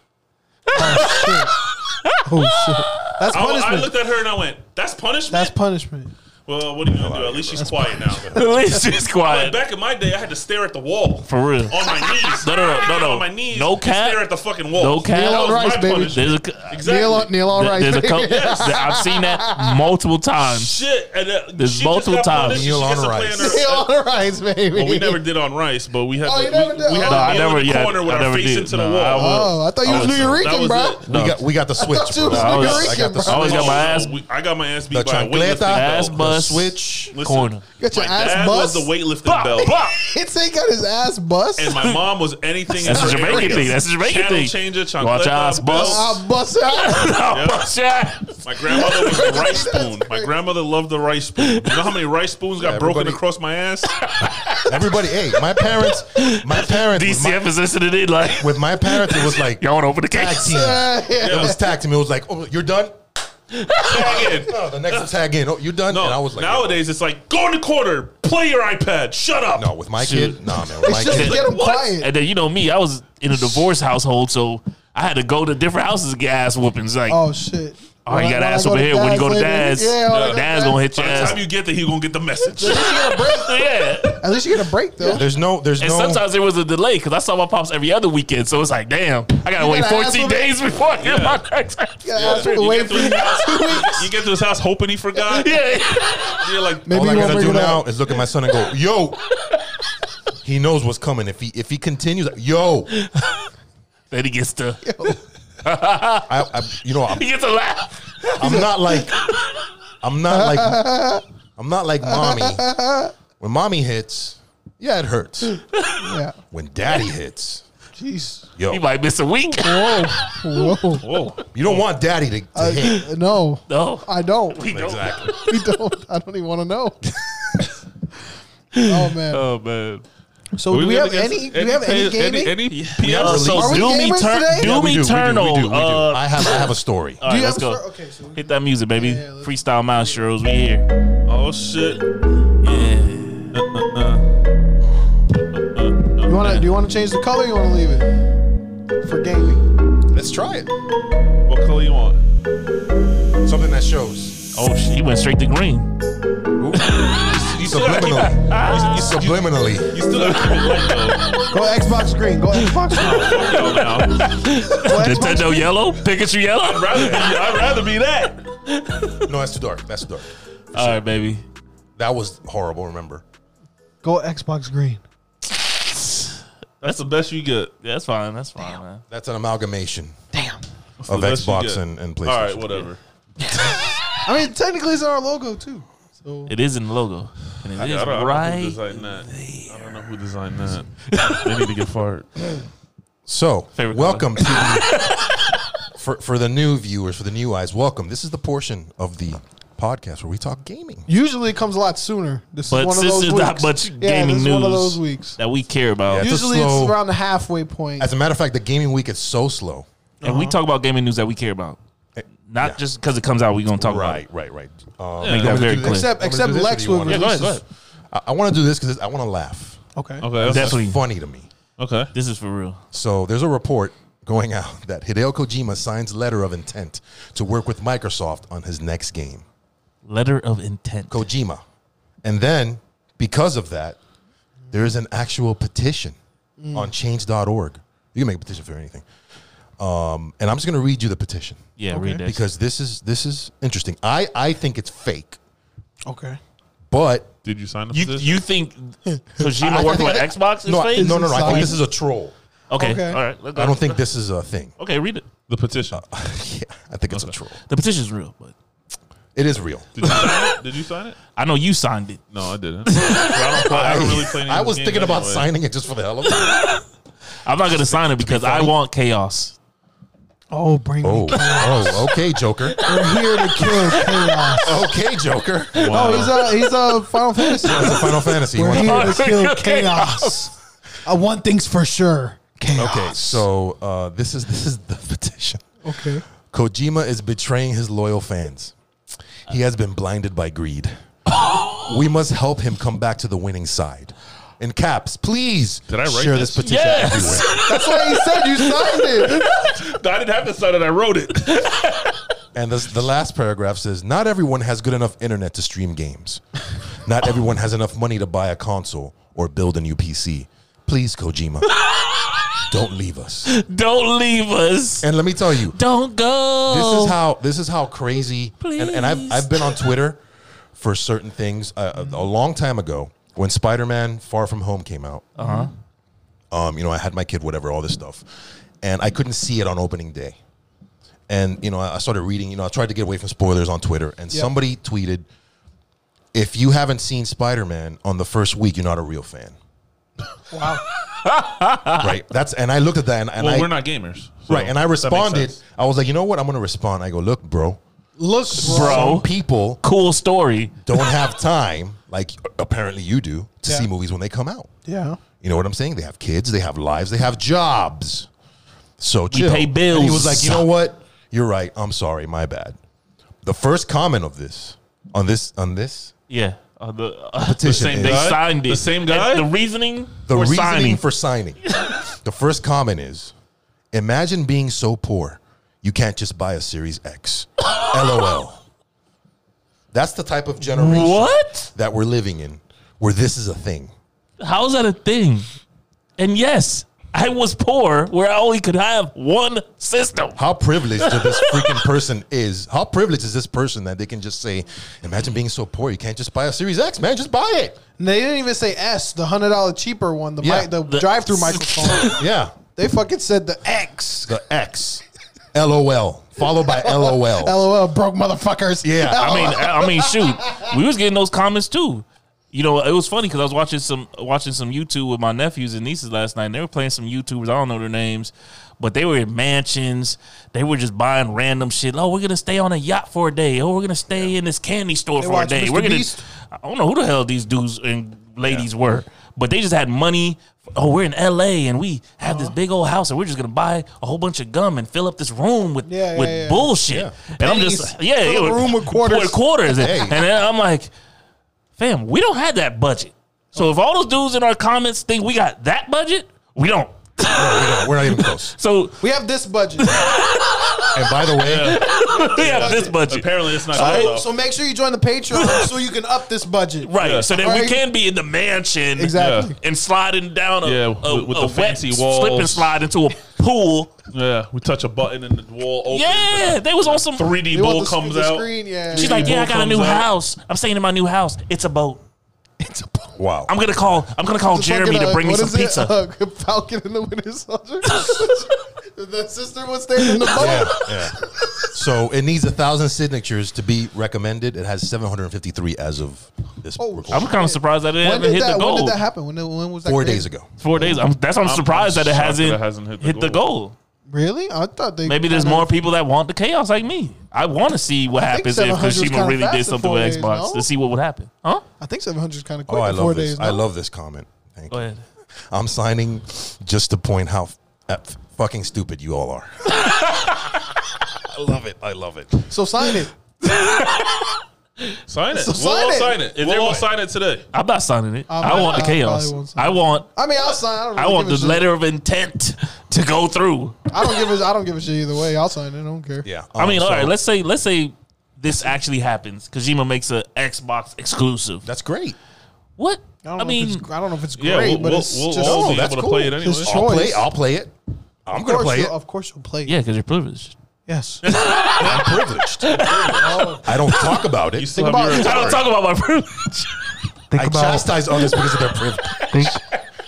Speaker 4: Oh shit! That's
Speaker 3: I, I
Speaker 4: punishment.
Speaker 3: looked at her and I went, "That's punishment."
Speaker 4: That's punishment.
Speaker 3: well, what are you gonna do? At least she's quiet now.
Speaker 1: At least she's
Speaker 3: But
Speaker 1: quiet.
Speaker 3: back in my day, I had to stare at the wall.
Speaker 1: For real.
Speaker 3: on my knees.
Speaker 1: No, no, no,
Speaker 3: I had to
Speaker 1: no,
Speaker 3: get
Speaker 1: no.
Speaker 3: On my knees.
Speaker 1: No
Speaker 3: and
Speaker 1: cap.
Speaker 3: Stare at the fucking wall.
Speaker 1: No cap.
Speaker 3: That
Speaker 1: Neil
Speaker 3: was
Speaker 1: on
Speaker 3: my
Speaker 4: rice, baby.
Speaker 3: punishment.
Speaker 1: There's a,
Speaker 3: Exactly.
Speaker 4: Neil, Neil, all right.
Speaker 1: there's a couple. I've seen that multiple times.
Speaker 3: Shit. And uh,
Speaker 1: There's
Speaker 3: she
Speaker 1: multiple
Speaker 3: just got
Speaker 1: times.
Speaker 3: punished,
Speaker 5: Neil
Speaker 3: she gets
Speaker 5: on
Speaker 3: to play
Speaker 5: rice.
Speaker 3: in her-
Speaker 4: Neil on rice, baby.
Speaker 3: Well, we never did on rice, but we had
Speaker 4: Oh,
Speaker 3: to,
Speaker 4: you never
Speaker 3: we,
Speaker 4: did?
Speaker 3: we had
Speaker 4: No, I
Speaker 3: to kneel
Speaker 1: never-
Speaker 3: in the
Speaker 1: yeah,
Speaker 3: corner with
Speaker 1: I
Speaker 3: our
Speaker 1: never
Speaker 3: face
Speaker 1: did.
Speaker 3: into
Speaker 1: No,
Speaker 3: the
Speaker 1: I
Speaker 3: wall.
Speaker 1: was-
Speaker 4: Oh, I thought you was
Speaker 1: Oh,
Speaker 4: New
Speaker 1: so
Speaker 4: Yorker,
Speaker 3: that was
Speaker 4: bro.
Speaker 3: it. Oh,
Speaker 5: We got we got the switch.
Speaker 4: thought you
Speaker 5: bro.
Speaker 4: was
Speaker 1: I was-
Speaker 5: I got the
Speaker 1: I always
Speaker 5: switch.
Speaker 1: got my ass.
Speaker 3: we- I got my ass
Speaker 5: The
Speaker 3: beat by a weightlifting
Speaker 5: chancleta,
Speaker 1: Ass
Speaker 3: belt.
Speaker 1: bust.
Speaker 5: switch.
Speaker 3: Listen,
Speaker 1: Corner.
Speaker 4: Got your
Speaker 3: my
Speaker 4: ass
Speaker 3: dad was
Speaker 4: bust.
Speaker 3: the weightlifting
Speaker 1: Bop,
Speaker 3: belt.
Speaker 1: bop.
Speaker 4: It's ain't got his ass bust.
Speaker 3: And my mom was anything.
Speaker 1: That's
Speaker 3: in
Speaker 1: a
Speaker 3: her
Speaker 1: Jamaican
Speaker 3: area.
Speaker 1: thing. That's a Jamaican
Speaker 3: Channel
Speaker 1: thing.
Speaker 3: changer, chancleta,
Speaker 1: Watch eyes
Speaker 3: belt.
Speaker 1: bust.
Speaker 4: I'll bust out.
Speaker 1: Oh,
Speaker 3: Yeah.
Speaker 1: bust your ass.
Speaker 3: My grandmother was the rice
Speaker 4: That's
Speaker 3: spoon. My
Speaker 4: crazy.
Speaker 3: grandmother loved the rice spoon. You know how many rice spoons got
Speaker 5: Yeah,
Speaker 3: broken
Speaker 5: everybody-
Speaker 3: across my ass?
Speaker 5: Everybody, hey, my parents, my parents, with my,
Speaker 1: DCF is listening in like,
Speaker 5: with my parents, it was like
Speaker 1: y'all want to open the
Speaker 5: tag
Speaker 1: case?
Speaker 5: team.
Speaker 4: Yeah, yeah.
Speaker 5: It was tag team. It was like, oh, you're done.
Speaker 3: Tag in.
Speaker 5: No, the next tag in. Oh, you're done.
Speaker 3: No,
Speaker 5: and I was like,
Speaker 3: nowadays it's like go in the corner, play your iPad, shut up.
Speaker 5: no, with my kid, nah, man,
Speaker 4: It's
Speaker 5: with my
Speaker 4: just to
Speaker 5: kid.
Speaker 4: get him
Speaker 3: What?
Speaker 4: quiet.
Speaker 1: And then you know me, I was in a divorce household, so I had to go to different houses to get ass whoopings. Like, oh,
Speaker 4: Oh shit!
Speaker 1: you got ass over here when you go to dad's.
Speaker 4: Yeah, when I
Speaker 1: dad's gonna hit
Speaker 3: By
Speaker 1: your
Speaker 3: the time
Speaker 1: ass.
Speaker 3: you get there, he gonna get the message.
Speaker 1: yeah.
Speaker 4: At least you get a break though.
Speaker 5: There's no, there's
Speaker 1: And
Speaker 5: no.
Speaker 1: sometimes there was a delay because I saw my pops every other weekend, so it's like, damn, I gotta wait
Speaker 4: gotta ass
Speaker 1: 14
Speaker 4: whooping.
Speaker 1: days before I get my next.
Speaker 4: You got ass
Speaker 3: You
Speaker 4: away
Speaker 3: get, to
Speaker 4: from
Speaker 3: his
Speaker 4: you.
Speaker 3: house, you get to his house hoping he forgot.
Speaker 1: Yeah,
Speaker 3: You're like,
Speaker 4: Maybe
Speaker 5: all I
Speaker 4: you won't
Speaker 5: gotta
Speaker 4: bring
Speaker 5: do
Speaker 4: it
Speaker 5: now
Speaker 4: up.
Speaker 5: is look at my son and go, yo. He knows what's coming. If he if he continues, like, yo,
Speaker 1: then he gets to
Speaker 5: I, I you know, I'm,
Speaker 1: he gets to laugh.
Speaker 5: I'm not like, I'm not like, I'm not like mommy. When mommy hits, yeah, it hurts.
Speaker 4: Yeah.
Speaker 5: When daddy hits,
Speaker 4: Jeez.
Speaker 5: yo,
Speaker 1: He might miss a week.
Speaker 4: Whoa. Whoa.
Speaker 3: whoa,
Speaker 5: you don't want daddy to, to hit.
Speaker 4: Uh, no,
Speaker 1: No,
Speaker 4: I don't.
Speaker 1: we don't.
Speaker 5: Exactly.
Speaker 4: We don't. I don't even want to know. oh man.
Speaker 1: Oh man.
Speaker 4: so do we have any? Do we have any gaming?
Speaker 3: Any,
Speaker 5: We have
Speaker 1: Uh,
Speaker 5: released-
Speaker 1: so
Speaker 4: Are we
Speaker 1: do me
Speaker 4: gamers
Speaker 1: turn,
Speaker 4: today?
Speaker 1: do
Speaker 4: Yeah,
Speaker 5: we
Speaker 1: me
Speaker 5: do, we do,
Speaker 1: turn
Speaker 5: we do, we
Speaker 1: on.
Speaker 5: do.
Speaker 1: Uh,
Speaker 5: I have I have a story.
Speaker 1: all
Speaker 4: do
Speaker 1: right,
Speaker 4: you
Speaker 1: let's
Speaker 4: have a
Speaker 1: go.
Speaker 4: fir- okay, so we,
Speaker 1: Hit that music, baby.
Speaker 4: Yeah, let's-
Speaker 1: Freestyle Mind Shrooms, we here.
Speaker 3: oh shit!
Speaker 4: you want to? Do you want to change the color? Or you want to leave it for gaming?
Speaker 5: Let's try it.
Speaker 3: What color you want?
Speaker 5: Something that shows.
Speaker 1: Oh, shit, he went straight to green.
Speaker 3: You still gotta keep it. You,
Speaker 5: Subliminally.
Speaker 3: s- you,
Speaker 5: Subliminally.
Speaker 3: you still gotta keep it light
Speaker 4: Go Xbox green. Go Xbox green.
Speaker 3: though. Yo, now.
Speaker 4: Go Xbox
Speaker 1: Nintendo yellow, Pikachu yellow.
Speaker 3: I'd rather be, I'd rather be that.
Speaker 5: No, that's too dark. That's too dark.
Speaker 1: All right, baby.
Speaker 5: That was horrible, remember?
Speaker 4: Go Xbox green.
Speaker 3: That's the best you get.
Speaker 1: Yeah, that's fine. That's fine, man.
Speaker 5: That's an amalgamation
Speaker 4: Damn.
Speaker 5: of
Speaker 3: the best you
Speaker 5: Xbox
Speaker 3: get.
Speaker 5: and, and
Speaker 3: All right,
Speaker 5: PlayStation.
Speaker 3: whatever.
Speaker 4: I mean, technically, it's on our logo too. So
Speaker 1: It is in the logo, and it is
Speaker 3: I don't, know who
Speaker 1: right.
Speaker 3: designed that. I don't know who designed that. they need to get fired.
Speaker 5: so,
Speaker 1: Favorite
Speaker 5: welcome to the, for, for the new viewers, for the new eyes, welcome. This is the portion of the podcast where we talk gaming.
Speaker 4: usually it comes a lot sooner. This
Speaker 1: But
Speaker 4: is one of
Speaker 1: since
Speaker 4: those
Speaker 1: there's
Speaker 4: weeks.
Speaker 1: not much
Speaker 4: yeah,
Speaker 1: gaming
Speaker 4: this is one of
Speaker 1: news.
Speaker 4: those weeks.
Speaker 1: That we care about,
Speaker 5: Yeah. It's a
Speaker 4: Usually
Speaker 5: slow-
Speaker 4: it's around the halfway point.
Speaker 5: As a matter of fact, the gaming week is so slow.
Speaker 1: and we talk about gaming news that we care about, not just because it comes out. We gonna talk about it.
Speaker 5: right, right. Um,
Speaker 1: Make that very clear.
Speaker 4: Except-
Speaker 5: Want me to do
Speaker 4: except
Speaker 5: this or
Speaker 4: Lex
Speaker 5: do you
Speaker 4: would
Speaker 5: want
Speaker 1: yeah,
Speaker 5: to-
Speaker 1: go ahead. Go ahead.
Speaker 5: I, I want to do this because I want to laugh.
Speaker 4: okay.
Speaker 3: Okay,
Speaker 5: This
Speaker 1: That-
Speaker 5: is
Speaker 1: Definitely.
Speaker 5: funny to me.
Speaker 3: okay.
Speaker 1: This is for real.
Speaker 5: So there's a report going out that Hideo Kojima signs letter of intent to work with Microsoft on his next game,
Speaker 1: Letter of intent.
Speaker 5: Kojima. And then because of that, there is an actual petition
Speaker 1: Hmm.
Speaker 5: on change.org. You can make a petition for anything. Um, and I'm just going to read you the petition
Speaker 1: Yeah, read that.
Speaker 5: because this is this is interesting. I I think it's fake,
Speaker 4: Okay.
Speaker 5: but
Speaker 3: Did you sign up?
Speaker 1: you
Speaker 3: for this?
Speaker 1: you think Kojima working with Xbox is
Speaker 5: no, I-
Speaker 1: fake?
Speaker 5: no, no, no. I think
Speaker 4: Inside.
Speaker 5: this is a troll.
Speaker 1: Okay.
Speaker 4: Okay.
Speaker 1: All right. Let's go.
Speaker 5: I don't think this is a thing. Uh,
Speaker 1: Okay, read it.
Speaker 3: the petition.
Speaker 5: yeah, I think it's a troll.
Speaker 1: The petition's real, but
Speaker 5: It is real.
Speaker 3: Did you sign it? Did you sign it?
Speaker 1: I know you signed it.
Speaker 3: No, I didn't. I, don't, I don't really play. any of
Speaker 5: I
Speaker 3: those
Speaker 5: was
Speaker 3: games
Speaker 5: thinking about
Speaker 3: anyway.
Speaker 5: signing it just for the hell of it.
Speaker 1: I'm not gonna sign it because I want chaos.
Speaker 4: Oh, bring me.
Speaker 5: Oh, oh, okay, Joker.
Speaker 4: We're here to kill chaos.
Speaker 5: Okay, Joker.
Speaker 4: Oh, he's a he's a Final Fantasy.
Speaker 5: That's a Final Fantasy.
Speaker 4: We're
Speaker 5: one.
Speaker 4: here to
Speaker 1: Final
Speaker 4: kill
Speaker 1: Fantasy.
Speaker 4: chaos. Uh, one thing's for sure. Chaos.
Speaker 5: Okay, so uh, this is this is the petition.
Speaker 4: Okay.
Speaker 5: Kojima is betraying his loyal fans. He has been blinded by greed. we must help him come back to the winning side. In caps, please.
Speaker 3: Did I write
Speaker 5: share
Speaker 3: this?
Speaker 5: this, petition
Speaker 1: Yes.
Speaker 5: everywhere?
Speaker 4: That's what he said. You signed it.
Speaker 3: I didn't have to sign it. I wrote it.
Speaker 5: And this, the last paragraph says, "Not everyone has good enough internet to stream games. Not everyone has enough money to buy a console or build a new PC. Please, Kojima, don't leave us."
Speaker 1: Don't leave us.
Speaker 5: And let me tell you,
Speaker 1: Don't go.
Speaker 5: this is how this is how crazy and, and I've, I've been on twitter for certain things uh, a, a long time ago when spider-man far from home came out uh-huh. um, you know i had my kid whatever all this stuff and i couldn't see it on opening day and you know i I started reading you know i tried to get away from spoilers on twitter and
Speaker 4: Yeah.
Speaker 5: somebody tweeted if you haven't seen spider-man on the first week you're not a real fan
Speaker 4: Wow.
Speaker 5: right that's and i looked at that and, and
Speaker 3: Well,
Speaker 5: I,
Speaker 3: we're not gamers, so
Speaker 5: right and i
Speaker 3: that makes
Speaker 5: responded
Speaker 3: sense.
Speaker 5: i was like you know what i'm gonna respond i go look bro
Speaker 4: Look, bro.
Speaker 1: Bro.
Speaker 5: some people
Speaker 1: cool story.
Speaker 5: don't have time, like apparently you do, to
Speaker 4: Yeah.
Speaker 5: see movies when they come out.
Speaker 4: Yeah.
Speaker 5: You know what I'm saying? They have kids, they have lives, they have jobs. So
Speaker 1: We
Speaker 5: chill.
Speaker 1: pay
Speaker 5: And he was
Speaker 1: bills.
Speaker 5: like, you know what? You're right. I'm sorry. My bad. The first comment of this on this on this
Speaker 1: Yeah. Uh, the, uh,
Speaker 5: Petition
Speaker 1: the same,
Speaker 5: is-
Speaker 1: they
Speaker 3: Guy?
Speaker 1: signed it.
Speaker 3: The same guy?
Speaker 1: And the reasoning
Speaker 5: the
Speaker 1: for
Speaker 5: reasoning
Speaker 1: signing.
Speaker 5: for signing. the first comment is, imagine being so poor you can't just buy a Series X. LOL. That's the type of generation
Speaker 1: what?
Speaker 5: that we're living in, where this is a thing.
Speaker 1: How is that a thing? And yes, I was poor where I only could have one system.
Speaker 5: how privileged that this freaking person is. How privileged is this person that they can just say, imagine being so poor, you can't just buy a Series X, man, just buy it.
Speaker 4: And They didn't even say S, the hundred dollar cheaper one, the
Speaker 5: Yeah.
Speaker 4: mic, the,
Speaker 1: The-
Speaker 4: drive through microphone.
Speaker 5: Yeah.
Speaker 4: they fucking said the X.
Speaker 5: The X. LOL. Followed by LOL.
Speaker 4: LOL, broke motherfuckers.
Speaker 5: Yeah,
Speaker 1: I mean, I I mean, shoot, we was getting those comments too. You know, it was funny because I was watching some watching some YouTube with my nephews and nieces last night. And they were playing some YouTubers. I don't know their names, but they were in mansions. They were just buying random shit. Oh, we're gonna stay on a yacht for a day. Oh, we're gonna stay in this candy store for a
Speaker 4: watched
Speaker 1: day.
Speaker 4: Mr.
Speaker 1: We're gonna.
Speaker 4: Beast?
Speaker 1: I don't know who the hell these dudes and ladies were, but they just had money. Oh, we're in LA and we have
Speaker 4: Uh-huh.
Speaker 1: this big old house and we're just gonna buy a whole bunch of gum and fill up this room with
Speaker 4: Yeah, yeah,
Speaker 1: with
Speaker 4: yeah.
Speaker 1: bullshit. And I'm just
Speaker 4: Pennies.
Speaker 1: yeah,
Speaker 4: Fill
Speaker 1: it
Speaker 4: a
Speaker 1: was-
Speaker 4: room with quarters.
Speaker 1: with quarters.
Speaker 5: Hey.
Speaker 1: And then I'm like, fam, we don't have that budget. So if all those dudes in our comments think we got that budget, we don't.
Speaker 5: No, We're not even close.
Speaker 1: So
Speaker 4: We have this budget.
Speaker 5: And by the way,
Speaker 1: we have this budget.
Speaker 3: Apparently, it's not. good, though.
Speaker 4: so make sure you join the Patreon so you can up this budget.
Speaker 1: Right. So then we
Speaker 4: Right.
Speaker 1: can be in the mansion
Speaker 4: Exactly.
Speaker 1: and sliding down a,
Speaker 3: Yeah,
Speaker 1: a-
Speaker 3: with- with
Speaker 1: a
Speaker 3: the
Speaker 1: wet
Speaker 3: fancy
Speaker 1: slip and
Speaker 3: walls.
Speaker 1: slide into a pool.
Speaker 3: Yeah, we touch a button and the wall opens.
Speaker 1: yeah,
Speaker 3: and
Speaker 1: they was on some
Speaker 3: a 3D
Speaker 4: They want
Speaker 3: bull
Speaker 4: the-
Speaker 3: comes
Speaker 4: the
Speaker 3: out.
Speaker 4: Screen, yeah.
Speaker 1: She's like,
Speaker 3: Yeah.
Speaker 1: Yeah, I got a
Speaker 3: Comes
Speaker 1: new
Speaker 3: out.
Speaker 1: house. I'm staying in my new house. It's a boat.
Speaker 5: wow.
Speaker 1: I'm gonna call I'm gonna call
Speaker 4: Just
Speaker 1: Jeremy
Speaker 4: fucking,
Speaker 1: to
Speaker 4: uh,
Speaker 1: bring me
Speaker 4: what
Speaker 1: some
Speaker 4: is it?
Speaker 1: pizza.
Speaker 4: Uh, Falcon and the Winter Soldier. the sister was staying in the boat.
Speaker 5: yeah, yeah. So it needs a thousand signatures to be recommended. It has 753 as of this
Speaker 4: Oh,
Speaker 5: recording.
Speaker 1: I'm kind of surprised I didn't
Speaker 4: When
Speaker 1: hit
Speaker 4: did, that,
Speaker 1: the goal.
Speaker 4: when did that happen? When, when was that?
Speaker 5: four
Speaker 4: created?
Speaker 5: days ago.
Speaker 1: Four days. I'm, that's why I'm,
Speaker 3: I'm-
Speaker 1: surprised
Speaker 3: I'm
Speaker 1: that it
Speaker 3: shocked
Speaker 1: hasn't,
Speaker 3: that it hasn't
Speaker 1: hit, the, goal.
Speaker 4: Really? I thought they.
Speaker 1: Maybe there's
Speaker 4: kinda-
Speaker 1: more people that want the chaos like me. I want to see what
Speaker 4: think
Speaker 1: happens if
Speaker 4: 700 was
Speaker 1: Kojima
Speaker 4: kinda
Speaker 1: really
Speaker 4: fast in
Speaker 1: did something
Speaker 4: four
Speaker 1: with
Speaker 4: days,
Speaker 1: Xbox
Speaker 4: no?
Speaker 1: to see what would happen. Huh?
Speaker 4: I think 700 is kind of
Speaker 5: Oh,
Speaker 4: quick.
Speaker 5: I
Speaker 4: in four
Speaker 5: love
Speaker 4: days.
Speaker 5: this.
Speaker 4: no?
Speaker 5: I love this comment. Thank
Speaker 1: Go
Speaker 5: you.
Speaker 1: ahead.
Speaker 5: I'm signing just to point how f- f- fucking stupid you all are. I love it. I love it.
Speaker 4: So sign it.
Speaker 3: Sign it.
Speaker 4: So
Speaker 3: we'll
Speaker 4: sign
Speaker 3: all
Speaker 4: it.
Speaker 3: sign it. And then we'll sign it today.
Speaker 1: I'm not signing it.
Speaker 4: Um,
Speaker 1: I want the
Speaker 4: I probably won't
Speaker 1: chaos.
Speaker 4: sign
Speaker 1: I
Speaker 4: it.
Speaker 1: want.
Speaker 4: I mean, I'll sign. I, don't
Speaker 1: I
Speaker 4: really
Speaker 1: want
Speaker 4: give
Speaker 1: the
Speaker 4: a shit.
Speaker 1: letter of intent to go through.
Speaker 4: I don't give a. I don't give a shit either way. I'll sign it. I don't care.
Speaker 5: Yeah.
Speaker 1: I mean,
Speaker 5: Um,
Speaker 1: all
Speaker 5: so
Speaker 1: right. Let's say let's say this actually happens. Kojima makes a Xbox exclusive.
Speaker 5: that's great.
Speaker 1: What?
Speaker 4: I don't
Speaker 1: I
Speaker 4: know if
Speaker 1: mean,
Speaker 4: it's, I don't know if it's great,
Speaker 3: Yeah, we'll-
Speaker 4: but
Speaker 3: we'll-
Speaker 4: it's
Speaker 3: we'll
Speaker 4: just.
Speaker 3: all
Speaker 5: Oh,
Speaker 3: be
Speaker 5: that's
Speaker 3: able to
Speaker 5: cool.
Speaker 3: play it anyway.
Speaker 4: Just
Speaker 5: I'll
Speaker 4: choice.
Speaker 5: play. I'll play it. I'm
Speaker 4: Of
Speaker 5: gonna
Speaker 4: course
Speaker 5: play
Speaker 4: you'll-
Speaker 5: it.
Speaker 4: Of course, you'll play. it.
Speaker 1: yeah, because you're privileged.
Speaker 4: Yes.
Speaker 5: I'm privileged. I don't talk about
Speaker 3: You
Speaker 5: it.
Speaker 3: still have your
Speaker 1: I don't
Speaker 3: Atari.
Speaker 1: talk about my privilege.
Speaker 2: Think
Speaker 5: I
Speaker 2: about
Speaker 5: chastise others because of their privilege.
Speaker 2: think,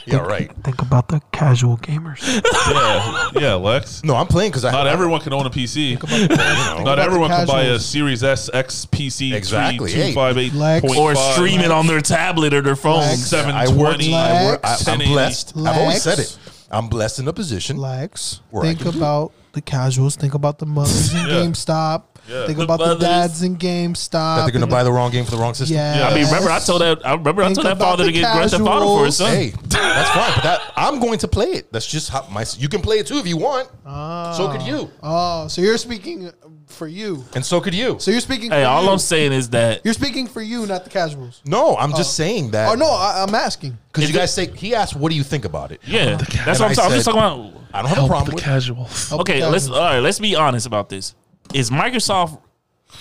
Speaker 5: Yeah, right.
Speaker 2: think about the casual gamers.
Speaker 3: yeah, yeah, Lex.
Speaker 5: No, I'm playing because I
Speaker 3: Not everyone can own a PC. Not
Speaker 4: the
Speaker 3: everyone can buy a
Speaker 4: casuals.
Speaker 3: Series S X PC
Speaker 5: Exactly. Hey.
Speaker 3: 325.8.5.
Speaker 1: or stream it on their tablet or their phone.
Speaker 4: Lex.
Speaker 5: I work.
Speaker 3: 720.
Speaker 5: I work. I, I'm
Speaker 3: 1080.
Speaker 5: blessed. I've always
Speaker 4: Lex.
Speaker 5: said it. I'm blessed in a position.
Speaker 4: Relax.
Speaker 5: Where I
Speaker 4: think
Speaker 5: can-
Speaker 4: about the casuals. Think about the mothers in
Speaker 3: Yeah.
Speaker 4: GameStop.
Speaker 3: Yeah.
Speaker 4: Think
Speaker 1: The
Speaker 4: about the
Speaker 1: mothers.
Speaker 4: dads in GameStop.
Speaker 5: that they're gonna buy the wrong game for the wrong system.
Speaker 4: Yeah.
Speaker 1: I mean, remember I told that. I remember I
Speaker 4: Think
Speaker 1: told that
Speaker 4: about
Speaker 1: father
Speaker 4: the
Speaker 1: to get Grand Theft Auto for his son.
Speaker 5: Hey, that's fine. But that I'm going to play it. That's just how my. You can play it too if you want.
Speaker 4: Ah.
Speaker 5: So could you,
Speaker 4: Oh, so you're speaking for you.
Speaker 5: and so could you.
Speaker 4: So you're speaking.
Speaker 1: Hey,
Speaker 4: for
Speaker 1: all
Speaker 4: you.
Speaker 1: I'm saying is that
Speaker 4: You're speaking for you, not the casuals.
Speaker 5: No, I'm just saying that.
Speaker 4: Oh no, I, I'm asking.
Speaker 5: because you
Speaker 1: If it-
Speaker 5: guys say he asked, "What do you think about it?"
Speaker 1: yeah, that's what
Speaker 5: And
Speaker 1: I'm
Speaker 5: I
Speaker 1: talking. I'm just
Speaker 5: said-
Speaker 1: talking about.
Speaker 5: I don't have a
Speaker 3: Help
Speaker 5: problem
Speaker 3: the
Speaker 5: with.
Speaker 3: casuals.
Speaker 4: Help
Speaker 1: Okay,
Speaker 4: the
Speaker 1: let's
Speaker 4: casuals.
Speaker 1: all right. Let's be honest about this. Is Microsoft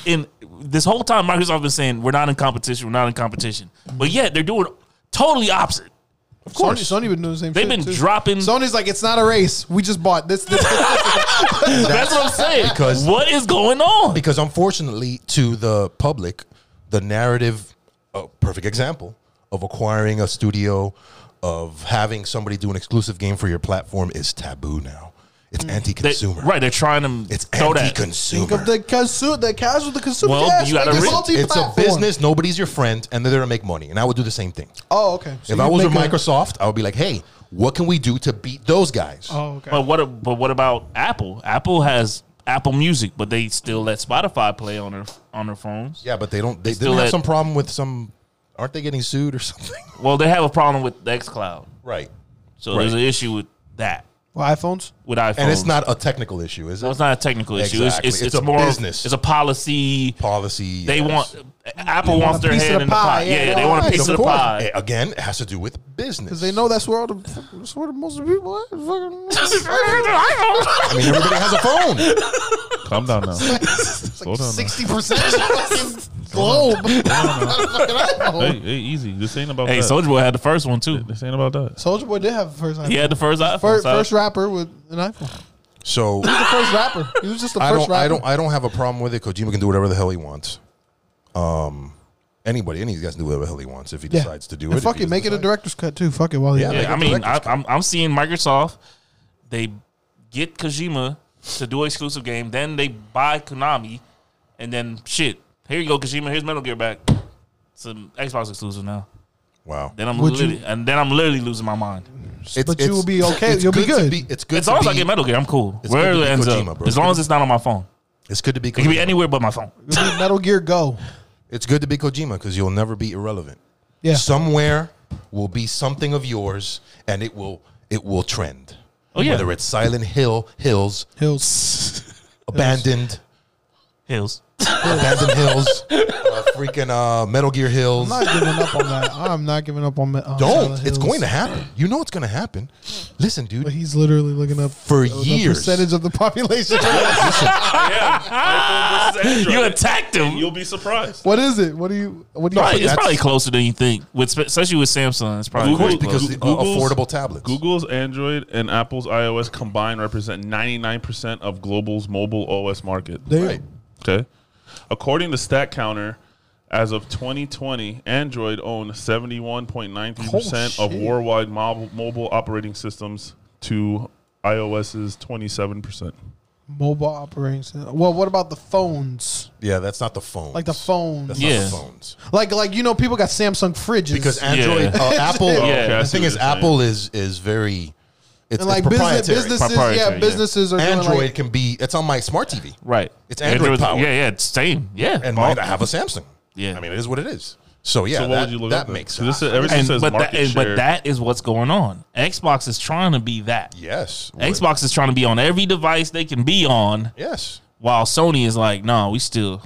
Speaker 1: in this whole time? Microsoft been saying we're not in competition. We're not in competition, but yet they're doing totally opposite.
Speaker 4: Of course, Sony, Sony been doing the same.
Speaker 1: They've
Speaker 4: shit,
Speaker 1: been
Speaker 4: too.
Speaker 1: dropping-
Speaker 4: Sony's like, it's not a race. We just bought this. this, this.
Speaker 1: That's what I'm saying.
Speaker 5: Because-
Speaker 1: what is going on?
Speaker 5: because unfortunately to the public the narrative a perfect example of acquiring a studio of having somebody do an exclusive game for your platform is taboo now it's
Speaker 1: Mm. They-
Speaker 5: anti-consumer
Speaker 1: right, they're trying to
Speaker 5: it's
Speaker 1: throw that.
Speaker 4: Think of
Speaker 5: anti-consumer
Speaker 4: the casual, the casual, the consumer.
Speaker 1: Well,
Speaker 4: yes,
Speaker 1: you gotta
Speaker 4: like,
Speaker 1: re-
Speaker 5: it's a
Speaker 4: multi-platform.
Speaker 5: business nobody's your friend and they're there to make money and i would do the same thing
Speaker 4: Oh, okay. So
Speaker 5: if
Speaker 4: you
Speaker 5: i was
Speaker 4: make
Speaker 5: with
Speaker 4: a-
Speaker 5: microsoft i would be like hey what can we do to beat those guys
Speaker 4: Oh, okay.
Speaker 1: But what? But what about Apple? Apple has Apple Music, but they still let Spotify play on their on their phones.
Speaker 5: yeah but they don't they, they
Speaker 1: Still
Speaker 5: don't have
Speaker 1: that-
Speaker 5: some problem with some aren't they getting sued or something
Speaker 1: Well, they have a problem with XCloud,
Speaker 5: right
Speaker 1: so there's an issue with that
Speaker 4: Well, iPhones.
Speaker 1: with iPhones.
Speaker 5: and it's not a technical issue is it
Speaker 1: No, it's not a technical issue. It's,
Speaker 5: Exactly.
Speaker 1: it's, it's,
Speaker 5: It's a
Speaker 1: more
Speaker 5: business.
Speaker 1: It's a policy.
Speaker 5: policy
Speaker 1: They
Speaker 5: yes.
Speaker 1: Mm-hmm. want Apple wants their
Speaker 4: piece of
Speaker 1: hand
Speaker 4: the
Speaker 1: in the pie.
Speaker 4: pie.
Speaker 1: Yeah,
Speaker 4: Yeah,
Speaker 1: they
Speaker 4: no,
Speaker 1: want a
Speaker 4: right,
Speaker 1: piece of,
Speaker 5: Of
Speaker 1: the
Speaker 5: course.
Speaker 1: pie.
Speaker 5: A- Again, it has to do with business.
Speaker 4: Because they know that's where all the that's where most of the people. At. Fucking-
Speaker 5: I mean, everybody has a phone.
Speaker 3: Calm down now.
Speaker 4: It's
Speaker 3: Hold
Speaker 4: like
Speaker 3: on now.
Speaker 4: sixty percent globe.
Speaker 3: hey, hey, easy. This ain't about
Speaker 1: Hey,
Speaker 3: that.
Speaker 1: Soldier Boy had the first one too.
Speaker 3: this ain't about that.
Speaker 4: Soldier Boy did have the first iPhone.
Speaker 1: He had the first iPhone.
Speaker 4: first,
Speaker 1: so-
Speaker 4: first rapper with an iPhone.
Speaker 5: So
Speaker 4: The first rapper. He was just the
Speaker 5: I
Speaker 4: first
Speaker 5: don't,
Speaker 4: rapper.
Speaker 5: I don't, I don't have a problem with it. Kojima can do whatever the hell he wants. Um, anybody, any of these guys can do whatever the hell he wants if he
Speaker 4: Yeah.
Speaker 5: decides to do
Speaker 4: And
Speaker 5: it.
Speaker 4: fuck it, make it a director's cut too. Fuck it, while you're
Speaker 5: Yeah,
Speaker 4: at it.
Speaker 1: Yeah,
Speaker 5: Like
Speaker 1: I
Speaker 5: a
Speaker 1: mean,
Speaker 5: director's
Speaker 1: I, I'm I'm seeing Microsoft. They get Kojima to do an exclusive game, then they buy Konami, and then shit. Here you go, Kojima. Here's Metal Gear back. It's an Xbox exclusive now.
Speaker 5: Wow,
Speaker 1: Then I'm
Speaker 4: Would
Speaker 1: literally, and then I'm literally losing my mind.
Speaker 5: It's-
Speaker 4: But you
Speaker 5: it's-
Speaker 4: will be okay.
Speaker 5: it's
Speaker 4: You'll be
Speaker 5: to
Speaker 4: good.
Speaker 5: it's good.
Speaker 1: as long
Speaker 5: to
Speaker 1: as I
Speaker 5: be-
Speaker 1: get Metal Gear, I'm cool.
Speaker 5: it's
Speaker 1: Wherever
Speaker 5: good to
Speaker 1: it
Speaker 5: be
Speaker 1: ends
Speaker 5: Kojima,
Speaker 1: up,
Speaker 5: bro.
Speaker 1: as long as it's not on my phone,
Speaker 5: It's good to be.
Speaker 1: it can be
Speaker 5: Kojima.
Speaker 1: anywhere but my phone.
Speaker 4: It'll be Metal Gear Go.
Speaker 5: It's good to be Kojima because you'll never be irrelevant.
Speaker 4: Yeah.
Speaker 5: Somewhere will be something of yours, and it will it will trend.
Speaker 1: Oh, yeah.
Speaker 5: Whether it's Silent Hill, Hills,
Speaker 4: Hills.
Speaker 5: Abandoned,
Speaker 1: Hills.
Speaker 5: Abandoned Hills, uh, freaking uh, Metal Gear Hills.
Speaker 4: I'm not giving up on that. I'm not giving up on. uh, on
Speaker 5: Don't. It's going to happen. You know it's going to happen. Listen,
Speaker 4: But
Speaker 5: dude.
Speaker 4: he's literally looking up
Speaker 5: For
Speaker 4: the
Speaker 5: years.
Speaker 4: percentage of the population.
Speaker 1: you attacked him.
Speaker 3: You'll be surprised.
Speaker 4: what is it? What do you? What do you?
Speaker 1: Probably-
Speaker 4: think?
Speaker 1: it's
Speaker 5: that's-
Speaker 1: probably closer than you think, with spe- especially with Samsung. It's probably
Speaker 3: Of course,
Speaker 1: pretty close.
Speaker 5: Because the, uh,
Speaker 3: Google's-
Speaker 5: affordable tablets.
Speaker 3: Google's Android and Apple's iOS combined represent 99% of global's mobile OS market.
Speaker 4: Damn.
Speaker 5: Right.
Speaker 3: Okay. According to StatCounter, as of 2020, Android owned 71.93% of
Speaker 4: shit.
Speaker 3: worldwide mob- mobile operating systems to iOS's 27%.
Speaker 4: Mobile operating system. Well, what about the phones?
Speaker 5: Yeah, that's not the phone.
Speaker 4: Like the phones.
Speaker 5: That's
Speaker 1: Yeah.
Speaker 5: not the phones.
Speaker 4: Like like you know, people got Samsung fridges
Speaker 5: Because Android, uh, Apple,
Speaker 1: Yeah, I
Speaker 5: the
Speaker 3: see
Speaker 5: thing
Speaker 3: what
Speaker 5: is,
Speaker 3: you're saying.
Speaker 5: Apple is is very,
Speaker 4: and
Speaker 5: it's, it's
Speaker 4: like business,
Speaker 5: proprietary.
Speaker 4: businesses,
Speaker 1: Proprietary,
Speaker 4: yeah,
Speaker 1: yeah.
Speaker 4: businesses are
Speaker 5: Android
Speaker 4: doing like
Speaker 5: can be, it's on my smart TV.
Speaker 1: Right.
Speaker 5: It's Android
Speaker 1: Android's-
Speaker 5: powered.
Speaker 1: Yeah, yeah, it's same. Yeah.
Speaker 5: And
Speaker 1: All-
Speaker 5: mine, I have a Samsung.
Speaker 1: Yeah.
Speaker 5: I mean, it is what it is. So, yeah,
Speaker 3: So what
Speaker 5: that,
Speaker 3: would you look
Speaker 5: that
Speaker 3: up then?
Speaker 5: makes
Speaker 3: So this
Speaker 5: sense.
Speaker 3: is- everything
Speaker 1: and-
Speaker 3: says
Speaker 1: but, that,
Speaker 3: market
Speaker 1: and- but
Speaker 3: share.
Speaker 1: that is what's going on. Xbox is trying to be that.
Speaker 5: yes.
Speaker 1: Xbox is trying to be on every device they can be on,
Speaker 5: Yes.
Speaker 1: while Sony is like, no, we still.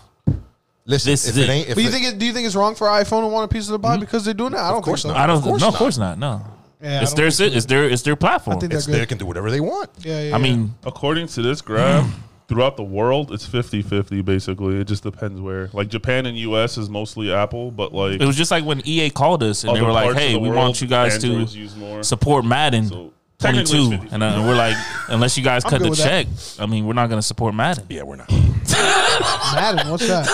Speaker 5: Listen,
Speaker 1: This
Speaker 5: if
Speaker 1: is
Speaker 5: it
Speaker 1: it.
Speaker 5: ain't, if
Speaker 4: But you
Speaker 5: it-
Speaker 4: think it, do you think it's wrong for iPhone to want a piece of the pie because they're doing that? I don't
Speaker 5: course
Speaker 4: think so.
Speaker 5: not.
Speaker 1: I don't.
Speaker 5: Hmm? Of course
Speaker 1: no, of
Speaker 5: not.
Speaker 1: course not. No.
Speaker 4: Yeah, I
Speaker 1: It's
Speaker 4: don't
Speaker 1: their.
Speaker 4: think so.
Speaker 1: It's their. It's their platform. I,
Speaker 4: I think
Speaker 5: it's,
Speaker 4: they're
Speaker 5: they
Speaker 4: good.
Speaker 5: can do whatever they want.
Speaker 4: Yeah, yeah, yeah.
Speaker 1: mean,
Speaker 3: According to this graph, throughout the world, it's 50 50 basically. It just depends where. Like Japan and US is mostly Apple, but like.
Speaker 1: it was just like when EA called us and they
Speaker 3: other
Speaker 1: were like,
Speaker 3: parts of
Speaker 1: "Hey,
Speaker 3: the
Speaker 1: we
Speaker 3: world,
Speaker 1: want you guys
Speaker 3: Androids
Speaker 1: to
Speaker 3: use more.
Speaker 1: support Madden."
Speaker 3: So, technically it's
Speaker 1: 22
Speaker 3: 50-50.
Speaker 1: and uh, we're like unless you guys cut
Speaker 4: good
Speaker 1: the
Speaker 4: with that.
Speaker 1: check i mean we're not going to support madden
Speaker 5: Yeah, we're not.
Speaker 4: Madden, what's that?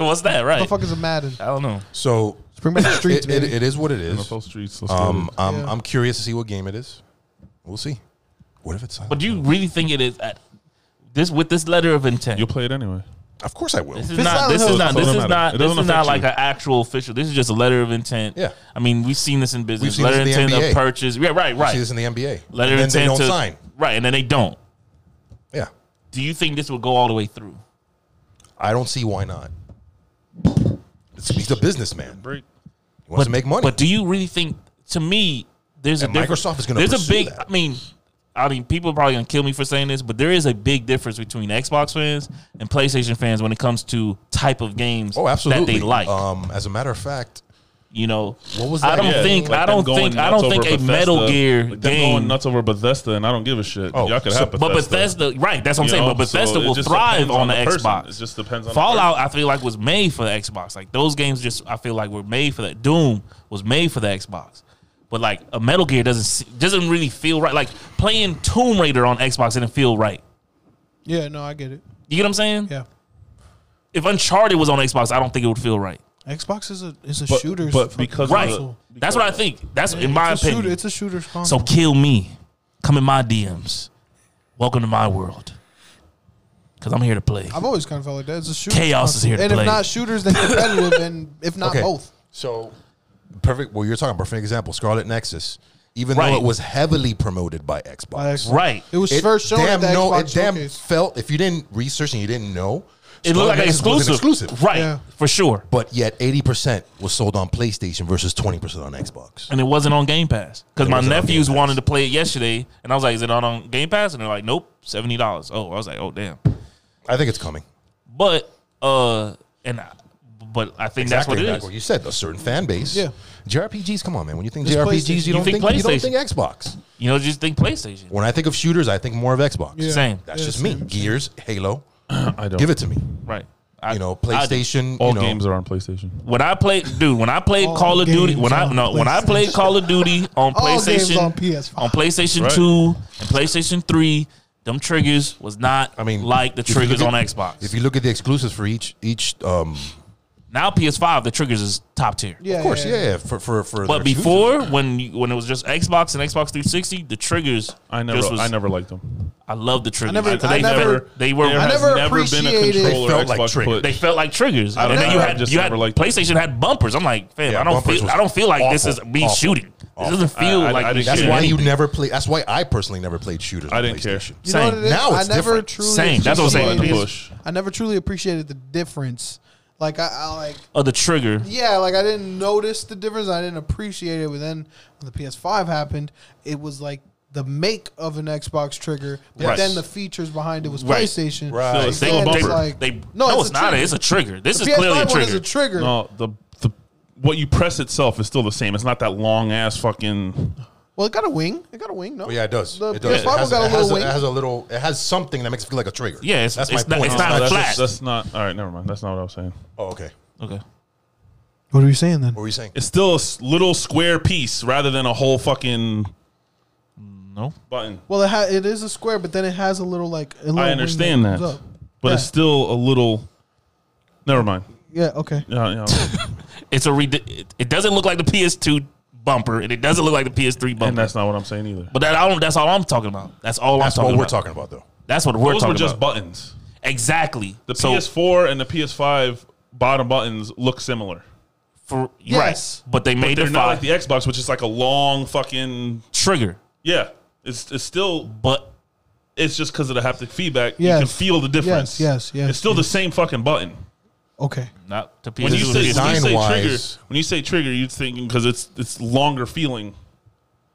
Speaker 1: what's that
Speaker 4: the
Speaker 1: right
Speaker 4: fuck is a Madden?
Speaker 1: i don't know
Speaker 5: So,
Speaker 4: It's pretty much the streets,
Speaker 5: it, it,
Speaker 4: baby.
Speaker 5: it is what it is.
Speaker 3: NFL streets. Let's get
Speaker 5: Um,
Speaker 3: it.
Speaker 5: I'm,
Speaker 4: Yeah.
Speaker 5: I'm curious to see what game it is. We'll see. What if it's Silent
Speaker 1: But do you really think it is at this with this letter of intent?
Speaker 3: You'll play it anyway.
Speaker 5: Of course I will.
Speaker 1: This is
Speaker 4: Fifth
Speaker 1: not.
Speaker 4: Island
Speaker 1: This
Speaker 4: Hill
Speaker 1: is not.
Speaker 4: doesn't
Speaker 1: This is
Speaker 3: matter.
Speaker 1: not.
Speaker 3: It
Speaker 1: This
Speaker 3: doesn't
Speaker 1: is not
Speaker 3: affect
Speaker 1: like
Speaker 3: you.
Speaker 1: an actual official. This is just a letter of intent.
Speaker 5: Yeah.
Speaker 1: I mean, we've seen this in
Speaker 5: We've
Speaker 1: business.
Speaker 5: seen
Speaker 1: Letter of
Speaker 5: this in
Speaker 1: intent
Speaker 5: the
Speaker 1: of
Speaker 5: NBA.
Speaker 1: purchase. Yeah. Right.
Speaker 5: See
Speaker 1: Right.
Speaker 5: this in the NBA.
Speaker 1: Letter
Speaker 5: and
Speaker 1: of
Speaker 5: then
Speaker 1: intent
Speaker 5: they don't
Speaker 1: to
Speaker 5: sign.
Speaker 1: Right, and then they don't.
Speaker 5: Yeah.
Speaker 1: Do you think this will go all the way through?
Speaker 5: I don't see why not. It's, he's a businessman. He
Speaker 3: Break.
Speaker 5: wants to make money.
Speaker 1: But do you really think? To me, there's a
Speaker 5: And
Speaker 1: difference-
Speaker 5: Microsoft is gonna
Speaker 1: There's a
Speaker 5: pursue
Speaker 1: big.
Speaker 5: that.
Speaker 1: I mean, I mean, people are probably gonna kill me for saying this, but there is a big difference between Xbox fans and PlayStation fans when it comes to type of games.
Speaker 5: oh, absolutely.
Speaker 1: That they like.
Speaker 5: Um, as a matter of fact,
Speaker 1: you know,
Speaker 5: What was
Speaker 1: I
Speaker 5: that
Speaker 1: don't
Speaker 5: game?
Speaker 1: think.
Speaker 3: Like
Speaker 1: I
Speaker 3: them
Speaker 1: don't
Speaker 3: going
Speaker 1: think. I
Speaker 3: nuts
Speaker 1: don't
Speaker 3: over
Speaker 1: think a
Speaker 3: Bethesda.
Speaker 1: Metal Gear
Speaker 3: Like them going
Speaker 1: game.
Speaker 3: nuts over Bethesda, and I don't give a shit.
Speaker 5: Oh,
Speaker 3: Y'all could
Speaker 5: so-
Speaker 3: have
Speaker 1: But
Speaker 3: Bethesda.
Speaker 1: Bethesda, right? That's what I'm
Speaker 3: you
Speaker 1: saying.
Speaker 3: know?
Speaker 1: But Bethesda
Speaker 3: So it
Speaker 1: will
Speaker 3: just
Speaker 1: thrive
Speaker 3: depends
Speaker 1: on, the,
Speaker 3: the person.
Speaker 1: Xbox.
Speaker 3: It just depends on the
Speaker 1: Fallout, I feel like was made for the Xbox. Like those games, just I feel like were made for that. Doom was made for the Xbox, but like a Metal Gear doesn't se- doesn't really feel right. Like playing Tomb Raider on Xbox didn't feel right.
Speaker 4: Yeah, no, I get it.
Speaker 1: You get what I'm saying?
Speaker 4: Yeah.
Speaker 1: If Uncharted was on Xbox, I don't think it would feel right.
Speaker 4: Xbox is a is a
Speaker 3: But-
Speaker 4: shooter's
Speaker 3: but
Speaker 4: fucking
Speaker 3: because of
Speaker 1: Right.
Speaker 4: console.
Speaker 1: That's what I think. That's in my
Speaker 4: it's a
Speaker 1: opinion.
Speaker 4: Shooter, it's a shooter's console.
Speaker 1: So kill me. Come in my DMs. Welcome to my world. Cause I'm here to play.
Speaker 4: I've always kind of felt like that. It's a shooter.
Speaker 1: Chaos is here to
Speaker 4: And
Speaker 1: play.
Speaker 4: if not shooters, then competitive, and if not
Speaker 5: okay.
Speaker 4: both.
Speaker 5: So perfect. Well, you're talking perfect example. Scarlet Nexus, even
Speaker 1: Right.
Speaker 5: though it was heavily promoted by Xbox,
Speaker 4: By Xbox.
Speaker 1: Right.
Speaker 4: It was
Speaker 5: it
Speaker 4: first shown
Speaker 5: damn
Speaker 4: at the
Speaker 5: no,
Speaker 4: Xbox
Speaker 5: it damn
Speaker 4: showcase.
Speaker 5: felt. If you didn't research and you didn't know,
Speaker 1: It
Speaker 5: Scarlet
Speaker 1: looked like an
Speaker 5: Nexus was
Speaker 1: exclusive.
Speaker 5: an
Speaker 1: Right.
Speaker 4: Yeah.
Speaker 1: For sure.
Speaker 5: But yet, eighty percent was sold on PlayStation versus twenty percent on Xbox.
Speaker 1: And it wasn't on Game Pass. Because my
Speaker 5: wasn't on Game
Speaker 1: nephews
Speaker 5: Pass.
Speaker 1: wanted to play it yesterday. And I was like, is it not on Game Pass? And they're like, nope, $70. Oh, I was like, oh, damn.
Speaker 5: I think it's coming.
Speaker 1: But, uh, and I, but I think that's what it
Speaker 5: Exactly
Speaker 1: is.
Speaker 5: like you said. A certain fan base.
Speaker 4: Yeah.
Speaker 5: JRPGs. Come on, man. When you think
Speaker 4: It's
Speaker 5: JRPGs,
Speaker 4: PlayStation.
Speaker 5: you don't
Speaker 1: You think
Speaker 5: think, you don't
Speaker 1: PlayStation.
Speaker 5: think Xbox.
Speaker 1: You know, just think PlayStation.
Speaker 5: When I think of shooters, I think more of Xbox.
Speaker 4: Yeah.
Speaker 1: Same.
Speaker 5: That's
Speaker 4: Yeah,
Speaker 5: just me.
Speaker 4: same, same.
Speaker 5: Gears, Halo.
Speaker 3: I don't.
Speaker 5: Give it to me.
Speaker 1: Right. I,
Speaker 5: You know,
Speaker 1: I-
Speaker 5: PlayStation.
Speaker 3: All
Speaker 5: you know,
Speaker 3: games are on PlayStation.
Speaker 1: When I played, dude, when I played
Speaker 4: All
Speaker 1: Call of Duty,
Speaker 4: games
Speaker 1: when I
Speaker 4: on
Speaker 1: no, when I
Speaker 4: PlayStation.
Speaker 1: played Call of Duty on
Speaker 4: All games
Speaker 1: PlayStation,
Speaker 4: on PS5.
Speaker 1: on PlayStation
Speaker 3: Right.
Speaker 1: Two and PlayStation Three, them triggers was not.
Speaker 5: I mean,
Speaker 1: like the
Speaker 5: if you look
Speaker 1: triggers
Speaker 5: at-
Speaker 1: on Xbox.
Speaker 5: If you look at the exclusives for each each, um,
Speaker 1: now PS5, the triggers is top tier.
Speaker 4: Yeah,
Speaker 5: of course,
Speaker 4: yeah,
Speaker 5: yeah,
Speaker 4: yeah.
Speaker 5: yeah, for for for.
Speaker 1: But
Speaker 5: their exclusives.
Speaker 1: before, when you, when it was just Xbox and Xbox 360, the triggers
Speaker 3: I never,
Speaker 1: just was,
Speaker 3: I never liked them.
Speaker 1: I love the triggers.
Speaker 4: never-
Speaker 1: 'Cause
Speaker 4: I
Speaker 1: they
Speaker 4: never-
Speaker 1: felt- they were
Speaker 3: There
Speaker 4: I
Speaker 3: has
Speaker 4: never
Speaker 3: been a
Speaker 4: appreciated-
Speaker 3: controller
Speaker 5: They felt like
Speaker 3: Xbox
Speaker 5: triggers.
Speaker 3: put-
Speaker 1: they felt like triggers. and then
Speaker 4: never-
Speaker 1: you
Speaker 3: I
Speaker 1: had
Speaker 3: just
Speaker 1: you had
Speaker 3: never liked-
Speaker 1: PlayStation had bumpers. I'm like, fam,
Speaker 5: Yeah,
Speaker 1: I don't
Speaker 5: bumpers
Speaker 1: feel
Speaker 5: was
Speaker 1: I don't feel like this is
Speaker 5: awful,
Speaker 1: me
Speaker 5: awful,
Speaker 1: shooting. This doesn't feel
Speaker 3: I- I-
Speaker 1: like
Speaker 3: I
Speaker 1: me
Speaker 3: didn't
Speaker 5: that's
Speaker 1: shooting.
Speaker 5: why
Speaker 3: Yeah.
Speaker 5: you never play. That's why I personally never played shooters.
Speaker 3: I
Speaker 5: on
Speaker 3: didn't care.
Speaker 5: PlayStation.
Speaker 4: You know what
Speaker 1: Same.
Speaker 4: it is?
Speaker 5: Now it's
Speaker 4: I never
Speaker 5: different.
Speaker 4: truly
Speaker 1: Same. That's what I'm saying.
Speaker 4: appreciated-
Speaker 3: Push.
Speaker 4: I never truly appreciated the difference. Like I, I like
Speaker 1: of the trigger.
Speaker 4: yeah, like I didn't notice the difference. I didn't appreciate it. But then when the PS5 happened, it was like the make of an Xbox trigger, but
Speaker 1: Right.
Speaker 4: then the features behind it was
Speaker 1: Right.
Speaker 4: PlayStation.
Speaker 5: Right.
Speaker 4: So
Speaker 5: It's
Speaker 1: They,
Speaker 3: still a
Speaker 4: then
Speaker 1: they,
Speaker 3: bumper.
Speaker 4: like-
Speaker 1: they- no, it's, not.
Speaker 4: trigger.
Speaker 1: It's a trigger. This
Speaker 4: The
Speaker 1: is clearly a
Speaker 4: PS5 one is
Speaker 1: trigger.
Speaker 4: a trigger.
Speaker 3: No, the the what you press itself is still the same. It's not that long ass fucking.
Speaker 4: Well, it got a wing. It got a wing. No.
Speaker 5: Oh, yeah, it does.
Speaker 4: The
Speaker 5: it does.
Speaker 4: PS5
Speaker 5: it, has,
Speaker 4: got a
Speaker 5: it, has
Speaker 4: little
Speaker 5: it
Speaker 4: wing.
Speaker 5: has a little. It has something that makes it feel like a trigger.
Speaker 1: Yeah, it's-
Speaker 5: that's
Speaker 1: it's
Speaker 5: my
Speaker 1: not-
Speaker 5: point.
Speaker 1: it's not
Speaker 5: just-
Speaker 1: flat.
Speaker 3: That's, that's not all right. Never mind. That's not what I was saying.
Speaker 5: Oh, okay.
Speaker 1: okay.
Speaker 4: What are you saying then?
Speaker 5: What were you saying?
Speaker 3: It's still a s- little square piece rather than a whole fucking
Speaker 1: No.
Speaker 3: button.
Speaker 4: Well, it ha- it is a square, but then it has a little like. A little
Speaker 3: I
Speaker 4: wing
Speaker 3: understand that,
Speaker 4: comes up.
Speaker 3: but it's
Speaker 4: Yeah.
Speaker 3: still a little. Never mind.
Speaker 4: Yeah. Okay.
Speaker 3: Yeah, yeah.
Speaker 1: It's a re- it, it doesn't look like the PS2 bumper, and it doesn't look like the PS3
Speaker 3: and
Speaker 1: bumper.
Speaker 3: that's not what I'm saying either.
Speaker 1: but that I don't, that's all I'm talking about. That's all
Speaker 5: That's
Speaker 1: I'm
Speaker 5: what
Speaker 1: talking
Speaker 5: we're
Speaker 1: about.
Speaker 5: talking about, though.
Speaker 1: That's what we're
Speaker 3: Those
Speaker 1: talking
Speaker 3: were just
Speaker 1: about.
Speaker 3: buttons.
Speaker 1: exactly.
Speaker 3: The
Speaker 1: so
Speaker 3: PS4 and the PS5 bottom buttons look similar.
Speaker 1: for
Speaker 4: Yes.
Speaker 1: right, but they made
Speaker 3: They're
Speaker 1: the
Speaker 3: not
Speaker 1: five
Speaker 3: like the Xbox, which is like a long fucking
Speaker 1: trigger.
Speaker 3: yeah. It's it's still
Speaker 1: But
Speaker 3: it's just because of the haptic feedback.
Speaker 4: Yes.
Speaker 3: You can feel the difference.
Speaker 4: yes, yes,
Speaker 3: It's still the same fucking button.
Speaker 4: Okay.
Speaker 1: not to PS2.
Speaker 3: When you,
Speaker 1: and
Speaker 3: say, when you
Speaker 1: PS3.
Speaker 5: design
Speaker 3: say trigger,
Speaker 5: wise-
Speaker 3: when you say trigger, you're thinking because it's it's longer feeling.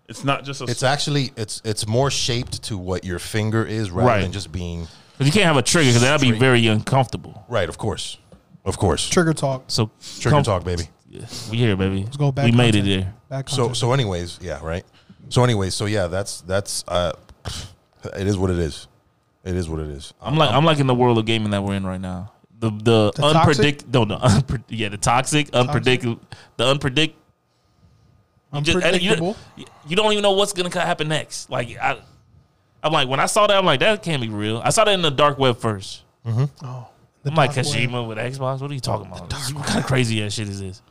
Speaker 3: It's not just a.
Speaker 5: It's actually it's it's more shaped to what your finger is rather
Speaker 1: Right.
Speaker 5: than just being
Speaker 1: 'Cause you can't have a trigger because that'd be very uncomfortable.
Speaker 5: right. Of course, of course.
Speaker 4: Trigger talk.
Speaker 1: So
Speaker 5: Trigger
Speaker 1: com-
Speaker 5: talk, baby.
Speaker 1: We here, baby. Let's
Speaker 4: go back
Speaker 1: We made it
Speaker 4: content.
Speaker 1: there.
Speaker 4: Back
Speaker 5: So
Speaker 4: contact.
Speaker 5: so anyways, yeah, right. So anyways, so yeah, that's that's uh, it is what it is. It is what it is.
Speaker 1: I'm like I'm like in the world of gaming that we're in right now. The the,
Speaker 4: The toxic?
Speaker 1: unpredict no no unpre- yeah the toxic unpredictable the unpredict you just- and you-
Speaker 4: Unpredictable.
Speaker 1: You, don't even know what's gonna ca- happen next. Like I, I'm like when I saw that I'm like that can't be real. I saw that in the dark web first.
Speaker 4: oh, the
Speaker 1: I'm like
Speaker 4: dark web.
Speaker 1: Kashima with Xbox. What are you talking about? What kind of crazy ass shit is this?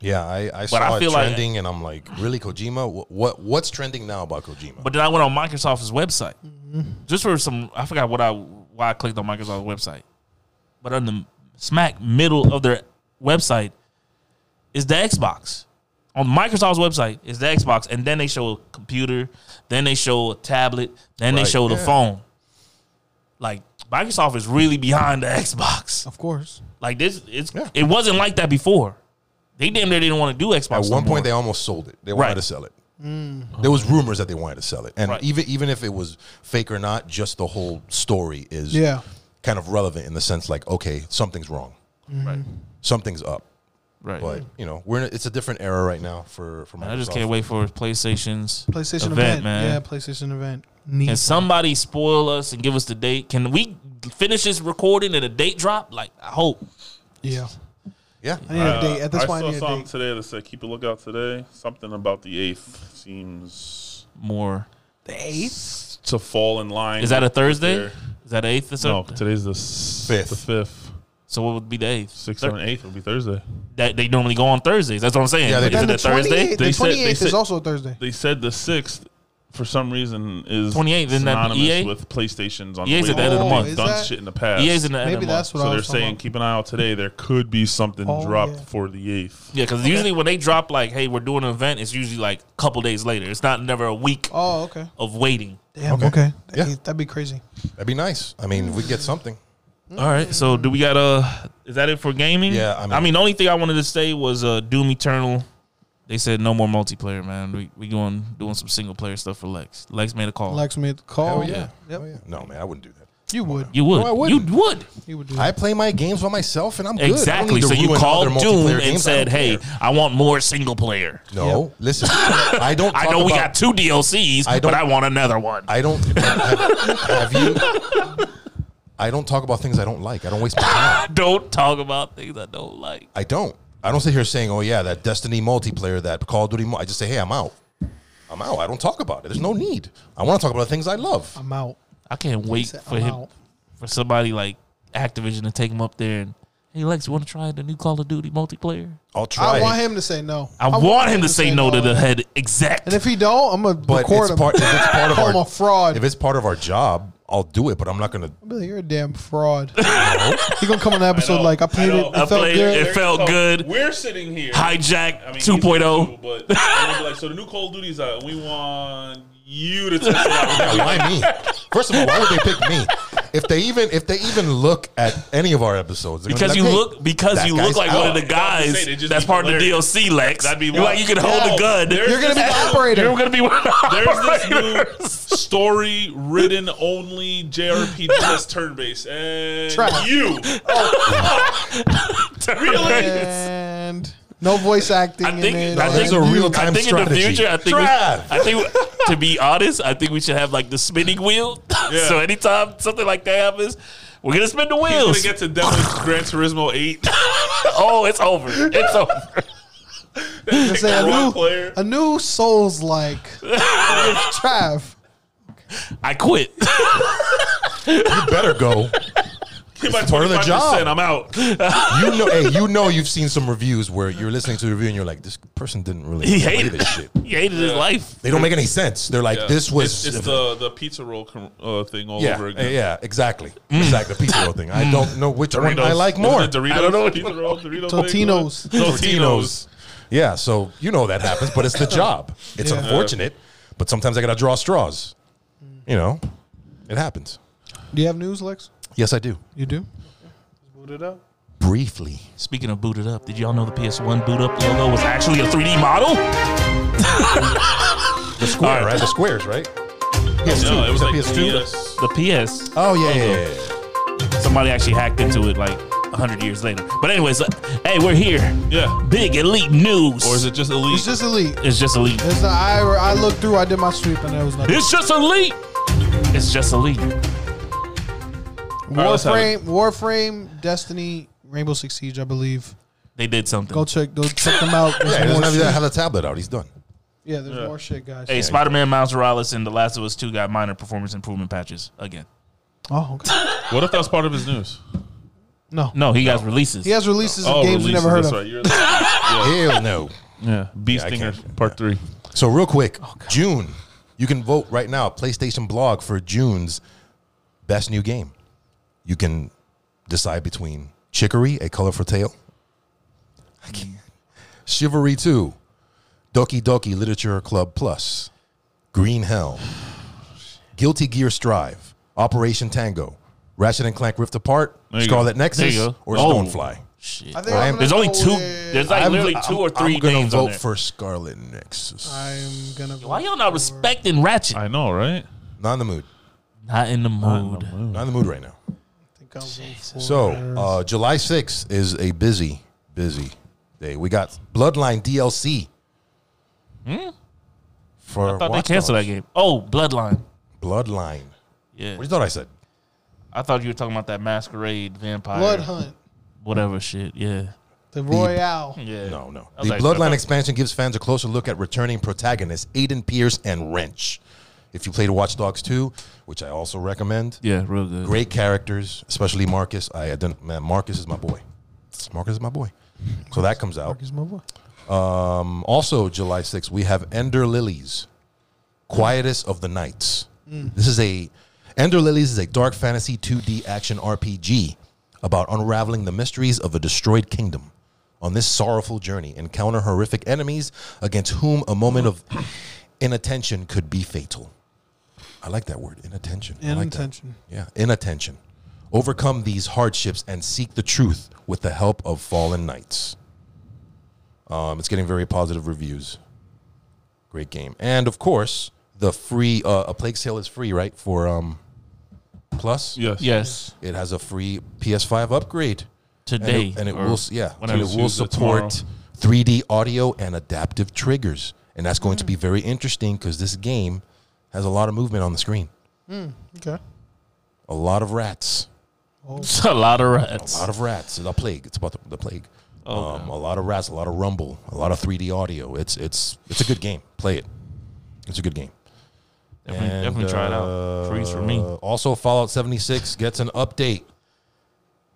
Speaker 5: Yeah, I, I saw
Speaker 1: I
Speaker 5: it
Speaker 1: feel like-
Speaker 5: trending, and I'm like, really, Kojima? What, what what's trending now about Kojima?
Speaker 1: But then I went on Microsoft's website just for some. I forgot what I why I clicked on Microsoft's website, but on the smack middle of their website is the Xbox. On Microsoft's website is the Xbox, and then they show a computer, then they show a tablet, then they
Speaker 5: Right,
Speaker 1: show the
Speaker 5: yeah.
Speaker 1: phone. Like Microsoft is really behind the Xbox.
Speaker 4: Of course.
Speaker 1: Like this, it's
Speaker 5: Yeah.
Speaker 1: it wasn't like that before. They damn near didn't want to do Xbox.
Speaker 5: At
Speaker 1: no
Speaker 5: one
Speaker 1: more.
Speaker 5: point, they almost sold it. They wanted
Speaker 1: Right.
Speaker 5: to sell it. There was rumors that they wanted to sell it, and
Speaker 1: Right.
Speaker 5: even even if it was fake or not, just the whole story is
Speaker 4: Yeah.
Speaker 5: kind of relevant in the sense like, okay, something's wrong,
Speaker 1: right,
Speaker 5: something's up.
Speaker 1: right.
Speaker 5: But you know, we're in a, it's a different era right now for for Microsoft.
Speaker 1: Man, I just can't wait for PlayStation's
Speaker 4: PlayStation event.
Speaker 1: event, man.
Speaker 4: Yeah, PlayStation event. Neat.
Speaker 1: Can somebody spoil us and give us the date? Can we finish this recording and a date drop? Like I hope.
Speaker 4: Yeah.
Speaker 5: Yeah,
Speaker 4: I need a date. At this
Speaker 3: I
Speaker 4: point, I
Speaker 3: saw
Speaker 4: need a
Speaker 3: something
Speaker 4: date.
Speaker 3: today that said keep a lookout today. Something about the eighth seems
Speaker 1: more.
Speaker 4: The eighth.
Speaker 3: to fall in line.
Speaker 1: Is that a
Speaker 3: with
Speaker 1: Thursday?
Speaker 3: their-
Speaker 1: Is that the eighth or
Speaker 3: No,
Speaker 1: something?
Speaker 3: today's the s-
Speaker 5: Fifth.
Speaker 3: The fifth,
Speaker 1: So what would be the eighth?
Speaker 3: sixth,
Speaker 1: Thir-
Speaker 3: and eighth will be Thursday.
Speaker 1: That they normally go on Thursdays. That's what I'm saying.
Speaker 5: Yeah, they
Speaker 1: is it
Speaker 5: do.
Speaker 1: a Thursday?
Speaker 4: The
Speaker 3: They said- they
Speaker 4: twenty eighth is
Speaker 3: said-
Speaker 4: also a Thursday.
Speaker 3: They said the sixth, for some reason, is
Speaker 1: 28th, isn't that E
Speaker 3: synonymous
Speaker 1: EA?
Speaker 3: with PlayStation's on
Speaker 1: EA's
Speaker 3: the
Speaker 1: at the end of the
Speaker 4: Oh,
Speaker 1: month.
Speaker 4: is
Speaker 3: done
Speaker 4: that-
Speaker 3: shit in the past.
Speaker 1: EA's E in the end
Speaker 4: Maybe
Speaker 1: of the month.
Speaker 4: that's what
Speaker 3: so
Speaker 4: I
Speaker 3: they're
Speaker 4: was talking
Speaker 3: saying
Speaker 4: about.
Speaker 3: keep an eye out today. There could be something
Speaker 4: Oh,
Speaker 3: dropped
Speaker 4: yeah.
Speaker 3: for the eighth.
Speaker 1: Yeah, because usually when they drop like, "Hey, we're doing an event," it's usually like a couple days later. It's not never a week
Speaker 4: Oh, okay.
Speaker 1: of waiting.
Speaker 4: Damn. Okay.
Speaker 5: Okay.
Speaker 4: That-
Speaker 5: Yeah.
Speaker 4: That'd be crazy.
Speaker 5: that'd be nice. I mean, if we get something.
Speaker 1: All right. So do we got uh is that it for gaming?
Speaker 5: Yeah,
Speaker 1: I
Speaker 5: I
Speaker 1: mean,
Speaker 5: mean-
Speaker 1: I mean the only thing I wanted to say was uh Doom Eternal. They said no more multiplayer, man. We we going doing some single player stuff for Lex. Lex made a call.
Speaker 4: Lex made the
Speaker 5: Oh
Speaker 4: call.
Speaker 5: yeah.
Speaker 4: Yep.
Speaker 5: Hell yeah. No man, I wouldn't do that.
Speaker 4: You would.
Speaker 1: you would.
Speaker 5: No, I
Speaker 1: you
Speaker 5: wouldn't.
Speaker 1: would.
Speaker 4: You would do.
Speaker 5: I play my games by myself, and I'm good. I don't
Speaker 1: Exactly.
Speaker 5: need to
Speaker 1: So you
Speaker 5: ruin
Speaker 1: called
Speaker 5: other
Speaker 1: Doom
Speaker 5: multiplayer
Speaker 1: and
Speaker 5: games. I
Speaker 1: said,
Speaker 5: don't
Speaker 1: "Hey,
Speaker 5: care."
Speaker 1: I want more single player.
Speaker 5: No, listen. I don't.
Speaker 1: I
Speaker 5: talk
Speaker 1: know we
Speaker 5: about-
Speaker 1: got two DLCs,
Speaker 5: I
Speaker 1: but
Speaker 5: don't-
Speaker 1: I want another one."
Speaker 5: I don't. Have, have you? I don't talk about things I don't like. I don't waste my time.
Speaker 1: don't talk about things I don't like.
Speaker 5: I don't. I don't sit here saying, "Oh yeah, that Destiny multiplayer, that Call of Duty." Mul-. I just say, "Hey, I'm out. I'm out. I don't talk about it. There's no need. I want to talk about the things I love."
Speaker 4: I'm out.
Speaker 1: I can't wait
Speaker 4: said,
Speaker 1: for
Speaker 4: "I'm
Speaker 1: him
Speaker 4: out."
Speaker 1: for somebody like Activision to take him up there and hey Lex, you want to try the new Call of Duty multiplayer?
Speaker 5: I'll try.
Speaker 4: I want
Speaker 5: it,
Speaker 4: him to say no.
Speaker 1: I, want, him to say no to the head exact.
Speaker 4: And if he don't, I'm gonna
Speaker 5: but
Speaker 4: record
Speaker 5: it's
Speaker 4: him.
Speaker 5: part. If it's part of
Speaker 4: Call him
Speaker 5: our
Speaker 4: a fraud.
Speaker 5: If it's part of our job, I'll do it. But I'm not gonna.
Speaker 4: Billy, you're a damn fraud. he gonna come on the episode
Speaker 3: know,
Speaker 4: like I played
Speaker 3: I
Speaker 4: it.
Speaker 3: know.
Speaker 4: It
Speaker 3: I
Speaker 4: felt
Speaker 1: played
Speaker 4: good.
Speaker 1: it. felt
Speaker 3: So
Speaker 1: good.
Speaker 3: We're sitting here.
Speaker 1: Hijack
Speaker 3: I mean,
Speaker 1: 2.0.
Speaker 3: he's But I would be like, so the new Call of Duty's out. We want you to test it out.
Speaker 5: Yeah, why me? First of all, why would they pick me? If they even if they even look at any of our episodes, they're
Speaker 1: because
Speaker 5: gonna be like,
Speaker 1: you
Speaker 5: "Hey,
Speaker 1: look because
Speaker 5: that
Speaker 1: you look
Speaker 5: guy's
Speaker 1: like one of
Speaker 5: out."
Speaker 1: the
Speaker 3: I was about to
Speaker 1: guys
Speaker 3: say, they just
Speaker 1: that's
Speaker 3: be
Speaker 1: part of the
Speaker 3: hilarious.
Speaker 1: DLC, Lex.
Speaker 3: That'd be
Speaker 1: You're like you can hold
Speaker 3: Yo,
Speaker 1: the gun.
Speaker 3: there's
Speaker 4: You're gonna be the
Speaker 3: this-
Speaker 1: You're
Speaker 4: operator.
Speaker 1: gonna be one of the
Speaker 3: There's this
Speaker 1: operators.
Speaker 3: new story-ridden only JRPG that's turn-based, and
Speaker 4: Trap.
Speaker 3: you really
Speaker 4: And no voice acting.
Speaker 1: I think
Speaker 4: in it.
Speaker 1: I
Speaker 4: and
Speaker 1: think
Speaker 5: there's a real
Speaker 1: I
Speaker 5: time
Speaker 1: think
Speaker 5: strategy.
Speaker 1: in the future, I think we-
Speaker 5: Trav.
Speaker 1: I think to be honest, I think we should have like the spinning wheel.
Speaker 3: Yeah.
Speaker 1: so anytime something like that happens, we're gonna spin the
Speaker 3: He's gonna
Speaker 1: wheels.
Speaker 3: get to demo Gran Turismo Eight.
Speaker 1: oh, it's over. It's over.
Speaker 4: Just say a
Speaker 3: Role
Speaker 4: new,
Speaker 3: player.
Speaker 4: a new Souls like Trav.
Speaker 1: I quit.
Speaker 5: You better go.
Speaker 3: Get my
Speaker 5: part of the job.
Speaker 3: 25%, I'm out.
Speaker 5: You know, hey, you know, you've seen some reviews where you're listening to the review and you're like, this person didn't really
Speaker 1: He
Speaker 5: play
Speaker 1: hated
Speaker 5: this shit.
Speaker 1: He hated his life.
Speaker 5: They don't make any sense. They're like,
Speaker 3: Yeah.
Speaker 5: this was
Speaker 3: it's, it's the the pizza roll com- uh, thing all
Speaker 5: yeah,
Speaker 3: over again.
Speaker 5: yeah, exactly, exactly. The pizza roll thing. I don't know which one I
Speaker 3: Doritos.
Speaker 5: like
Speaker 3: Isn't
Speaker 5: more.
Speaker 3: it Doritos,
Speaker 1: I don't know what-
Speaker 3: Pizza roll, Dorito
Speaker 4: Totino's.
Speaker 3: thing? Totino's.
Speaker 5: Totino's. Yeah, so you know that happens, but it's the job. It's
Speaker 4: Yeah.
Speaker 5: unfortunate, but sometimes I gotta draw straws. You know, it happens.
Speaker 4: Do you have news, Lex?
Speaker 5: Yes, I do.
Speaker 4: You do.
Speaker 5: Briefly,
Speaker 1: Speaking of booted up, did y'all know the PS1 boot up logo was actually a 3D model?
Speaker 5: the square,
Speaker 1: right.
Speaker 5: right? The squares, right? Yes,
Speaker 3: No, it was like
Speaker 5: PS2.
Speaker 3: PS.
Speaker 1: The PS.
Speaker 5: Oh yeah, yeah, yeah, yeah.
Speaker 1: Somebody actually hacked into it like hundred years later. But anyways, uh, hey, we're here.
Speaker 3: Yeah.
Speaker 1: Big elite news.
Speaker 3: Or is it just elite?
Speaker 4: It's just elite.
Speaker 1: It's just elite.
Speaker 4: It's the I, I looked through. I did my sweep, and there was nothing.
Speaker 1: It's just elite. It's just elite.
Speaker 3: right, let's have
Speaker 4: Warframe, Warframe, Destiny, Rainbow Six Siege. I believe.
Speaker 1: They did something.
Speaker 4: Go check. Go check them out. There's
Speaker 5: Yeah, he
Speaker 4: more
Speaker 5: doesn't have,
Speaker 4: shit.
Speaker 5: to have the tablet out. He's done.
Speaker 4: yeah, there's more shit, guys.
Speaker 1: Hey, Spider Man Miles Morales and The Last of Us 2 got minor performance improvement patches again.
Speaker 4: Oh okay.
Speaker 3: What if that's part of his news?
Speaker 4: no.
Speaker 1: No, he got releases.
Speaker 4: He has releases of games you never heard
Speaker 3: Oh, releases,
Speaker 4: of.
Speaker 3: that's Right.
Speaker 5: Hell no.
Speaker 3: You're yeah, Bee
Speaker 5: I
Speaker 3: Stinger
Speaker 5: can't-
Speaker 3: Part Three.
Speaker 5: So real quick, June, you can vote right now. PlayStation Blog for June's best new game. You can decide between Chicory, A Colorful Tale, I can't. Chivalry 2, Doki Doki Literature Club Plus, Green Hell, Guilty Gear Strive, Operation Tango, Ratchet and Clank Rift Apart,
Speaker 3: There you go.
Speaker 5: Scarlet
Speaker 1: There
Speaker 5: Nexus,
Speaker 1: you go.
Speaker 5: or
Speaker 1: Oh.
Speaker 5: Stonefly.
Speaker 1: Shit.
Speaker 4: I Oh, think
Speaker 5: I
Speaker 4: I
Speaker 5: am-
Speaker 4: am,
Speaker 1: There's only two. There's like
Speaker 5: I'm-
Speaker 1: literally
Speaker 5: I'm-
Speaker 1: two or three
Speaker 5: I'm gonna
Speaker 1: names on
Speaker 5: vote
Speaker 1: there.
Speaker 5: for Scarlet Nexus.
Speaker 4: I'm gonna.
Speaker 1: Why
Speaker 4: vote
Speaker 1: y'all not
Speaker 4: for-
Speaker 1: respecting Ratchet?
Speaker 3: I know, right?
Speaker 5: Not in the mood.
Speaker 1: Not in the mood.
Speaker 5: Not in the mood right now.
Speaker 4: I think I'll vote for-
Speaker 5: So, uh, July 6th is a busy, busy day. We got Bloodline DLC. For
Speaker 1: Hmm? I thought they
Speaker 5: Watch
Speaker 1: canceled that
Speaker 5: Dogs.
Speaker 1: game. Oh, Bloodline.
Speaker 5: Bloodline.
Speaker 1: Yeah.
Speaker 5: What you thought I said?
Speaker 1: I thought you were talking about that masquerade vampire.
Speaker 4: Blood Hunt,
Speaker 1: Whatever shit. Yeah.
Speaker 4: the Royale.
Speaker 1: Yeah.
Speaker 5: No, no.
Speaker 1: I
Speaker 5: The
Speaker 1: was like,
Speaker 5: Bloodline
Speaker 1: okay.
Speaker 5: expansion gives fans a closer look at returning protagonists Aiden Pierce and Wrench. If you played Watch Dogs 2, which I also recommend,
Speaker 1: Yeah, real good.
Speaker 5: great characters, especially Marcus. I ident- man, Marcus is my boy. Marcus is my boy. So that comes out.
Speaker 4: Marcus, my boy.
Speaker 5: Um, also, July 6th, we have Ender Lilies, Quietest of the Nights.
Speaker 4: Mm.
Speaker 5: This is a Ender Lilies is a dark fantasy 2D action RPG about unraveling the mysteries of a destroyed kingdom. On this sorrowful journey, encounter horrific enemies against whom a moment of inattention could be fatal. I like that word, inattention. I like that.
Speaker 4: Inattention.
Speaker 5: Yeah, inattention. Overcome these hardships and seek the truth with the help of fallen knights. Um, it's getting very positive reviews. Great game, and of course, the free uh, a Plague Sale is free, right? For um, Plus,
Speaker 3: Yes.
Speaker 1: Yes.
Speaker 5: it has a free PS5 upgrade and
Speaker 1: Today.
Speaker 5: it, and it
Speaker 1: or
Speaker 5: will s- yeah, and
Speaker 1: whenever.
Speaker 5: it
Speaker 3: it's
Speaker 5: will
Speaker 3: used, uh,
Speaker 5: support 3D audio and adaptive triggers, and that's going to be very interesting because this game has a lot of movement on the screen,
Speaker 4: Okay.
Speaker 5: a lot of rats.
Speaker 1: It's a lot of
Speaker 5: A
Speaker 1: rats.
Speaker 5: lot of rats. It's a plague. It's about the, the plague.
Speaker 1: Oh,
Speaker 5: Um, a lot of rats. A lot of rumble. A lot of 3D audio. It's it's it's a good game. Play it. It's a good game.
Speaker 1: definitely definitely try it out. Freeze for me.
Speaker 5: Uh, Also, Fallout 76 gets an update.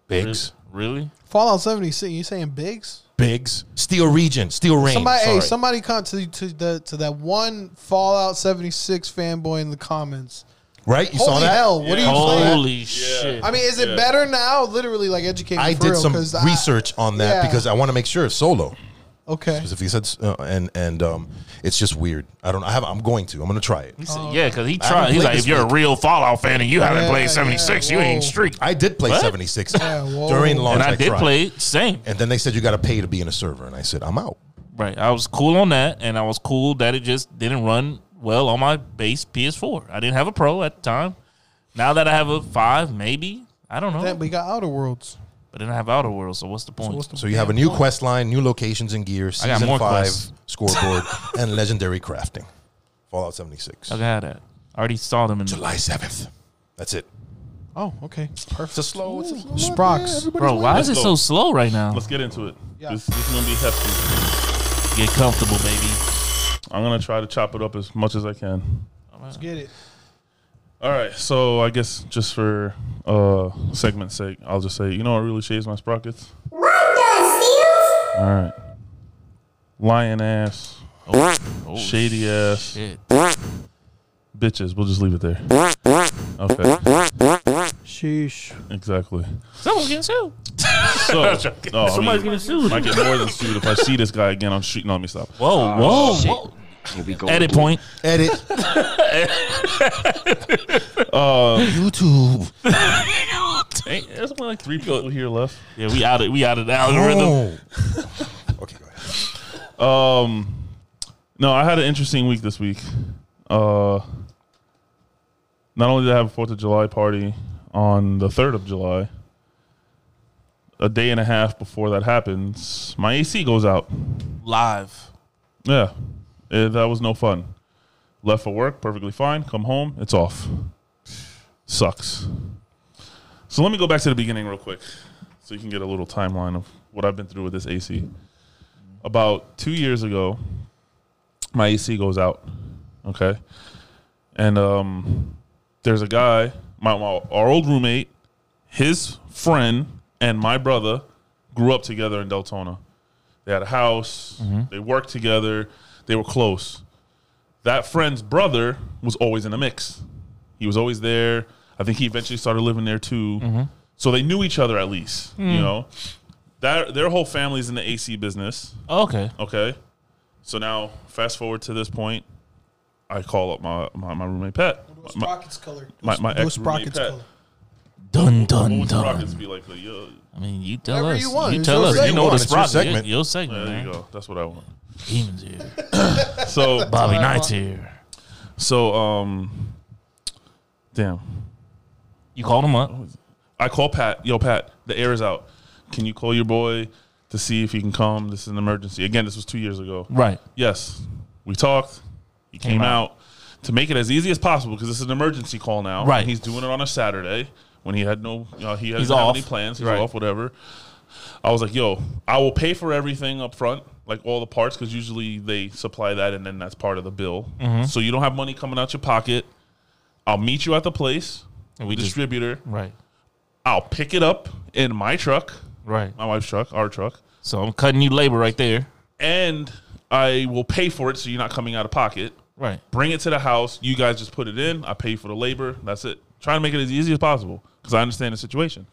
Speaker 5: Biggs,
Speaker 1: Really?
Speaker 4: Fallout 76. You saying Biggs?
Speaker 5: Biggs, Steel Region, Steel Rain.
Speaker 4: Somebody, hey,
Speaker 5: sorry.
Speaker 4: somebody come to to the to that one Fallout 76 fanboy in the comments.
Speaker 5: right? You saw
Speaker 4: Holy
Speaker 5: that?
Speaker 4: hell! What
Speaker 3: Yeah.
Speaker 4: are you playing?
Speaker 1: Holy shit.
Speaker 4: I mean, is it
Speaker 3: Yeah.
Speaker 4: better now? Literally, like educate. me
Speaker 5: I
Speaker 4: for
Speaker 5: did
Speaker 4: real,
Speaker 5: some
Speaker 4: 'cause I-
Speaker 5: research on that
Speaker 4: Yeah.
Speaker 5: because I want to make sure solo.
Speaker 4: Okay.
Speaker 5: Because if he said uh, and and um, it's just weird. I don't. I have. I'm going to. I'm going to try it.
Speaker 1: He said- yeah, because he
Speaker 5: I haven't
Speaker 1: tried. He's
Speaker 5: played
Speaker 1: like,
Speaker 5: this
Speaker 1: if you're a
Speaker 5: week.
Speaker 1: real Fallout fan and you haven't
Speaker 4: Yeah,
Speaker 1: played 76,
Speaker 4: yeah,
Speaker 1: you ain't
Speaker 4: whoa.
Speaker 1: street.
Speaker 5: I did play
Speaker 1: What?
Speaker 5: 76
Speaker 4: Yeah, whoa.
Speaker 5: during launch.
Speaker 1: and I did
Speaker 5: tried.
Speaker 1: play it. Same.
Speaker 5: And then they said you got to pay to be in a server, and I said I'm out.
Speaker 1: Right. I was cool on that, and I was cool that it just didn't run well on my base PS4. I didn't have a Pro at the time. Now that I have a five, maybe I don't know.
Speaker 4: Then we got Outer Worlds.
Speaker 1: but then I have Outer Worlds, so what's the point?
Speaker 4: What's the
Speaker 5: So you have a new quest line, new locations and gear,
Speaker 1: I got
Speaker 5: season
Speaker 1: more
Speaker 5: five
Speaker 1: quests.
Speaker 5: scoreboard, and legendary crafting. Fallout 76,
Speaker 1: I got that. I already saw them in
Speaker 5: July 7th. That's it.
Speaker 4: Oh, okay.
Speaker 5: It's a slow. It's a slow
Speaker 4: Sprox.
Speaker 5: month, yeah, everybody's
Speaker 1: Bro, why is
Speaker 3: Let's
Speaker 1: it
Speaker 3: go.
Speaker 1: so slow right now?
Speaker 3: Let's get into it.
Speaker 4: Yeah.
Speaker 3: This, this is gonna be hefty.
Speaker 1: Get comfortable, baby.
Speaker 3: I'm gonna try to chop it up as much as I can.
Speaker 4: Let's get it.
Speaker 3: All right, so I guess just for uh segment's sake, I'll just say, you know what really shaves my sprockets? All right. Lion ass,
Speaker 1: Oh,
Speaker 3: shady ass,
Speaker 1: shit.
Speaker 3: bitches. We'll just leave it there. Okay,
Speaker 4: Sheesh.
Speaker 3: exactly.
Speaker 1: Someone's getting sued.
Speaker 3: So, no, I
Speaker 1: Somebody's
Speaker 3: mean,
Speaker 1: getting sued.
Speaker 3: I get more than sued if I see this guy again on the street. No, let me stop.
Speaker 1: Whoa, whoa,
Speaker 5: Oh,
Speaker 1: whoa. Edit point.
Speaker 5: Edit.
Speaker 1: Um,
Speaker 5: YouTube.
Speaker 3: Hey, there's only like three people here left.
Speaker 1: Yeah, we out of we out of the algorithm.
Speaker 5: Oh. okay, go ahead.
Speaker 3: Um, no, I had an interesting week this week. Uh, not only did I have a Fourth of July party on the third of July, a day and a half before that happens, my AC goes out.
Speaker 1: Live.
Speaker 3: Yeah, Eh, that was no fun. Left for work, perfectly fine. Come home, it's off. Sucks. So let me go back to the beginning real quick, so you can get a little timeline of what I've been through with this AC. About two years ago, my AC goes out. Okay, and um, there's a guy, my, my our old roommate, his friend, and my brother grew up together in Deltona. They had a house. They worked together. They were close. That friend's brother was always in the mix. He was always there. I think he eventually started living there too. So they knew each other at least. You know, that their whole family's in the AC business.
Speaker 1: Okay.
Speaker 3: Okay. So now, fast forward to this point, I call up my my, my roommate Pat. My-
Speaker 4: Sprockets color.
Speaker 3: my- my
Speaker 4: Do a
Speaker 3: ex-roommate
Speaker 4: Sprockets
Speaker 3: Pat.
Speaker 4: color.
Speaker 1: Dun
Speaker 3: what
Speaker 1: dun
Speaker 3: would
Speaker 1: dun.
Speaker 3: Rockets be like? Like, yo,
Speaker 1: I mean, you tell
Speaker 4: Whatever
Speaker 1: us.
Speaker 4: you
Speaker 1: You,
Speaker 4: want. It's
Speaker 1: tell
Speaker 4: your
Speaker 1: us. You know
Speaker 4: segment.
Speaker 1: what a
Speaker 5: It's your
Speaker 1: Sprocket
Speaker 5: segment.
Speaker 1: segment. Your segment,
Speaker 3: there you
Speaker 1: man.
Speaker 3: go. That's what I want.
Speaker 1: Demons here.
Speaker 3: So,
Speaker 1: Bobby Knight's here.
Speaker 3: so um, damn.
Speaker 1: You called him up.
Speaker 3: I call Pat. Yo, Pat, the air is out. Can you call your boy to see if he can come? This is an emergency. Again, this was two years ago.
Speaker 1: Right.
Speaker 3: Yes, we talked. He came,
Speaker 1: Came
Speaker 3: out.
Speaker 1: out.
Speaker 3: to make it as easy as possible because this is an emergency call now.
Speaker 1: Right.
Speaker 3: He's doing it on a Saturday when he had no, you know, he
Speaker 1: He's
Speaker 3: doesn't have
Speaker 1: off.
Speaker 3: any plans. He's
Speaker 1: Right.
Speaker 3: off, whatever. I was like, yo, I will pay for everything up front, like all the parts, because usually they supply that and then that's part of the bill.
Speaker 1: Mm-hmm.
Speaker 3: So you don't have money coming out your pocket. I'll meet you at the place,
Speaker 1: And we just-
Speaker 3: distributor.
Speaker 1: Right.
Speaker 3: I'll pick it up in my truck,
Speaker 1: Right.
Speaker 3: my wife's truck, our truck,
Speaker 1: So I'm cutting you labor right there.
Speaker 3: and I will pay for it so you're not coming out of pocket.
Speaker 1: Right.
Speaker 3: Bring it to the house. You guys just put it in. I pay for the labor. That's it. Trying to make it as easy as possible because I understand the situation.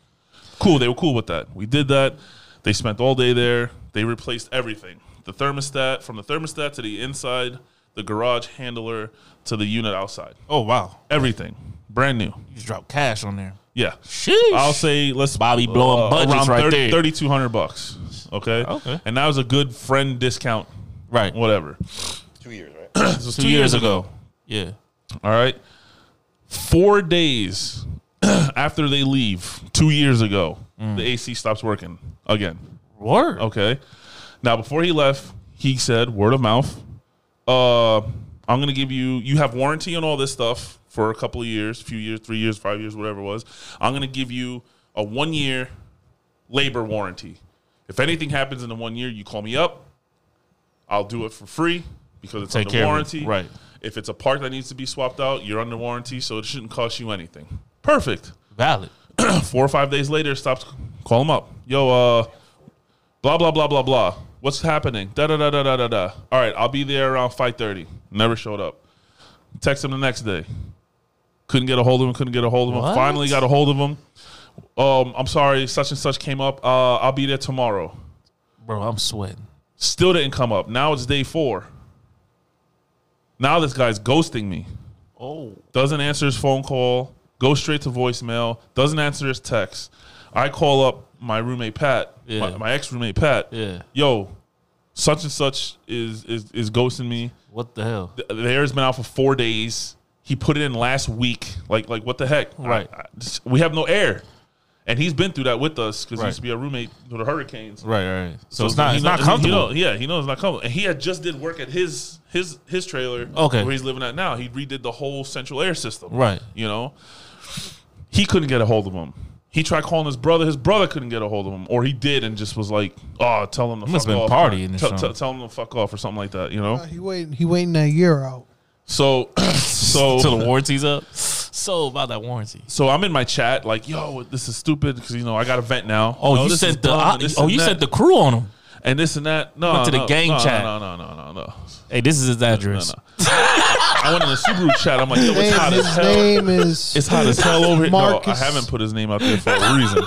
Speaker 3: Cool. They were cool with that. We did that. They spent all day there. They replaced everything the thermostat, from the thermostat to the inside, the garage handler to the unit outside.
Speaker 1: Oh wow.
Speaker 3: Everything. Brand new.
Speaker 1: You just dropped cash on there.
Speaker 3: Yeah.
Speaker 1: Sheesh.
Speaker 3: I'll say let's uh,
Speaker 1: Bobby blowing budgets
Speaker 3: around
Speaker 1: right
Speaker 3: 30
Speaker 1: there.
Speaker 3: 3200 bucks. Okay?
Speaker 1: Okay.
Speaker 3: And that was a good friend discount,
Speaker 1: right.
Speaker 3: whatever.
Speaker 5: Two years, right?
Speaker 3: This was
Speaker 1: Two, years, ago. Yeah.
Speaker 3: All right. 4 days after they leave 2 years ago,
Speaker 1: Mm.
Speaker 3: the AC stops working again.
Speaker 1: Word.
Speaker 3: Okay? Now before he left, he said word of mouth, uh I'm going to give you you have warranty on all this stuff for a couple of years, few years, 3 years, 5 years, whatever it was. I'm going to give you a 1 year labor warranty. If anything happens in the one year, you call me up. I'll do it for free because it's
Speaker 1: Take
Speaker 3: under
Speaker 1: care of it.
Speaker 3: warranty.
Speaker 1: Right.
Speaker 3: If it's a part that needs to be swapped out, you're under warranty, so it shouldn't cost you anything. Perfect.
Speaker 1: Valid.
Speaker 3: Four or five days later, stops. Call him up. Yo, uh, blah blah blah blah blah. What's happening? Da da da da da da da. All right, I'll be there around five thirty. Never showed up. Text him the next day. Couldn't get a hold of him. Couldn't get a hold of him.
Speaker 1: What?
Speaker 3: Finally got a hold of him. Um, I'm sorry, such and such came up. Uh, I'll be there tomorrow.
Speaker 1: Bro, I'm sweating.
Speaker 3: Still didn't come up. Now it's day four. Now this guy's ghosting me.
Speaker 1: Oh.
Speaker 3: Doesn't answer his phone call. Goes straight to voicemail. Doesn't answer his text. I call up my roommate Pat,
Speaker 1: Yeah.
Speaker 3: my, my ex roommate Pat.
Speaker 1: Yeah.
Speaker 3: Yo, such and such is is is ghosting me.
Speaker 1: What the hell?
Speaker 3: The, the air's been out for four days. He put it in last week. Like like what the heck?
Speaker 1: Right.
Speaker 3: I- I just- we have no air, and he's been through that with us because he
Speaker 1: Right.
Speaker 3: used to be a roommate through the hurricanes.
Speaker 1: Right, right. So, it's
Speaker 3: So
Speaker 1: not
Speaker 3: he
Speaker 1: it's
Speaker 3: know-
Speaker 1: not
Speaker 3: he know-
Speaker 1: comfortable.
Speaker 3: yeah, he knows it's not comfortable. And he had just did work at his his his trailer.
Speaker 1: Okay.
Speaker 3: where he's living at now. He redid the whole central air system.
Speaker 1: Right.
Speaker 3: You know, he couldn't get a hold of him. He tried calling his brother. His brother couldn't get a hold of him, or he did and just was like, "Oh, tell him to
Speaker 1: Must've
Speaker 3: fuck
Speaker 1: been
Speaker 3: off."
Speaker 1: partying or
Speaker 3: Tell-
Speaker 1: something.
Speaker 3: tell- tell him to fuck off or something like that. You know.
Speaker 4: He waiting. He waiting that year out.
Speaker 3: So so
Speaker 1: Till the warranty's up. Oh. So about that warranty.
Speaker 3: so I'm in my chat like, "Yo, this is stupid because you know I got a vent now."
Speaker 1: Oh,
Speaker 3: No,
Speaker 1: you
Speaker 3: this is
Speaker 1: sent the
Speaker 3: dumb, and this
Speaker 1: oh
Speaker 3: and
Speaker 1: you
Speaker 3: that,
Speaker 1: sent the crew on him.
Speaker 3: and this and that. No,
Speaker 1: Went to the
Speaker 3: no,
Speaker 1: gang
Speaker 3: no, no,
Speaker 1: chat.
Speaker 3: No, no, no, no, no.
Speaker 1: Hey, this is his address.
Speaker 3: no. I went in the Subaru chat. I'm like, yo, it's
Speaker 4: Name-
Speaker 3: hot as
Speaker 4: his
Speaker 3: hell.
Speaker 4: name is.
Speaker 3: It's hot as hell over here. No, I
Speaker 4: Marcus.
Speaker 3: haven't put his name out there for a reason.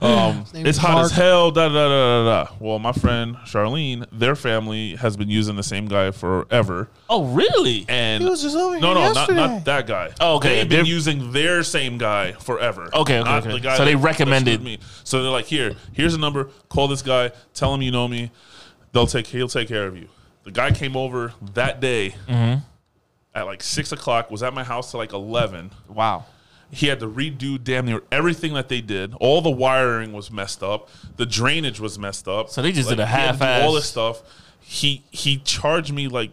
Speaker 3: Um,
Speaker 4: name
Speaker 3: it's
Speaker 4: is
Speaker 3: hot as
Speaker 4: Mark.
Speaker 3: hell. Da da da da da. Well, my friend Charlene, their family has been using the same guy forever,
Speaker 1: Oh, really?
Speaker 3: and
Speaker 4: He was just over
Speaker 3: no,
Speaker 4: here
Speaker 3: no,
Speaker 4: yesterday.
Speaker 3: not not that guy.
Speaker 1: Oh, Okay,
Speaker 3: they've been
Speaker 1: they're-
Speaker 3: using their same guy forever.
Speaker 1: Okay, okay,
Speaker 3: Not
Speaker 1: okay.
Speaker 3: the guy
Speaker 1: So they
Speaker 3: that- that
Speaker 1: recommended-
Speaker 3: screwed me. So they're like, here, here's a number. Call this guy. Tell him you know me. They'll take. He'll take care of you. The guy came over that day
Speaker 1: Mm-hmm.
Speaker 3: at like six o'clock. Was at my house till like eleven
Speaker 1: Wow.
Speaker 3: he had to redo damn near everything that they did. All the wiring was messed up. The drainage was messed up.
Speaker 1: So they just did a
Speaker 3: he had to do
Speaker 1: half-ass-
Speaker 3: all this stuff. He he charged me like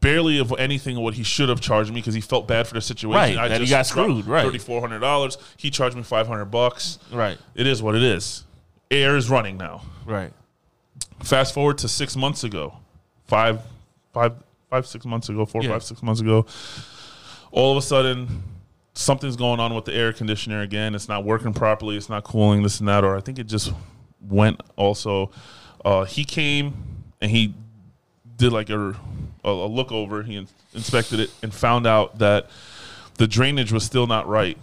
Speaker 3: barely of anything of what he should have charged me because he felt bad for the situation.
Speaker 1: Right, that he got screwed, right.
Speaker 3: thirty four hundred dollars. He charged me five hundred bucks.
Speaker 1: Right.
Speaker 3: It is what it is. Air is running now.
Speaker 1: Right.
Speaker 3: Fast forward to six months ago, five, five, five, six months ago, four,
Speaker 1: Yeah.
Speaker 3: five, six months ago. All of a sudden, something's going on with the air conditioner again. It's not working properly. It's not cooling this and that, or I think it just went. Also, uh, he came and he did like a a, a look over. He in- inspected it and found out that the drainage was still not right.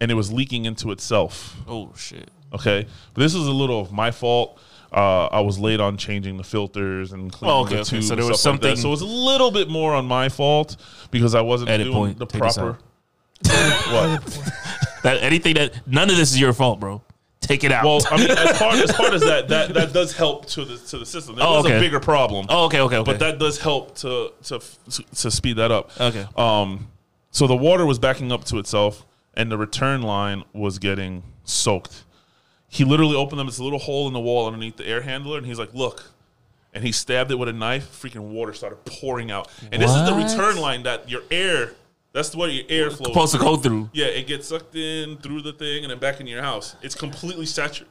Speaker 3: and it was leaking into itself.
Speaker 1: Oh shit.
Speaker 3: Okay, but this is a little of my fault. Uh, I was late on changing the filters and cleaning
Speaker 1: Oh, okay,
Speaker 3: the
Speaker 1: okay.
Speaker 3: tubes.
Speaker 1: So there
Speaker 3: and
Speaker 1: was
Speaker 3: stuff like that.
Speaker 1: something-
Speaker 3: So it was a little bit more on my fault because I wasn't
Speaker 1: Edit
Speaker 3: doing
Speaker 1: point.
Speaker 3: the
Speaker 1: Take this
Speaker 3: proper.
Speaker 1: out.
Speaker 3: what?
Speaker 1: That anything that none of this is your fault, bro. Take it out.
Speaker 3: Well, I mean, as part as part as that, that that does help to the to the system. That
Speaker 1: Oh,
Speaker 3: was
Speaker 1: okay.
Speaker 3: a bigger problem.
Speaker 1: oh, okay, okay, okay.
Speaker 3: but that does help to to f- to speed that up.
Speaker 1: Okay.
Speaker 3: Um, so the water was backing up to itself, and the return line was getting soaked. He literally opened up this little hole in the wall underneath the air handler, and he's like, "Look." And he stabbed it with a knife. Freaking water started pouring out. And this is the
Speaker 1: What?
Speaker 3: return line that your air. That's what your air flows.
Speaker 1: supposed to go through.
Speaker 3: Yeah, it gets sucked in through the thing and then back into your house. It's completely saturated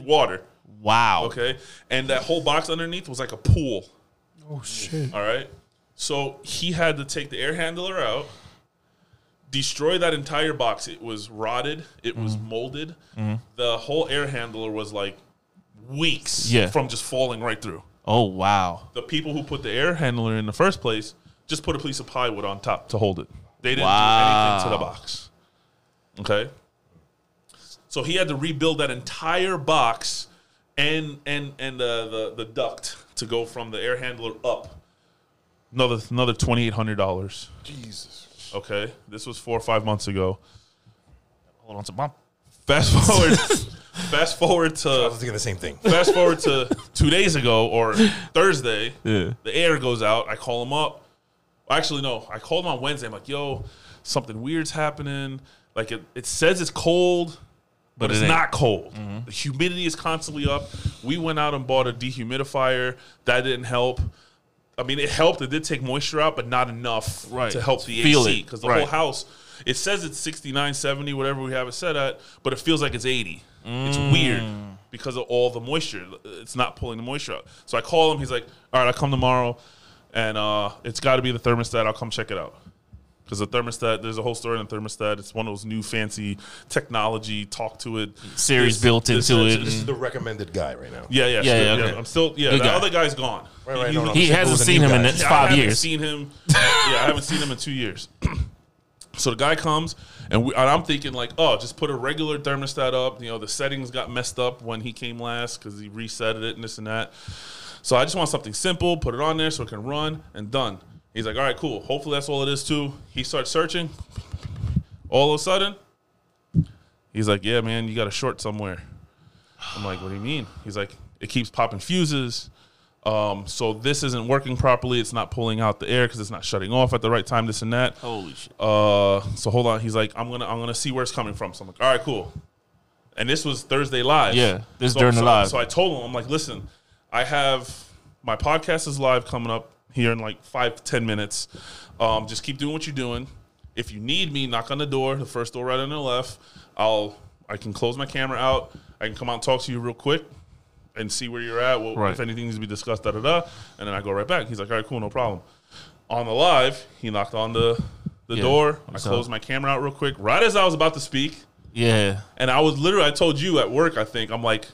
Speaker 3: water.
Speaker 1: Wow.
Speaker 3: Okay, and that whole box underneath was like a pool.
Speaker 4: Oh shit!
Speaker 3: All right. So he had to take the air handler out, destroy that entire box. It was rotted, it was molded. The whole air handler was like weeks
Speaker 1: Yeah.
Speaker 3: from just falling right through.
Speaker 1: Oh wow.
Speaker 3: The people who put the air handler in the first place just put a piece of plywood on top to hold it. They didn't do anything to the box. Okay. So he had to rebuild that entire box and and and the the, the duct to go from the air handler up. Another another twenty eight hundred dollars.
Speaker 5: Jesus.
Speaker 3: Okay, this was four or five months ago.
Speaker 1: Hold on to my
Speaker 3: Fast forward, fast forward
Speaker 5: I
Speaker 3: to
Speaker 5: was thinking the same thing.
Speaker 3: fast forward to two days ago or Thursday. The air goes out. I call him up. Actually, no, I called him on Wednesday. I'm like, yo, something weird's happening. Like it, it says it's cold, but, it's
Speaker 1: it ain't. Mm-hmm.
Speaker 3: not cold. The humidity is constantly up. We went out and bought a dehumidifier. That didn't help. I mean, it helped. It did take moisture out, but not enough
Speaker 1: Right.
Speaker 3: to help the
Speaker 1: Feel
Speaker 3: AC
Speaker 1: it.
Speaker 3: because the
Speaker 1: Right.
Speaker 3: whole house. It says it's 69, 70, whatever we have it set at, but it feels like it's 80. It's weird
Speaker 1: Mm.
Speaker 3: because of all the moisture. It's not pulling the moisture out. So I call him. He's like, "All right, I'll come tomorrow, and uh, it's got to be the thermostat. I'll come check it out." Because the thermostat, there's a whole story in the thermostat. It's one of those new fancy technology. Talk to it
Speaker 1: series
Speaker 3: This-
Speaker 1: built
Speaker 3: this-
Speaker 1: into
Speaker 3: this-
Speaker 1: it.
Speaker 5: This is
Speaker 1: and-
Speaker 5: the recommended guy right now.
Speaker 3: yeah,
Speaker 1: Yeah,
Speaker 3: yeah, yeah,
Speaker 1: yeah,
Speaker 3: yeah.
Speaker 1: okay.
Speaker 3: I'm still, yeah.
Speaker 1: Good
Speaker 3: the
Speaker 1: guy.
Speaker 3: other guy's gone.
Speaker 5: Right, right,
Speaker 3: He-
Speaker 5: no,
Speaker 3: he-
Speaker 5: no, I'm
Speaker 1: He
Speaker 5: saying
Speaker 1: hasn't
Speaker 5: those are
Speaker 1: seen
Speaker 5: new
Speaker 1: him in
Speaker 5: guys.
Speaker 1: the-
Speaker 3: Yeah,
Speaker 1: five
Speaker 3: I haven't
Speaker 1: years.
Speaker 3: seen him. yeah, I haven't seen him in two years. so the guy comes, and, we, and I'm thinking like, oh, just put a regular thermostat up. You know, the settings got messed up when he came last because he reset it and this and that. So I just want something simple. Put it on there so it can run and done. He's like, all right, cool. Hopefully that's all it is too. He starts searching. All of a sudden, he's like, yeah, man, you got a short somewhere. I'm like, what do you mean? He's like, it keeps popping fuses. Um, so this isn't working properly. It's not pulling out the air because it's not shutting off at the right time. This and that.
Speaker 1: Holy shit.
Speaker 3: Uh, so hold on. He's like, I'm gonna, I'm gonna see where it's coming from. So I'm like, all right, cool. And this was Thursday live.
Speaker 1: Yeah, this
Speaker 3: so,
Speaker 1: during the
Speaker 3: so-
Speaker 1: live.
Speaker 3: So I told him, I'm like, listen, I have my podcast is live coming up here in like five to ten minutes. Um, just keep doing what you're doing. If you need me, knock on the door, the first door right on the left. I'll, I can close my camera out. I can come out and talk to you real quick and see where you're at. Well,
Speaker 1: Right.
Speaker 3: if anything needs to be discussed, da da da. And then I go right back. He's like, all right, cool, no problem. On the live, he knocked on the the
Speaker 1: Yeah,
Speaker 3: door. I
Speaker 1: so-
Speaker 3: closed my camera out real quick, right as I was about to speak.
Speaker 1: Yeah.
Speaker 3: And I was literally, I told you at work, I think, I'm like,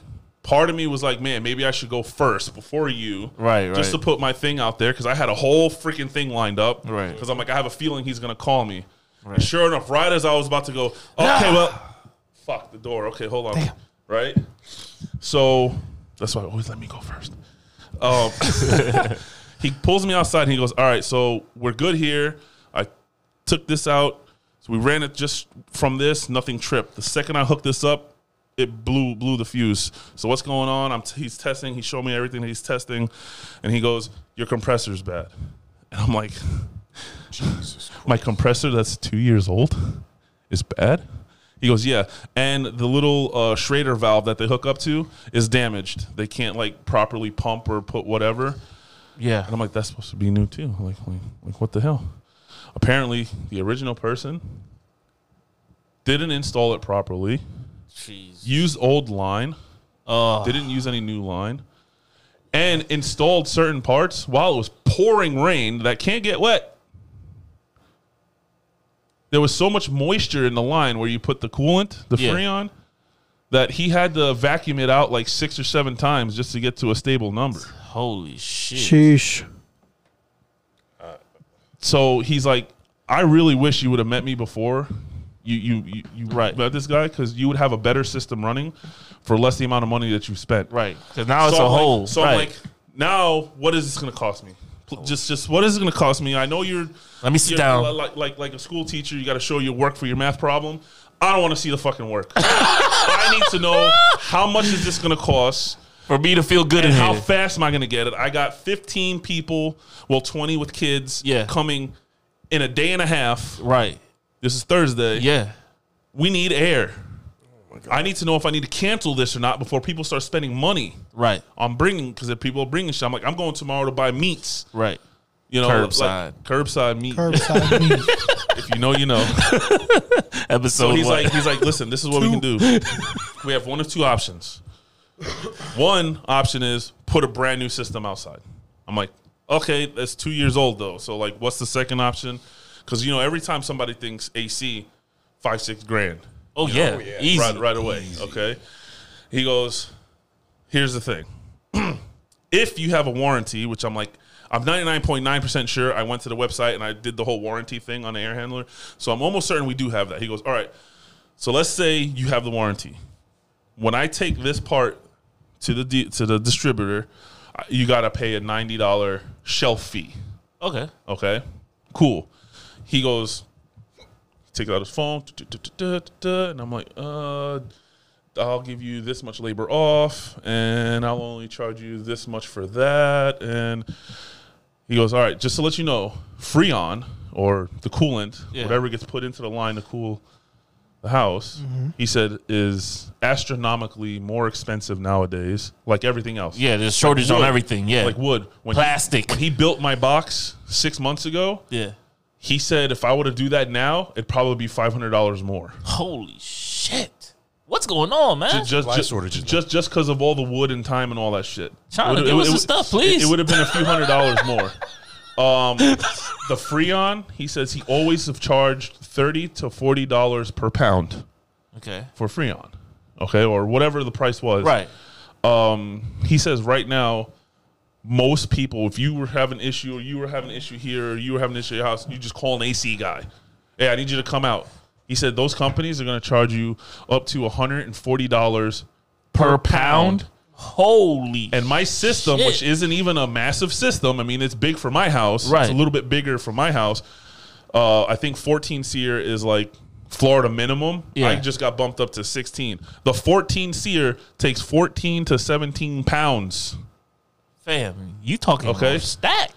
Speaker 3: part of me was like, man, maybe I should go first before you.
Speaker 1: Right,
Speaker 3: Just
Speaker 1: right.
Speaker 3: to put my thing out there because I had a whole freaking thing lined up.
Speaker 1: Right.
Speaker 3: Because I'm like, I have a feeling he's going to call me. And sure enough, right as I was about to go, okay, well, fuck the door. Okay, hold on. Right? So that's why I always let me go first. Um, he pulls me outside and he goes, All right, so we're good here. I took this out. So we ran it just from this, nothing tripped. The second I hooked this up, it blew blew the fuse. So what's going on? I'm he's testing. He showed me everything that he's testing, and he goes, "Your compressor's bad." And I'm like, "My compressor that's two years old is bad." He goes, "Yeah." And the little uh, Schrader valve that they hook up to is damaged. They can't like properly pump or put whatever.
Speaker 1: Yeah.
Speaker 3: And I'm like, that's supposed to be new too. Like, like, like what the hell? Apparently, the original person didn't install it properly.
Speaker 1: Jeez.
Speaker 3: Used old line.
Speaker 1: Oh.
Speaker 3: Didn't use any new line. And installed certain parts while it was pouring rain that can't get wet. There was so much moisture in the line where you put the coolant, the
Speaker 1: Yeah.
Speaker 3: Freon, that he had to vacuum it out like six or seven times just to get to a stable number.
Speaker 1: Holy shit.
Speaker 2: Sheesh.
Speaker 3: so he's like, I really wish you would have met me before you you you, you
Speaker 1: Right.
Speaker 3: about this guy because you would have a better system running for less the amount of money that you spent.
Speaker 1: Right. Because now Oh, it's
Speaker 3: so
Speaker 1: a
Speaker 3: I'm
Speaker 1: hole.
Speaker 3: Like, so
Speaker 1: right.
Speaker 3: I'm like, now what is this going to cost me? Pl- Just, just what is it going to cost me? I know you're.
Speaker 1: Let me sit
Speaker 3: you're
Speaker 1: down.
Speaker 3: li- Like, like, like a school teacher, you got to show your work for your math problem. I don't want to see the fucking work. I need to know how much is this going to cost
Speaker 1: for me to feel good in
Speaker 3: and how
Speaker 1: here.
Speaker 3: fast am I going to get it? I got 15 people, well, 20 with kids,
Speaker 1: Yeah.
Speaker 3: coming in a day and a half.
Speaker 1: right.
Speaker 3: This is Thursday.
Speaker 1: Yeah.
Speaker 3: We need air. I need to know if I need to cancel this or not before people start spending money
Speaker 1: Right.
Speaker 3: on bringing because if people are bringing shit, I'm like, I'm going tomorrow to buy meats.
Speaker 1: Right.
Speaker 3: You know,
Speaker 1: Curbside.
Speaker 3: like, curbside meat.
Speaker 4: Curbside meat.
Speaker 3: If you know, you know.
Speaker 1: Episode
Speaker 3: So he's
Speaker 1: one.
Speaker 3: like, he's like, listen, this is what we can do. We have one of two options. One option is put a brand new system outside. I'm like, okay, that's two years old though. So like, what's the second option? Because you know, every time somebody thinks AC, five six grand
Speaker 1: oh, yeah. Easy.
Speaker 3: right right away. Okay, he goes, here's the thing. if you have a warranty, which I'm like, I'm 99.9% sure I went to the website and I did the whole warranty thing on the air handler. So I'm almost certain we do have that. He goes, All right, so let's say you have the warranty. When I take this part to the, di- to the distributor, I- you got to pay a $90 shelf fee.
Speaker 1: Okay.
Speaker 3: Okay, cool. He goes, takes out his phone, duh, duh, duh, duh, duh, duh, and I'm like, uh, I'll give you this much labor off, and I'll only charge you this much for that. And he goes, all right, just to let you know, Freon or the coolant,
Speaker 1: Yeah.
Speaker 3: whatever gets put into the line to cool the house,
Speaker 1: Mm-hmm.
Speaker 3: he said is astronomically more expensive nowadays, like everything else
Speaker 1: Yeah, there's shortage on
Speaker 3: wood.
Speaker 1: everything. Yeah.
Speaker 3: like wood, when he-
Speaker 1: Plastic.
Speaker 3: when he built my box six months ago,
Speaker 1: yeah.
Speaker 3: he said if I were to do that now, it'd probably be five hundred dollars more.
Speaker 1: Holy shit. What's going on, man?
Speaker 3: Just just
Speaker 5: Life
Speaker 3: just
Speaker 5: shortages.
Speaker 3: just just because of all the wood and time and all that shit.
Speaker 1: China,
Speaker 3: It would-
Speaker 1: give
Speaker 3: it
Speaker 1: us
Speaker 3: would-
Speaker 1: the stuff,
Speaker 3: it-
Speaker 1: please.
Speaker 3: It, would have been a few hundred dollars more. Um, the Freon, he says he always have charged thirty to forty dollars per pound
Speaker 1: okay.
Speaker 3: for Freon, okay, or whatever the price was.
Speaker 1: Right.
Speaker 3: he says right now most people if you were having an issue or you were having an issue here or you were having an issue at your house you just call an ac guy hey i need you to come out he said those companies are going to charge you up to $140 per, pound
Speaker 1: Holy.
Speaker 3: and my system
Speaker 1: Shit.
Speaker 3: which isn't even a massive system i mean it's big for my house
Speaker 1: Right.
Speaker 3: it's a little bit bigger for my house uh, i think 14 seer is like florida minimum
Speaker 1: Yeah.
Speaker 3: i just got bumped up to 16 the 14 seer takes 14 to 17 pounds
Speaker 1: fam, you talking
Speaker 3: Okay.
Speaker 1: okay. stack.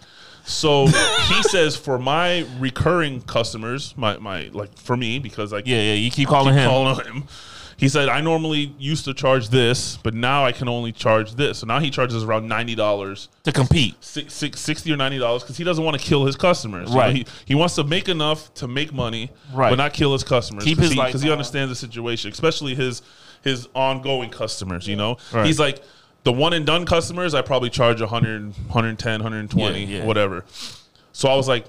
Speaker 3: So he says for my recurring customers, my, my like for me because I
Speaker 1: Yeah, yeah. You keep calling him.
Speaker 3: call on him. He said I normally used to charge this, but now I can only charge this. So now he charges around ninety dollars,
Speaker 1: to compete.
Speaker 3: six, six, 60 or ninety dollars, because he doesn't want to kill his customers. You know,
Speaker 1: Right.
Speaker 3: he, he wants to make enough to make money,
Speaker 1: Right.
Speaker 3: but not kill his customers.
Speaker 1: Keep
Speaker 3: because
Speaker 1: his
Speaker 3: he,
Speaker 1: lights
Speaker 3: 'cause he
Speaker 1: on.
Speaker 3: understands the situation, especially his his ongoing customers. You know, he's like the one and done customers. I probably charge 100, 110, 120,
Speaker 1: Yeah, yeah.
Speaker 3: whatever. So I was like,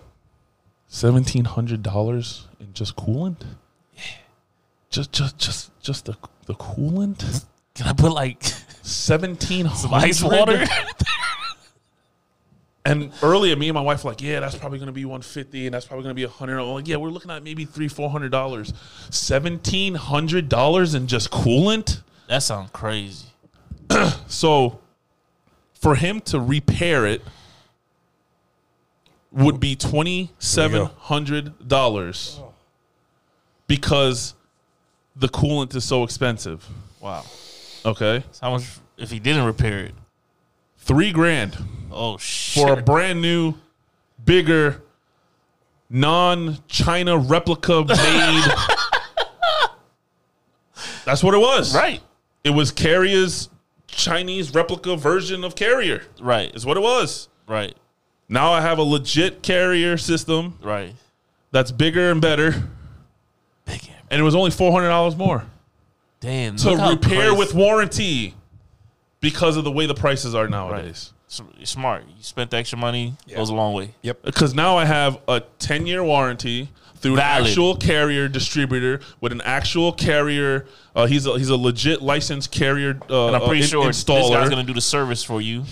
Speaker 3: seventeen hundred dollars in just coolant. Just, just, just, just the the coolant.
Speaker 1: Can I put like
Speaker 3: Seventeen
Speaker 1: some ice water?
Speaker 3: And earlier, me and my wife were like, yeah, that's probably going to be 150 and that's probably going to be 100. I'm like, yeah, we're looking at maybe three, four hundred dollars, seventeen hundred dollars in just coolant.
Speaker 1: that sounds crazy.
Speaker 3: So, for him to repair it would be twenty seven hundred dollars because the coolant is so expensive.
Speaker 1: Wow.
Speaker 3: Okay,
Speaker 1: So how much if he didn't repair it?
Speaker 3: three grand
Speaker 1: Oh shit.
Speaker 3: for a brand new, bigger, non-China replica made. That's what it was.
Speaker 1: right.
Speaker 3: It was Carrier's Chinese replica version of Carrier.
Speaker 1: Right.
Speaker 3: Is what it was.
Speaker 1: Right.
Speaker 3: Now I have a legit Carrier system
Speaker 1: Right.
Speaker 3: that's bigger and better,
Speaker 1: Big
Speaker 3: and it was only four hundred dollars more
Speaker 1: Damn.
Speaker 3: to
Speaker 1: look how
Speaker 3: repair
Speaker 1: crazy-
Speaker 3: with warranty because of the way the prices are nowadays.
Speaker 1: S- you're smart. You spent the extra money. Goes a long way.
Speaker 3: Because now I have a 10 year warranty through an
Speaker 1: Valid.
Speaker 3: actual carrier distributor with an actual carrier. Uh, he's, a, he's a legit licensed carrier uh,
Speaker 1: And I'm
Speaker 3: uh,
Speaker 1: pretty
Speaker 3: in-
Speaker 1: sure this
Speaker 3: installer.
Speaker 1: guy's gonna do the service for you.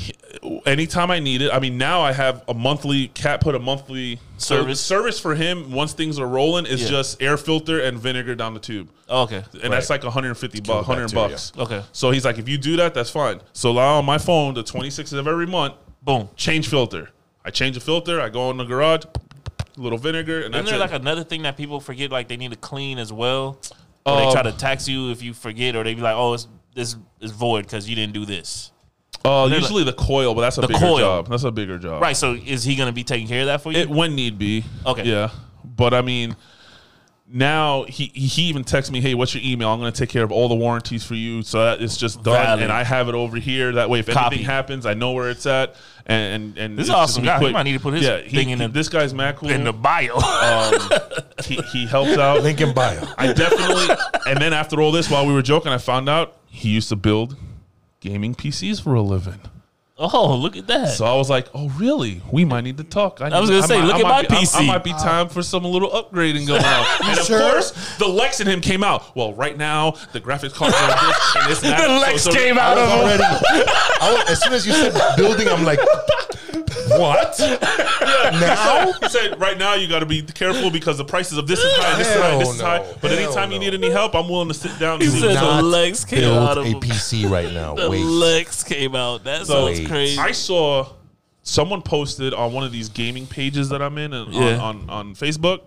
Speaker 3: anytime I need it. I mean, now I have a monthly cat put a monthly so
Speaker 1: Service.
Speaker 3: service for him once things are rolling is
Speaker 1: Yeah.
Speaker 3: just air filter and vinegar down the tube.
Speaker 1: Oh, Okay.
Speaker 3: And that's like 150 bucks, 100
Speaker 5: bacteria.
Speaker 3: bucks.
Speaker 1: Okay.
Speaker 3: So he's like, if you do that, that's fine. So now on my phone, the 26th of every month,
Speaker 1: Boom.
Speaker 3: change filter. I change the filter. I go in the garage, little vinegar, and
Speaker 1: Isn't
Speaker 3: that's
Speaker 1: there
Speaker 3: it.
Speaker 1: like another thing that people forget? Like they need to clean as well. Or they
Speaker 3: Um,
Speaker 1: try to tax you if you forget, or they be like, "Oh, it's this is void because you didn't do this."
Speaker 3: Uh,
Speaker 1: they're
Speaker 3: usually the coil, but that's a bigger
Speaker 1: coil.
Speaker 3: job. That's a bigger job.
Speaker 1: Right. So is he gonna be taking care of that for you?
Speaker 3: It when need be.
Speaker 1: Okay.
Speaker 3: Yeah. But I mean, now he he even texts me, hey, what's your email? I'm going to take care of all the warranties for you, so that it's just done,
Speaker 1: Valid.
Speaker 3: and I have it over here. That way, if
Speaker 1: Copy.
Speaker 3: anything happens, I know where it's at. And and, and
Speaker 1: This is
Speaker 3: it's just
Speaker 1: awesome
Speaker 3: gonna be
Speaker 1: guy.
Speaker 3: quick.
Speaker 1: You might need to put his
Speaker 3: he-
Speaker 1: thing in
Speaker 3: he-
Speaker 1: the-
Speaker 3: This guy's mad cool.
Speaker 1: in the bio.
Speaker 3: um, he, he helps out.
Speaker 5: Link in bio.
Speaker 3: I definitely. and then after all this, while we were joking, I found out he used to build gaming PCs for a living.
Speaker 1: oh, look at that.
Speaker 3: So I was like, "Oh, really? We might need to talk." I, need-
Speaker 1: was gonna say,
Speaker 3: might-
Speaker 1: look at
Speaker 3: might
Speaker 1: my
Speaker 3: be- I- I,
Speaker 1: PC.
Speaker 3: might be time for some little upgrading going on. and of
Speaker 4: sure?
Speaker 3: course, the Lex in him came out. Well, right now the graphics card on this and this. and that.
Speaker 1: the Lex
Speaker 3: So- so-
Speaker 1: came
Speaker 5: I
Speaker 1: out
Speaker 5: was
Speaker 1: of him.
Speaker 5: already. I was, as soon as you said building, I'm like, what? Now?
Speaker 3: He said, "Right now, you got to be careful because the prices of this is high, this is high, this is
Speaker 5: Hell
Speaker 3: high.
Speaker 5: no.
Speaker 3: But
Speaker 5: Hell
Speaker 3: anytime you
Speaker 5: no.
Speaker 3: need any help, I'm willing to sit down."
Speaker 1: He
Speaker 3: and
Speaker 1: said-
Speaker 3: see.
Speaker 1: the
Speaker 5: Not
Speaker 1: legs came
Speaker 5: build
Speaker 1: out of
Speaker 5: a
Speaker 1: him.
Speaker 5: PC right now.
Speaker 1: The
Speaker 5: Wait.
Speaker 1: Lex came out. That
Speaker 3: So-
Speaker 1: sounds crazy.
Speaker 3: I saw someone posted on one of these gaming pages that I'm in and
Speaker 1: Yeah.
Speaker 3: on, on, on Facebook.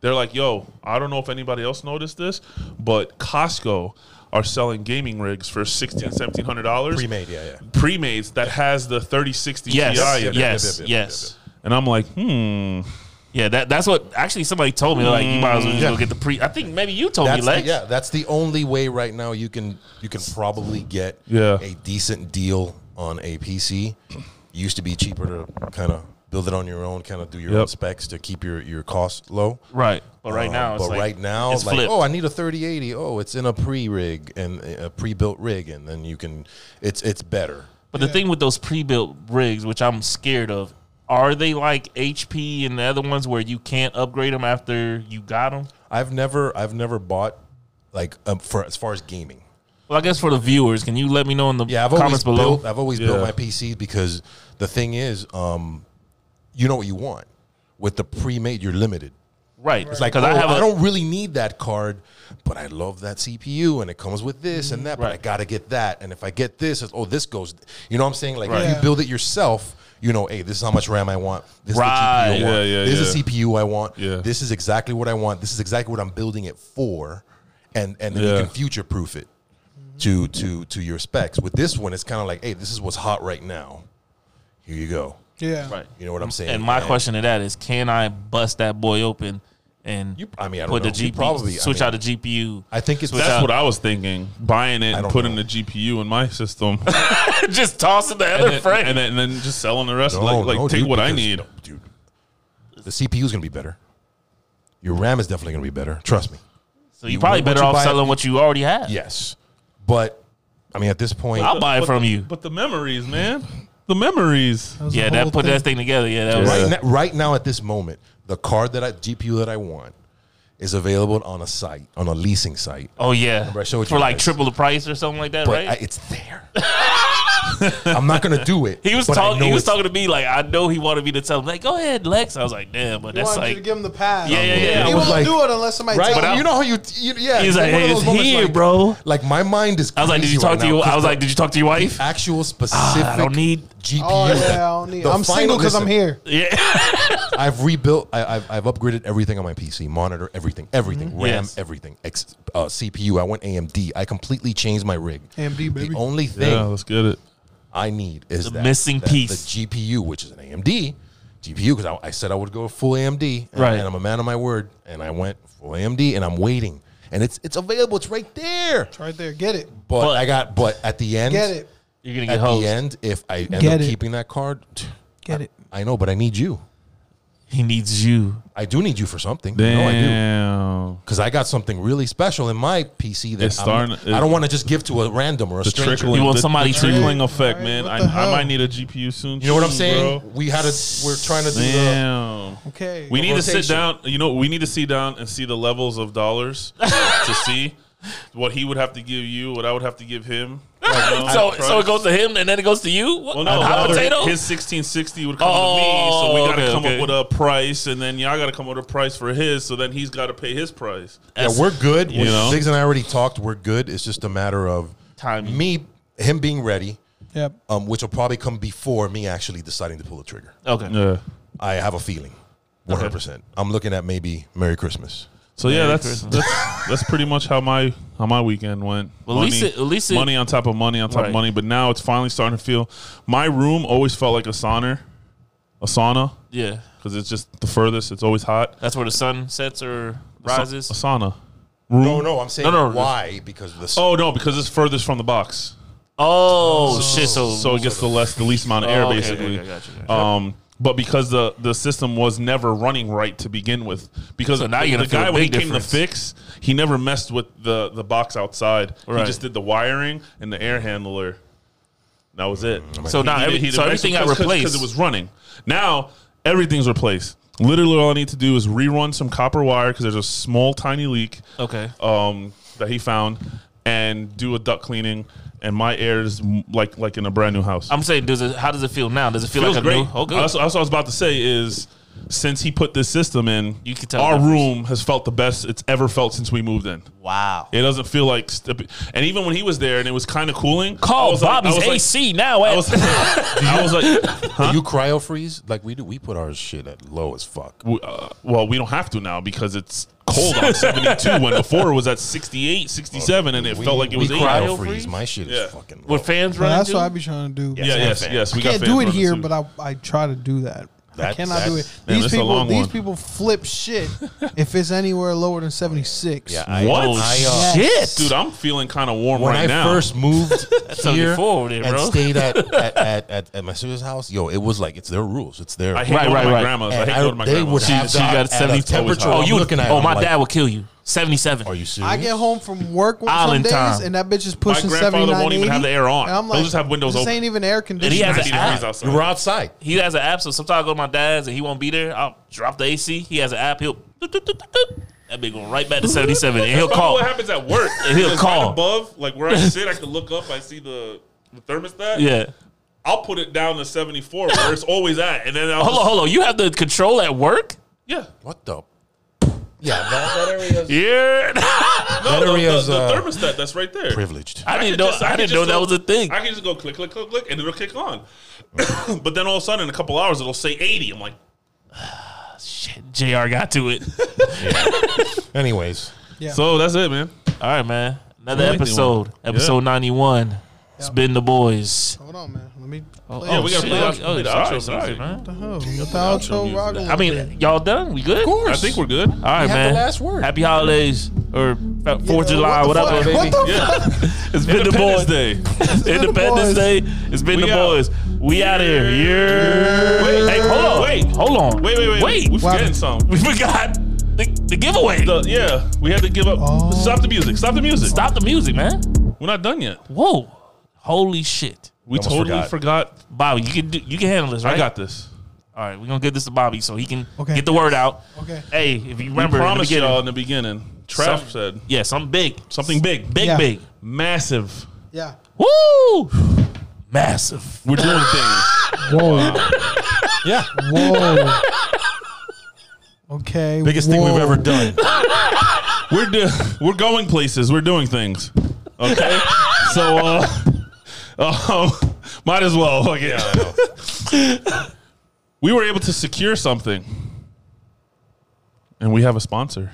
Speaker 3: They're like, yo, I don't know if anybody else noticed this, but Costco are selling gaming rigs for sixteen, seventeen hundred dollars.
Speaker 5: Pre-made, yeah, yeah.
Speaker 3: Pre-mades that has the thirty sixty
Speaker 1: yes,
Speaker 3: Ti in it.
Speaker 1: yes,
Speaker 5: yeah, yeah, yeah,
Speaker 1: yes.
Speaker 3: And I'm like, hmm.
Speaker 1: Yeah, that, that's what actually somebody told me. Like, you might as well just
Speaker 5: Yeah.
Speaker 1: go get the pre. I think maybe you told me,
Speaker 5: That's the,
Speaker 1: Lex.
Speaker 5: yeah, that's the only way right now you can you can probably get
Speaker 3: Yeah.
Speaker 5: a decent deal on a PC. It used to be cheaper to kind of build it on your own, kind of do your own
Speaker 3: Yep.
Speaker 5: specs to keep your your costs low.
Speaker 1: Right. But right
Speaker 5: Um,
Speaker 1: now, it's
Speaker 5: but
Speaker 1: like,
Speaker 5: right now,
Speaker 1: it's
Speaker 5: like,
Speaker 1: flipped.
Speaker 5: oh, I need a 3080. Oh, it's in a pre-rig and a pre-built rig, and then you can. It's it's better.
Speaker 1: But the thing with those pre-built rigs, which I'm scared of, are they like HP and the other ones where you can't upgrade them after you got them?
Speaker 5: I've never I've never bought like um, for as far as gaming.
Speaker 1: Well, I guess for the viewers, can you let me know in the
Speaker 5: Yeah, I've always
Speaker 1: comments below?
Speaker 5: built. I've always
Speaker 3: Yeah.
Speaker 5: built my PCs because the thing is, um, you know what you want. With the pre-made, you're limited.
Speaker 1: right.
Speaker 5: It's like, oh,
Speaker 1: because
Speaker 5: I,
Speaker 1: I have a
Speaker 5: don't really need that card, but I love that CPU and it comes with this and that, but I
Speaker 1: Right.
Speaker 5: got to get that. And if I get this, it's, oh, this goes. You know what I'm saying? Like,
Speaker 4: Right.
Speaker 5: if
Speaker 4: Yeah.
Speaker 5: you build it yourself, you know, hey, this is how much RAM I want. This
Speaker 1: Right.
Speaker 5: is the GPU I want.
Speaker 3: Yeah, yeah,
Speaker 5: this is
Speaker 3: yeah.
Speaker 5: the CPU I want.
Speaker 3: Yeah.
Speaker 5: This is exactly what I want. This is exactly what I'm building it for. And, and then
Speaker 3: Yeah.
Speaker 5: you can future proof it to, to, to your specs. With this one, it's kind of like, hey, this is what's hot right now. Here you go.
Speaker 4: Yeah.
Speaker 1: right.
Speaker 5: You know what I'm saying?
Speaker 1: And my question to that is, can I bust that boy open and
Speaker 5: You- I mean, I don't
Speaker 1: put
Speaker 5: know.
Speaker 1: the
Speaker 5: You
Speaker 1: GPU
Speaker 5: probably- I
Speaker 1: switch
Speaker 5: mean-
Speaker 1: out the GPU?
Speaker 5: I think it's
Speaker 1: Switch
Speaker 3: That's
Speaker 1: out-
Speaker 3: what I was thinking. Buying it and
Speaker 5: don't
Speaker 3: putting
Speaker 5: know.
Speaker 3: the GPU in my system.
Speaker 1: just tossing the
Speaker 3: and,
Speaker 1: other
Speaker 3: then,
Speaker 1: frame.
Speaker 3: and, then, and then just selling the rest.
Speaker 5: Oh, No,
Speaker 3: like like
Speaker 5: no,
Speaker 3: take
Speaker 5: dude,
Speaker 3: what I
Speaker 5: because-
Speaker 3: need.
Speaker 5: no, dude. The CPU is going to be better. Your RAM is definitely going to be better. Trust me.
Speaker 1: so you're
Speaker 5: you-
Speaker 1: probably
Speaker 5: what
Speaker 1: better
Speaker 5: you
Speaker 1: off
Speaker 5: buy-
Speaker 1: selling what you already have.
Speaker 5: Yes, but I mean, at this point,
Speaker 1: I'll buy it
Speaker 3: But
Speaker 1: from
Speaker 3: the-
Speaker 1: you.
Speaker 3: But the memories, man. The memories.
Speaker 4: was
Speaker 1: yeah,
Speaker 4: the
Speaker 1: that
Speaker 4: whole
Speaker 1: put
Speaker 4: thing.
Speaker 1: that thing together. Yeah, that was
Speaker 5: right, na- right now at this moment, the card that I GPU that I want is available on a site on a leasing site.
Speaker 1: Oh yeah,
Speaker 5: I showed
Speaker 1: for
Speaker 5: you
Speaker 1: like
Speaker 5: guys.
Speaker 1: triple the price or something like that,
Speaker 5: But
Speaker 1: right?
Speaker 5: I, it's there. I'm not going to do it.
Speaker 1: he was
Speaker 5: but I
Speaker 1: talking.
Speaker 5: know
Speaker 1: He was
Speaker 5: it's-
Speaker 1: talking to me like I know he wanted me to tell him like go ahead, Lex. I was like damn, but
Speaker 4: He
Speaker 1: that's
Speaker 4: wanted you
Speaker 1: like
Speaker 4: to give him the pass.
Speaker 1: yeah, yeah, yeah.
Speaker 5: I
Speaker 4: He
Speaker 1: I was,
Speaker 5: was
Speaker 4: won't
Speaker 5: like-
Speaker 4: do it unless somebody
Speaker 5: Right,
Speaker 4: tells
Speaker 5: but
Speaker 4: him.
Speaker 5: you know how you, you yeah.
Speaker 1: He's
Speaker 5: it's
Speaker 1: like,
Speaker 5: one of
Speaker 1: "Hey,
Speaker 5: those
Speaker 1: it's
Speaker 5: moments,
Speaker 1: here,
Speaker 5: like-
Speaker 1: bro."
Speaker 5: Like my mind is.
Speaker 1: I was like, did
Speaker 5: crazy
Speaker 1: you talk
Speaker 5: right
Speaker 1: to
Speaker 5: now
Speaker 1: you? I
Speaker 5: 'cause
Speaker 1: was
Speaker 5: the-
Speaker 1: like, did you talk to your wife?
Speaker 5: actual specific.
Speaker 1: Ah, I don't need.
Speaker 5: GPU.
Speaker 4: Oh yeah, I don't need.
Speaker 5: The
Speaker 4: I'm single
Speaker 5: final-
Speaker 4: because I'm here.
Speaker 5: listen,
Speaker 1: Yeah,
Speaker 5: I've rebuilt. I, I've, I've upgraded everything on my PC. Monitor everything, everything, RAM,
Speaker 1: Mm-hmm. Yes.
Speaker 5: everything. Ex, uh, CPU. I went AMD. I completely changed my rig.
Speaker 4: AMD baby.
Speaker 5: The only thing
Speaker 3: Yeah, let's get it.
Speaker 5: I need is
Speaker 1: The
Speaker 5: that,
Speaker 1: missing
Speaker 5: that
Speaker 1: piece.
Speaker 5: the GPU, which is an AMD GPU, because I, I said I would go full AMD, and,
Speaker 1: Right.
Speaker 5: And I'm a man of my word, and I went full AMD, and I'm waiting, and it's it's available. It's right there.
Speaker 4: It's right there. Get it.
Speaker 5: But,
Speaker 1: But-
Speaker 5: I got. But at the end,
Speaker 4: Get it.
Speaker 1: you're gonna
Speaker 5: At
Speaker 1: get hosed.
Speaker 5: the end, if I end
Speaker 4: Get
Speaker 5: up
Speaker 4: it.
Speaker 5: keeping that card,
Speaker 4: Get it.
Speaker 5: I know, but I need you.
Speaker 1: He needs you.
Speaker 5: I do need you for something. You know I do.
Speaker 3: Damn.
Speaker 5: because I got something really special in my PC that
Speaker 3: It's
Speaker 5: I'm-
Speaker 3: starting-
Speaker 5: I don't want to just give to a random or a
Speaker 3: the
Speaker 5: stranger.
Speaker 3: trickling.
Speaker 1: You want
Speaker 3: the,
Speaker 1: somebody
Speaker 3: the
Speaker 1: to-
Speaker 3: trickling effect,
Speaker 4: Right,
Speaker 3: man.
Speaker 4: what
Speaker 3: I,
Speaker 4: the
Speaker 3: I
Speaker 4: hell?
Speaker 3: might need a GPU soon.
Speaker 5: You know what I'm
Speaker 3: too,
Speaker 5: saying?
Speaker 3: bro.
Speaker 5: We had a we're trying to do the
Speaker 3: Damn.
Speaker 4: Okay.
Speaker 3: We need to sit
Speaker 5: rotation.
Speaker 3: down. You know, we need to sit down and see the levels of dollars to see what he would have to give you, what I would have to give him.
Speaker 1: so so it goes to him and then it goes to you. What?
Speaker 3: Well, no,
Speaker 1: hot
Speaker 3: rather,
Speaker 1: potato.
Speaker 3: his sixteen sixty would come
Speaker 1: Oh,
Speaker 3: to me, so we got to
Speaker 1: okay,
Speaker 3: come
Speaker 1: okay.
Speaker 3: up with a price, and then y'all got to come up with a price for his. So then he's got to pay his price.
Speaker 5: Yeah, we're good.
Speaker 3: You
Speaker 5: We-
Speaker 3: know?
Speaker 5: Ziggs and I already talked. We're good. It's just a matter of
Speaker 1: Timing.
Speaker 5: Me, him being ready,
Speaker 4: Yep.
Speaker 5: um, which will probably come before me actually deciding to pull the trigger.
Speaker 1: okay.
Speaker 3: Yeah.
Speaker 5: I have a feeling, one hundred percent. I'm looking at maybe Merry Christmas.
Speaker 3: So yeah,
Speaker 1: Merry
Speaker 3: that's that's that's pretty much how my how my weekend went.
Speaker 1: Well, at least it- at least it-
Speaker 3: money on top of money on top
Speaker 1: Right.
Speaker 3: of money, but now it's finally starting to feel. My room always felt like a sauna, a sauna,
Speaker 1: Yeah.
Speaker 3: because it's just the furthest. It's always hot.
Speaker 1: That's where the sun sets or
Speaker 3: Sa-
Speaker 1: rises.
Speaker 3: a sauna.
Speaker 5: No, no, I'm saying
Speaker 1: No, no,
Speaker 5: why because of the
Speaker 3: Oh no, because it's furthest from the box,
Speaker 1: Oh, shit! So,
Speaker 3: so it gets the less the least amount of air
Speaker 1: Oh, okay,
Speaker 3: basically.
Speaker 1: okay, gotcha, gotcha.
Speaker 3: Um, but because the the system was never running right to begin with, because
Speaker 1: So now
Speaker 3: the,
Speaker 1: you're gonna
Speaker 3: the
Speaker 1: feel
Speaker 3: guy
Speaker 1: a
Speaker 3: when he
Speaker 1: big
Speaker 3: came to
Speaker 1: difference.
Speaker 3: fix, he never messed with the the box outside. He
Speaker 1: Right.
Speaker 3: just did the wiring and the air handler. That was it.
Speaker 1: So now
Speaker 3: Mm, He
Speaker 1: every-
Speaker 3: did- he did
Speaker 1: so
Speaker 3: mess
Speaker 1: everything
Speaker 3: with-
Speaker 1: got
Speaker 3: cause- cause-
Speaker 1: replaced.
Speaker 3: cause it was running. Now everything's replaced. Literally, all I need to do is rerun some copper wire because there's a small, tiny leak
Speaker 1: okay.
Speaker 3: um, that he found and do a duct cleaning. And my air is m- like like in a brand new house.
Speaker 1: I'm saying, does it? How does it feel now? Does it feel
Speaker 3: Feels
Speaker 1: like a
Speaker 3: great.
Speaker 1: new? Oh, good.
Speaker 3: That's, that's what I was about to say is since he put this system in,
Speaker 1: You can tell
Speaker 3: our
Speaker 1: the difference.
Speaker 3: room has felt the best it's ever felt since we moved in.
Speaker 1: wow.
Speaker 3: It doesn't feel like, step- and even when he was there and it was kind of cooling. I
Speaker 1: Call
Speaker 3: was like- I
Speaker 1: Bobby's
Speaker 3: was like-
Speaker 1: AC now.
Speaker 3: I
Speaker 1: eh?
Speaker 3: was, I was like,
Speaker 5: Do you cryo freeze like we do? We put our shit at low as fuck.
Speaker 3: w- uh, well, we don't have to now because it's cold on 72 when before it was at 68, 67, and it
Speaker 5: We-
Speaker 3: felt like it was
Speaker 5: we
Speaker 3: 80.
Speaker 5: cryo
Speaker 1: Cryo
Speaker 5: freeze.
Speaker 1: freeze?
Speaker 5: My shit
Speaker 3: Yeah.
Speaker 5: is fucking low.
Speaker 1: With fans
Speaker 4: Well,
Speaker 1: running.
Speaker 4: that's
Speaker 1: too?
Speaker 4: what I've been trying to do.
Speaker 5: Yeah.
Speaker 3: Yeah, yes,
Speaker 5: fan.
Speaker 3: yes. We
Speaker 4: can't
Speaker 3: got
Speaker 4: do it here, but I, I try to do that. I
Speaker 5: That's-
Speaker 4: cannot do it.
Speaker 5: that's-
Speaker 3: Man,
Speaker 4: These
Speaker 3: that's a
Speaker 4: people,
Speaker 3: long
Speaker 4: these
Speaker 3: one.
Speaker 4: people flip shit if it's anywhere lower than seventy six.
Speaker 5: yeah, I,
Speaker 3: What?
Speaker 5: I, uh,
Speaker 4: Yes.
Speaker 1: Shit.
Speaker 3: dude, I'm feeling kind of warm
Speaker 5: when
Speaker 3: right
Speaker 5: I
Speaker 3: now.
Speaker 5: first moved here
Speaker 1: 74 over there,
Speaker 5: and
Speaker 1: bro.
Speaker 5: stayed at at, at, at at my sister's house, yo, it was like it's their rules. It's their.
Speaker 3: I hate
Speaker 1: Right,
Speaker 3: going
Speaker 1: right,
Speaker 3: to my
Speaker 1: right.
Speaker 3: grandma's. I
Speaker 5: And
Speaker 3: hate
Speaker 5: I-
Speaker 3: going to my
Speaker 5: they
Speaker 3: grandma's.
Speaker 5: would
Speaker 1: She-
Speaker 5: have
Speaker 1: she
Speaker 5: that
Speaker 1: got
Speaker 5: at a
Speaker 1: 72.
Speaker 5: temperature.
Speaker 1: Oh,
Speaker 5: I'm
Speaker 1: you
Speaker 5: looking at.
Speaker 1: Oh,
Speaker 5: it,
Speaker 1: my
Speaker 5: I'm like,
Speaker 1: dad will kill you. Seventy-seven.
Speaker 5: Are you serious?
Speaker 4: I get home from work one some
Speaker 1: Island
Speaker 4: days,
Speaker 1: time.
Speaker 4: and that bitch is
Speaker 3: my
Speaker 4: pushing seventy
Speaker 3: grandfather
Speaker 4: nine.
Speaker 3: won't even have the air on.
Speaker 4: And I'm
Speaker 3: They'll
Speaker 4: like,
Speaker 3: just have windows
Speaker 4: this
Speaker 3: open.
Speaker 4: ain't even air
Speaker 1: And
Speaker 4: conditioning.
Speaker 1: he has an
Speaker 3: 90 degrees
Speaker 1: app.
Speaker 3: outside.
Speaker 5: You were outside.
Speaker 1: He has an app. So sometimes I go to my dad's and he won't be there. I'll drop the AC. He has an app. He'll doot, doot, doot, doot, doot. that be going right back to seventy-seven, and he'll
Speaker 3: Fuck
Speaker 1: call.
Speaker 3: What happens at work?
Speaker 1: And he'll
Speaker 3: Because
Speaker 1: call.
Speaker 3: Right above, like where I sit, I can look up. I see the, the thermostat.
Speaker 1: Yeah.
Speaker 3: I'll put it down to seventy four, where it's always at, and then I'll
Speaker 1: Hold on, hold on. You have the control at work?
Speaker 3: just-
Speaker 5: What the? Yeah, that, that area is
Speaker 1: Yeah.
Speaker 3: yeah. No,
Speaker 5: That
Speaker 3: the,
Speaker 5: area's,
Speaker 3: the, the
Speaker 5: uh,
Speaker 3: thermostat that's right there.
Speaker 5: privileged.
Speaker 1: I didn't
Speaker 3: could
Speaker 1: know.
Speaker 3: just-
Speaker 1: I
Speaker 3: could
Speaker 1: didn't
Speaker 3: just
Speaker 1: know that
Speaker 3: go-
Speaker 1: was a thing.
Speaker 3: I can just go click, click, click, click, and it'll kick on. but then all of a sudden, in a couple hours, it'll say eighty. I'm like,
Speaker 1: Shit, Jr. got to it.
Speaker 5: Anyways,
Speaker 3: so that's it, man.
Speaker 1: All right, man. Another
Speaker 3: Well,
Speaker 1: episode. Episode ninety-one. It's
Speaker 4: Yeah.
Speaker 1: been the boys.
Speaker 4: Hold on, man. Let me.
Speaker 1: Oh,
Speaker 4: yeah,
Speaker 3: we gotta
Speaker 1: shit.
Speaker 3: play out-
Speaker 1: Oh,
Speaker 3: play the
Speaker 1: sorry,
Speaker 3: outro
Speaker 1: sorry,
Speaker 3: music.
Speaker 1: man.
Speaker 4: Oh, without
Speaker 3: outro music.
Speaker 4: your rock a
Speaker 1: I
Speaker 4: little bit.
Speaker 1: mean, y'all done? We good? Of
Speaker 5: course.
Speaker 3: I think we're good.
Speaker 1: All right,
Speaker 5: We
Speaker 1: man.
Speaker 5: had the last word.
Speaker 1: Happy holidays or Fourth of
Speaker 4: Yeah,
Speaker 1: July,
Speaker 4: what the
Speaker 1: whatever.
Speaker 4: fuck?
Speaker 1: baby.
Speaker 4: What the fuck?
Speaker 1: It's been the boys.
Speaker 3: Independence Day.
Speaker 1: Independence
Speaker 4: boys.
Speaker 1: Day. It's been
Speaker 3: We
Speaker 1: the
Speaker 3: out.
Speaker 1: boys. We out of here. Yeah.
Speaker 3: Wait,
Speaker 1: Hey, hold on.
Speaker 3: Wait,
Speaker 1: Hold on.
Speaker 3: wait, wait, wait. We're
Speaker 4: Wow.
Speaker 3: forgetting something.
Speaker 1: We forgot the, the giveaway.
Speaker 3: The- yeah, we had to give up.
Speaker 5: Oh.
Speaker 3: Stop the music. Stop the music.
Speaker 1: Stop the music, man.
Speaker 3: We're not done yet.
Speaker 1: Whoa. Holy shit.
Speaker 3: We
Speaker 5: Almost
Speaker 3: totally
Speaker 5: forgot.
Speaker 3: forgot.
Speaker 1: Bobby, you can do, you can handle this, right?
Speaker 3: I got this.
Speaker 1: All right, we're gonna give this to Bobby so he can
Speaker 4: Okay.
Speaker 1: get the word out.
Speaker 4: Okay.
Speaker 1: Hey, if you
Speaker 3: I
Speaker 1: remember, in the
Speaker 3: promised
Speaker 1: beginning-
Speaker 3: y'all in the beginning. Trav
Speaker 1: Some-
Speaker 3: said
Speaker 1: yeah, something big,
Speaker 3: something big,
Speaker 1: big,
Speaker 4: Yeah.
Speaker 1: big,
Speaker 3: massive.
Speaker 4: Yeah.
Speaker 1: woo, massive.
Speaker 3: We're doing things.
Speaker 4: Whoa.
Speaker 5: yeah,
Speaker 4: Whoa. Okay.
Speaker 5: biggest thing we've
Speaker 4: whoa.
Speaker 5: ever done.
Speaker 3: We're do- we're going places. We're doing things. Okay. so, uh, um, might as well. Fuck it. we were able to secure something, and we have a sponsor.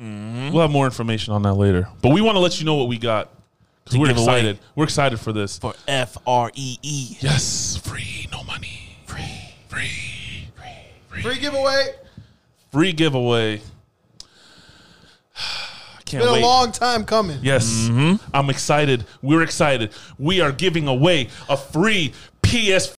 Speaker 3: We'll have more information on that later. But we want to let you know what we got because we're
Speaker 1: give away.
Speaker 3: excited. We're excited for this.
Speaker 1: For F R E E.
Speaker 3: Yes, free, no money. Free, free,
Speaker 4: Free giveaway.
Speaker 3: free giveaway. I can't
Speaker 4: Been
Speaker 3: wait. Mm-hmm.
Speaker 4: a long time coming.
Speaker 3: Yes. I'm excited. We're excited. We are giving away a free PS